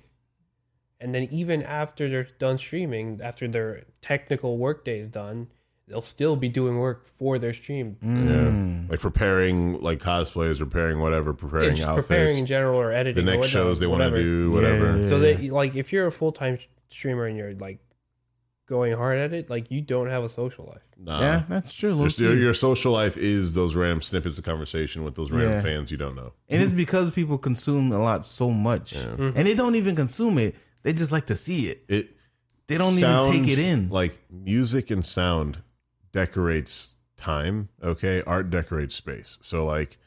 Speaker 2: And then even after they're done streaming, after their technical work day is done, they'll still be doing work for their
Speaker 1: Mm.
Speaker 2: stream.
Speaker 1: yeah,
Speaker 3: Hmm.
Speaker 1: like preparing like cosplays, preparing whatever,
Speaker 2: Yeah,
Speaker 1: preparing
Speaker 2: just
Speaker 1: outfits,
Speaker 2: preparing in general or
Speaker 1: the
Speaker 2: editing. or
Speaker 1: next
Speaker 2: whatnot,
Speaker 1: shows they want to
Speaker 2: whatever.
Speaker 1: do,
Speaker 3: Yeah,
Speaker 1: whatever.
Speaker 3: yeah,
Speaker 2: So that like if you're a full time streamer and you're like going hard at it, like you don't have a social life.
Speaker 1: Nah.
Speaker 3: yeah, that's true. low
Speaker 1: Your,
Speaker 3: key.
Speaker 1: your social life is those random snippets of conversation with those random
Speaker 3: Yeah.
Speaker 1: fans you don't know.
Speaker 3: And it's because people consume a lot so much, and they don't even consume it. They just like to see it.
Speaker 1: It
Speaker 3: They don't
Speaker 1: sound-
Speaker 3: even take it in.
Speaker 1: Like music and sound decorates time. Okay, art decorates space. So like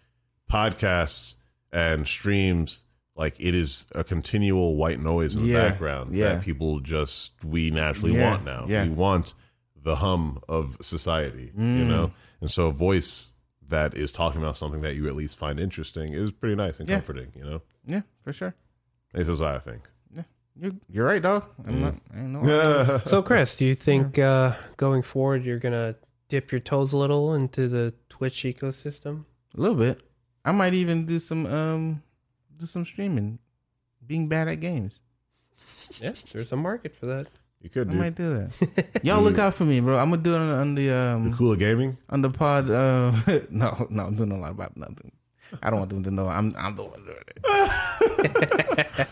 Speaker 1: podcasts and streams, like it is a continual white noise in the
Speaker 3: Yeah,
Speaker 1: background
Speaker 3: yeah.
Speaker 1: that people just we naturally
Speaker 3: Yeah,
Speaker 1: want now.
Speaker 3: yeah.
Speaker 1: We want the hum of society,
Speaker 3: Mm.
Speaker 1: you know. And so a voice that is talking about something that you at least find interesting is pretty nice and
Speaker 3: Yeah.
Speaker 1: comforting, you know.
Speaker 3: yeah, for sure.
Speaker 1: This is what I think.
Speaker 3: You're, you're right, dog. I'm
Speaker 1: Mm.
Speaker 3: not. Oh, I ain't know.
Speaker 1: Yeah.
Speaker 2: So Chris, do you think uh, going forward you're gonna dip your toes a little into the Twitch ecosystem?
Speaker 3: A little bit. I might even do some um do some streaming. Being bad at games.
Speaker 2: Yeah, there's a market for that.
Speaker 1: You could
Speaker 3: I
Speaker 1: do
Speaker 3: might do that. Y'all look out for me, bro. I'm gonna do it on, on the
Speaker 1: the
Speaker 3: um
Speaker 1: Cooler Gaming.
Speaker 3: on the pod uh no, no, I'm doing a lot about nothing. I don't want them to know I'm I'm the one doing it.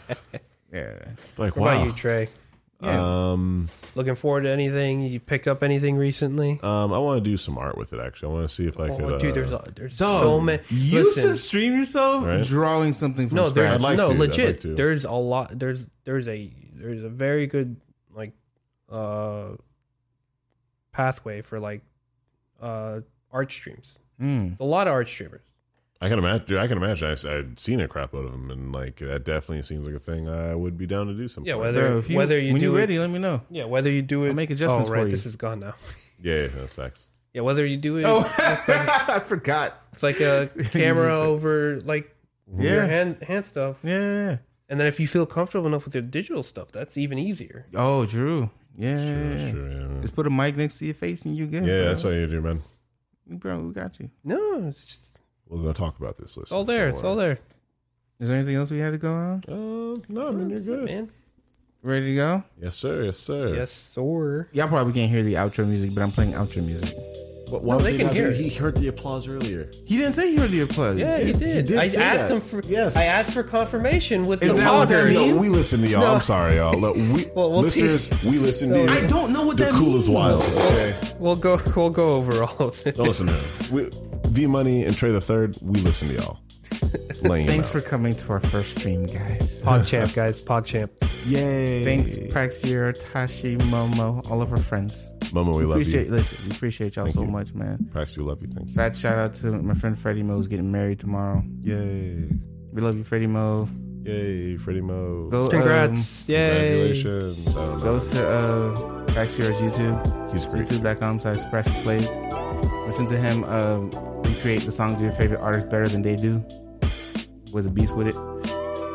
Speaker 3: yeah.
Speaker 1: Like
Speaker 2: What
Speaker 1: wow.
Speaker 2: about you, Trey?
Speaker 3: Yeah.
Speaker 1: Um,
Speaker 2: Looking forward to anything? You pick up anything recently?
Speaker 1: um, I want to do some art with it. Actually, I want to see if I could.
Speaker 2: oh, dude, there's
Speaker 1: uh,
Speaker 2: a, there's
Speaker 3: Dog,
Speaker 2: so many.
Speaker 3: You
Speaker 2: Listen,
Speaker 3: should stream yourself
Speaker 1: Right?
Speaker 3: drawing something from
Speaker 2: no,
Speaker 3: scratch.
Speaker 2: there's
Speaker 1: I'd like
Speaker 2: no
Speaker 1: to, I'd
Speaker 2: legit.
Speaker 1: like to.
Speaker 2: there's a lot. There's there's a there's a very good like uh pathway for like uh art streams.
Speaker 3: Mm.
Speaker 2: A lot of art streamers.
Speaker 1: I can imagine. I can imagine. I've, I've seen a crap out of them, and like that definitely seems like a thing I would be down to do. Some
Speaker 2: Yeah,
Speaker 1: point.
Speaker 2: whether
Speaker 3: Bro, if you,
Speaker 2: whether you
Speaker 3: when
Speaker 2: do
Speaker 3: you're
Speaker 2: it,
Speaker 3: ready, let me know.
Speaker 2: yeah, whether you do it.
Speaker 3: I'll make adjustments
Speaker 2: Oh, right,
Speaker 3: for you.
Speaker 2: this is gone now.
Speaker 1: yeah, yeah, that's facts.
Speaker 2: Yeah, whether you do it,
Speaker 3: Oh, I forgot.
Speaker 2: it's like a camera over like your
Speaker 3: Yeah.
Speaker 2: hand hand stuff.
Speaker 3: Yeah, yeah. yeah.
Speaker 2: And then if you feel comfortable enough with your digital stuff, that's even easier.
Speaker 3: Oh, Drew. Yeah.
Speaker 1: That's true. Yeah,
Speaker 3: Just put a mic next to your face and you good.
Speaker 1: yeah. yeah,
Speaker 3: bro.
Speaker 1: that's what you do, man.
Speaker 3: Bro, we got you.
Speaker 2: No, it's, just,
Speaker 1: We're gonna talk about this.
Speaker 2: it's all there. It's all there.
Speaker 3: Is there anything else we had to go on?
Speaker 1: Um, no, I mean you're good.
Speaker 2: man.
Speaker 3: Ready to go?
Speaker 1: Yes, sir. Yes, sir.
Speaker 2: Yes, sir.
Speaker 3: Y'all probably can't hear the outro music, but I'm playing outro music.
Speaker 1: But why
Speaker 2: No,
Speaker 1: would
Speaker 2: they can
Speaker 1: not
Speaker 2: hear
Speaker 1: do-
Speaker 2: it.
Speaker 1: He heard the applause earlier.
Speaker 3: He didn't say he heard the plug.
Speaker 2: Yeah, he did.
Speaker 1: did
Speaker 2: I
Speaker 1: say
Speaker 2: asked
Speaker 1: that.
Speaker 2: him for.
Speaker 1: Yes.
Speaker 2: I asked for confirmation with
Speaker 3: Is
Speaker 2: the
Speaker 3: that what that
Speaker 2: loggers.
Speaker 3: means?
Speaker 1: No, we listen to y'all.
Speaker 2: No.
Speaker 1: I'm sorry, y'all. Look, we
Speaker 2: Well, we'll see.
Speaker 1: listeners, we listen to. you.
Speaker 3: I don't know what
Speaker 1: The
Speaker 3: that
Speaker 1: cool
Speaker 3: means.
Speaker 1: is wild. Okay.
Speaker 2: We'll go. We'll go over all of it.
Speaker 1: Don't listen to him. We, V Money and Trey the Third. We listen to y'all. Laying
Speaker 3: Thanks for coming to our first stream, guys.
Speaker 2: Pogchamp, guys. Pogchamp.
Speaker 1: yay.
Speaker 3: Thanks, Praxier, Tashi, Momo, all of our friends.
Speaker 1: Mama. We love
Speaker 3: Appreciate
Speaker 1: you.
Speaker 3: listen, we appreciate y'all so
Speaker 1: you.
Speaker 3: much, man.
Speaker 1: Prax, we love you. Thank you.
Speaker 3: Fat shout out to my friend Freddie Mo who's getting married tomorrow.
Speaker 1: Yay.
Speaker 3: We love you, Freddie Mo.
Speaker 1: Yay, Freddie Mo.
Speaker 3: Go um,
Speaker 2: Congrats! Yay!
Speaker 1: Congratulations. I don't know.
Speaker 3: go to uh Praxier's YouTube.
Speaker 1: He's great.
Speaker 3: youtube.com slash Press Plays. Listen to him uh, recreate the songs of your favorite artists better than they do. Was a beast with it.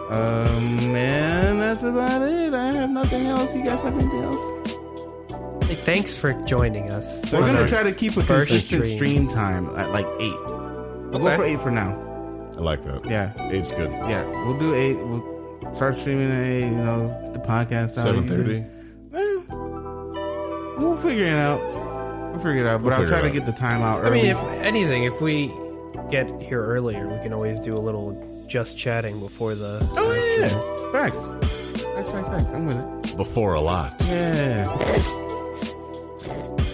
Speaker 3: Um, and that's about it. I have nothing else. You guys have anything else?
Speaker 2: Hey, thanks for joining us.
Speaker 3: We're
Speaker 2: on
Speaker 3: gonna
Speaker 2: our-
Speaker 3: try to keep a
Speaker 2: First
Speaker 3: consistent
Speaker 2: stream.
Speaker 3: stream time at like eight. We'll go
Speaker 2: Okay.
Speaker 3: for eight for now.
Speaker 1: I like that.
Speaker 3: Yeah.
Speaker 1: Eight's good.
Speaker 3: Yeah, we'll do eight. We'll start streaming at eight. You know, get the podcast out.
Speaker 1: Seven thirty.
Speaker 3: Eh, we'll figure it out. We'll figure it out. But
Speaker 1: We'll
Speaker 3: I'll
Speaker 1: figure
Speaker 3: try to
Speaker 1: it out.
Speaker 3: get the time out
Speaker 2: I
Speaker 3: early.
Speaker 2: mean, if anything, if we get here earlier, we can always do a little just chatting before the.
Speaker 3: oh yeah, yeah, facts. Facts, facts, facts. I'm with it.
Speaker 1: Before a lot.
Speaker 3: Yeah,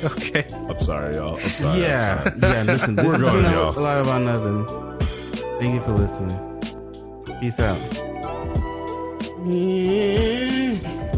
Speaker 2: Okay.
Speaker 1: I'm sorry, y'all. I'm sorry. I'm
Speaker 3: yeah,
Speaker 1: sorry.
Speaker 3: yeah. Listen, this
Speaker 1: We're
Speaker 3: is
Speaker 1: going,
Speaker 3: been a,
Speaker 1: y'all.
Speaker 3: a lot about nothing. Thank you for listening. Peace out. Yeah.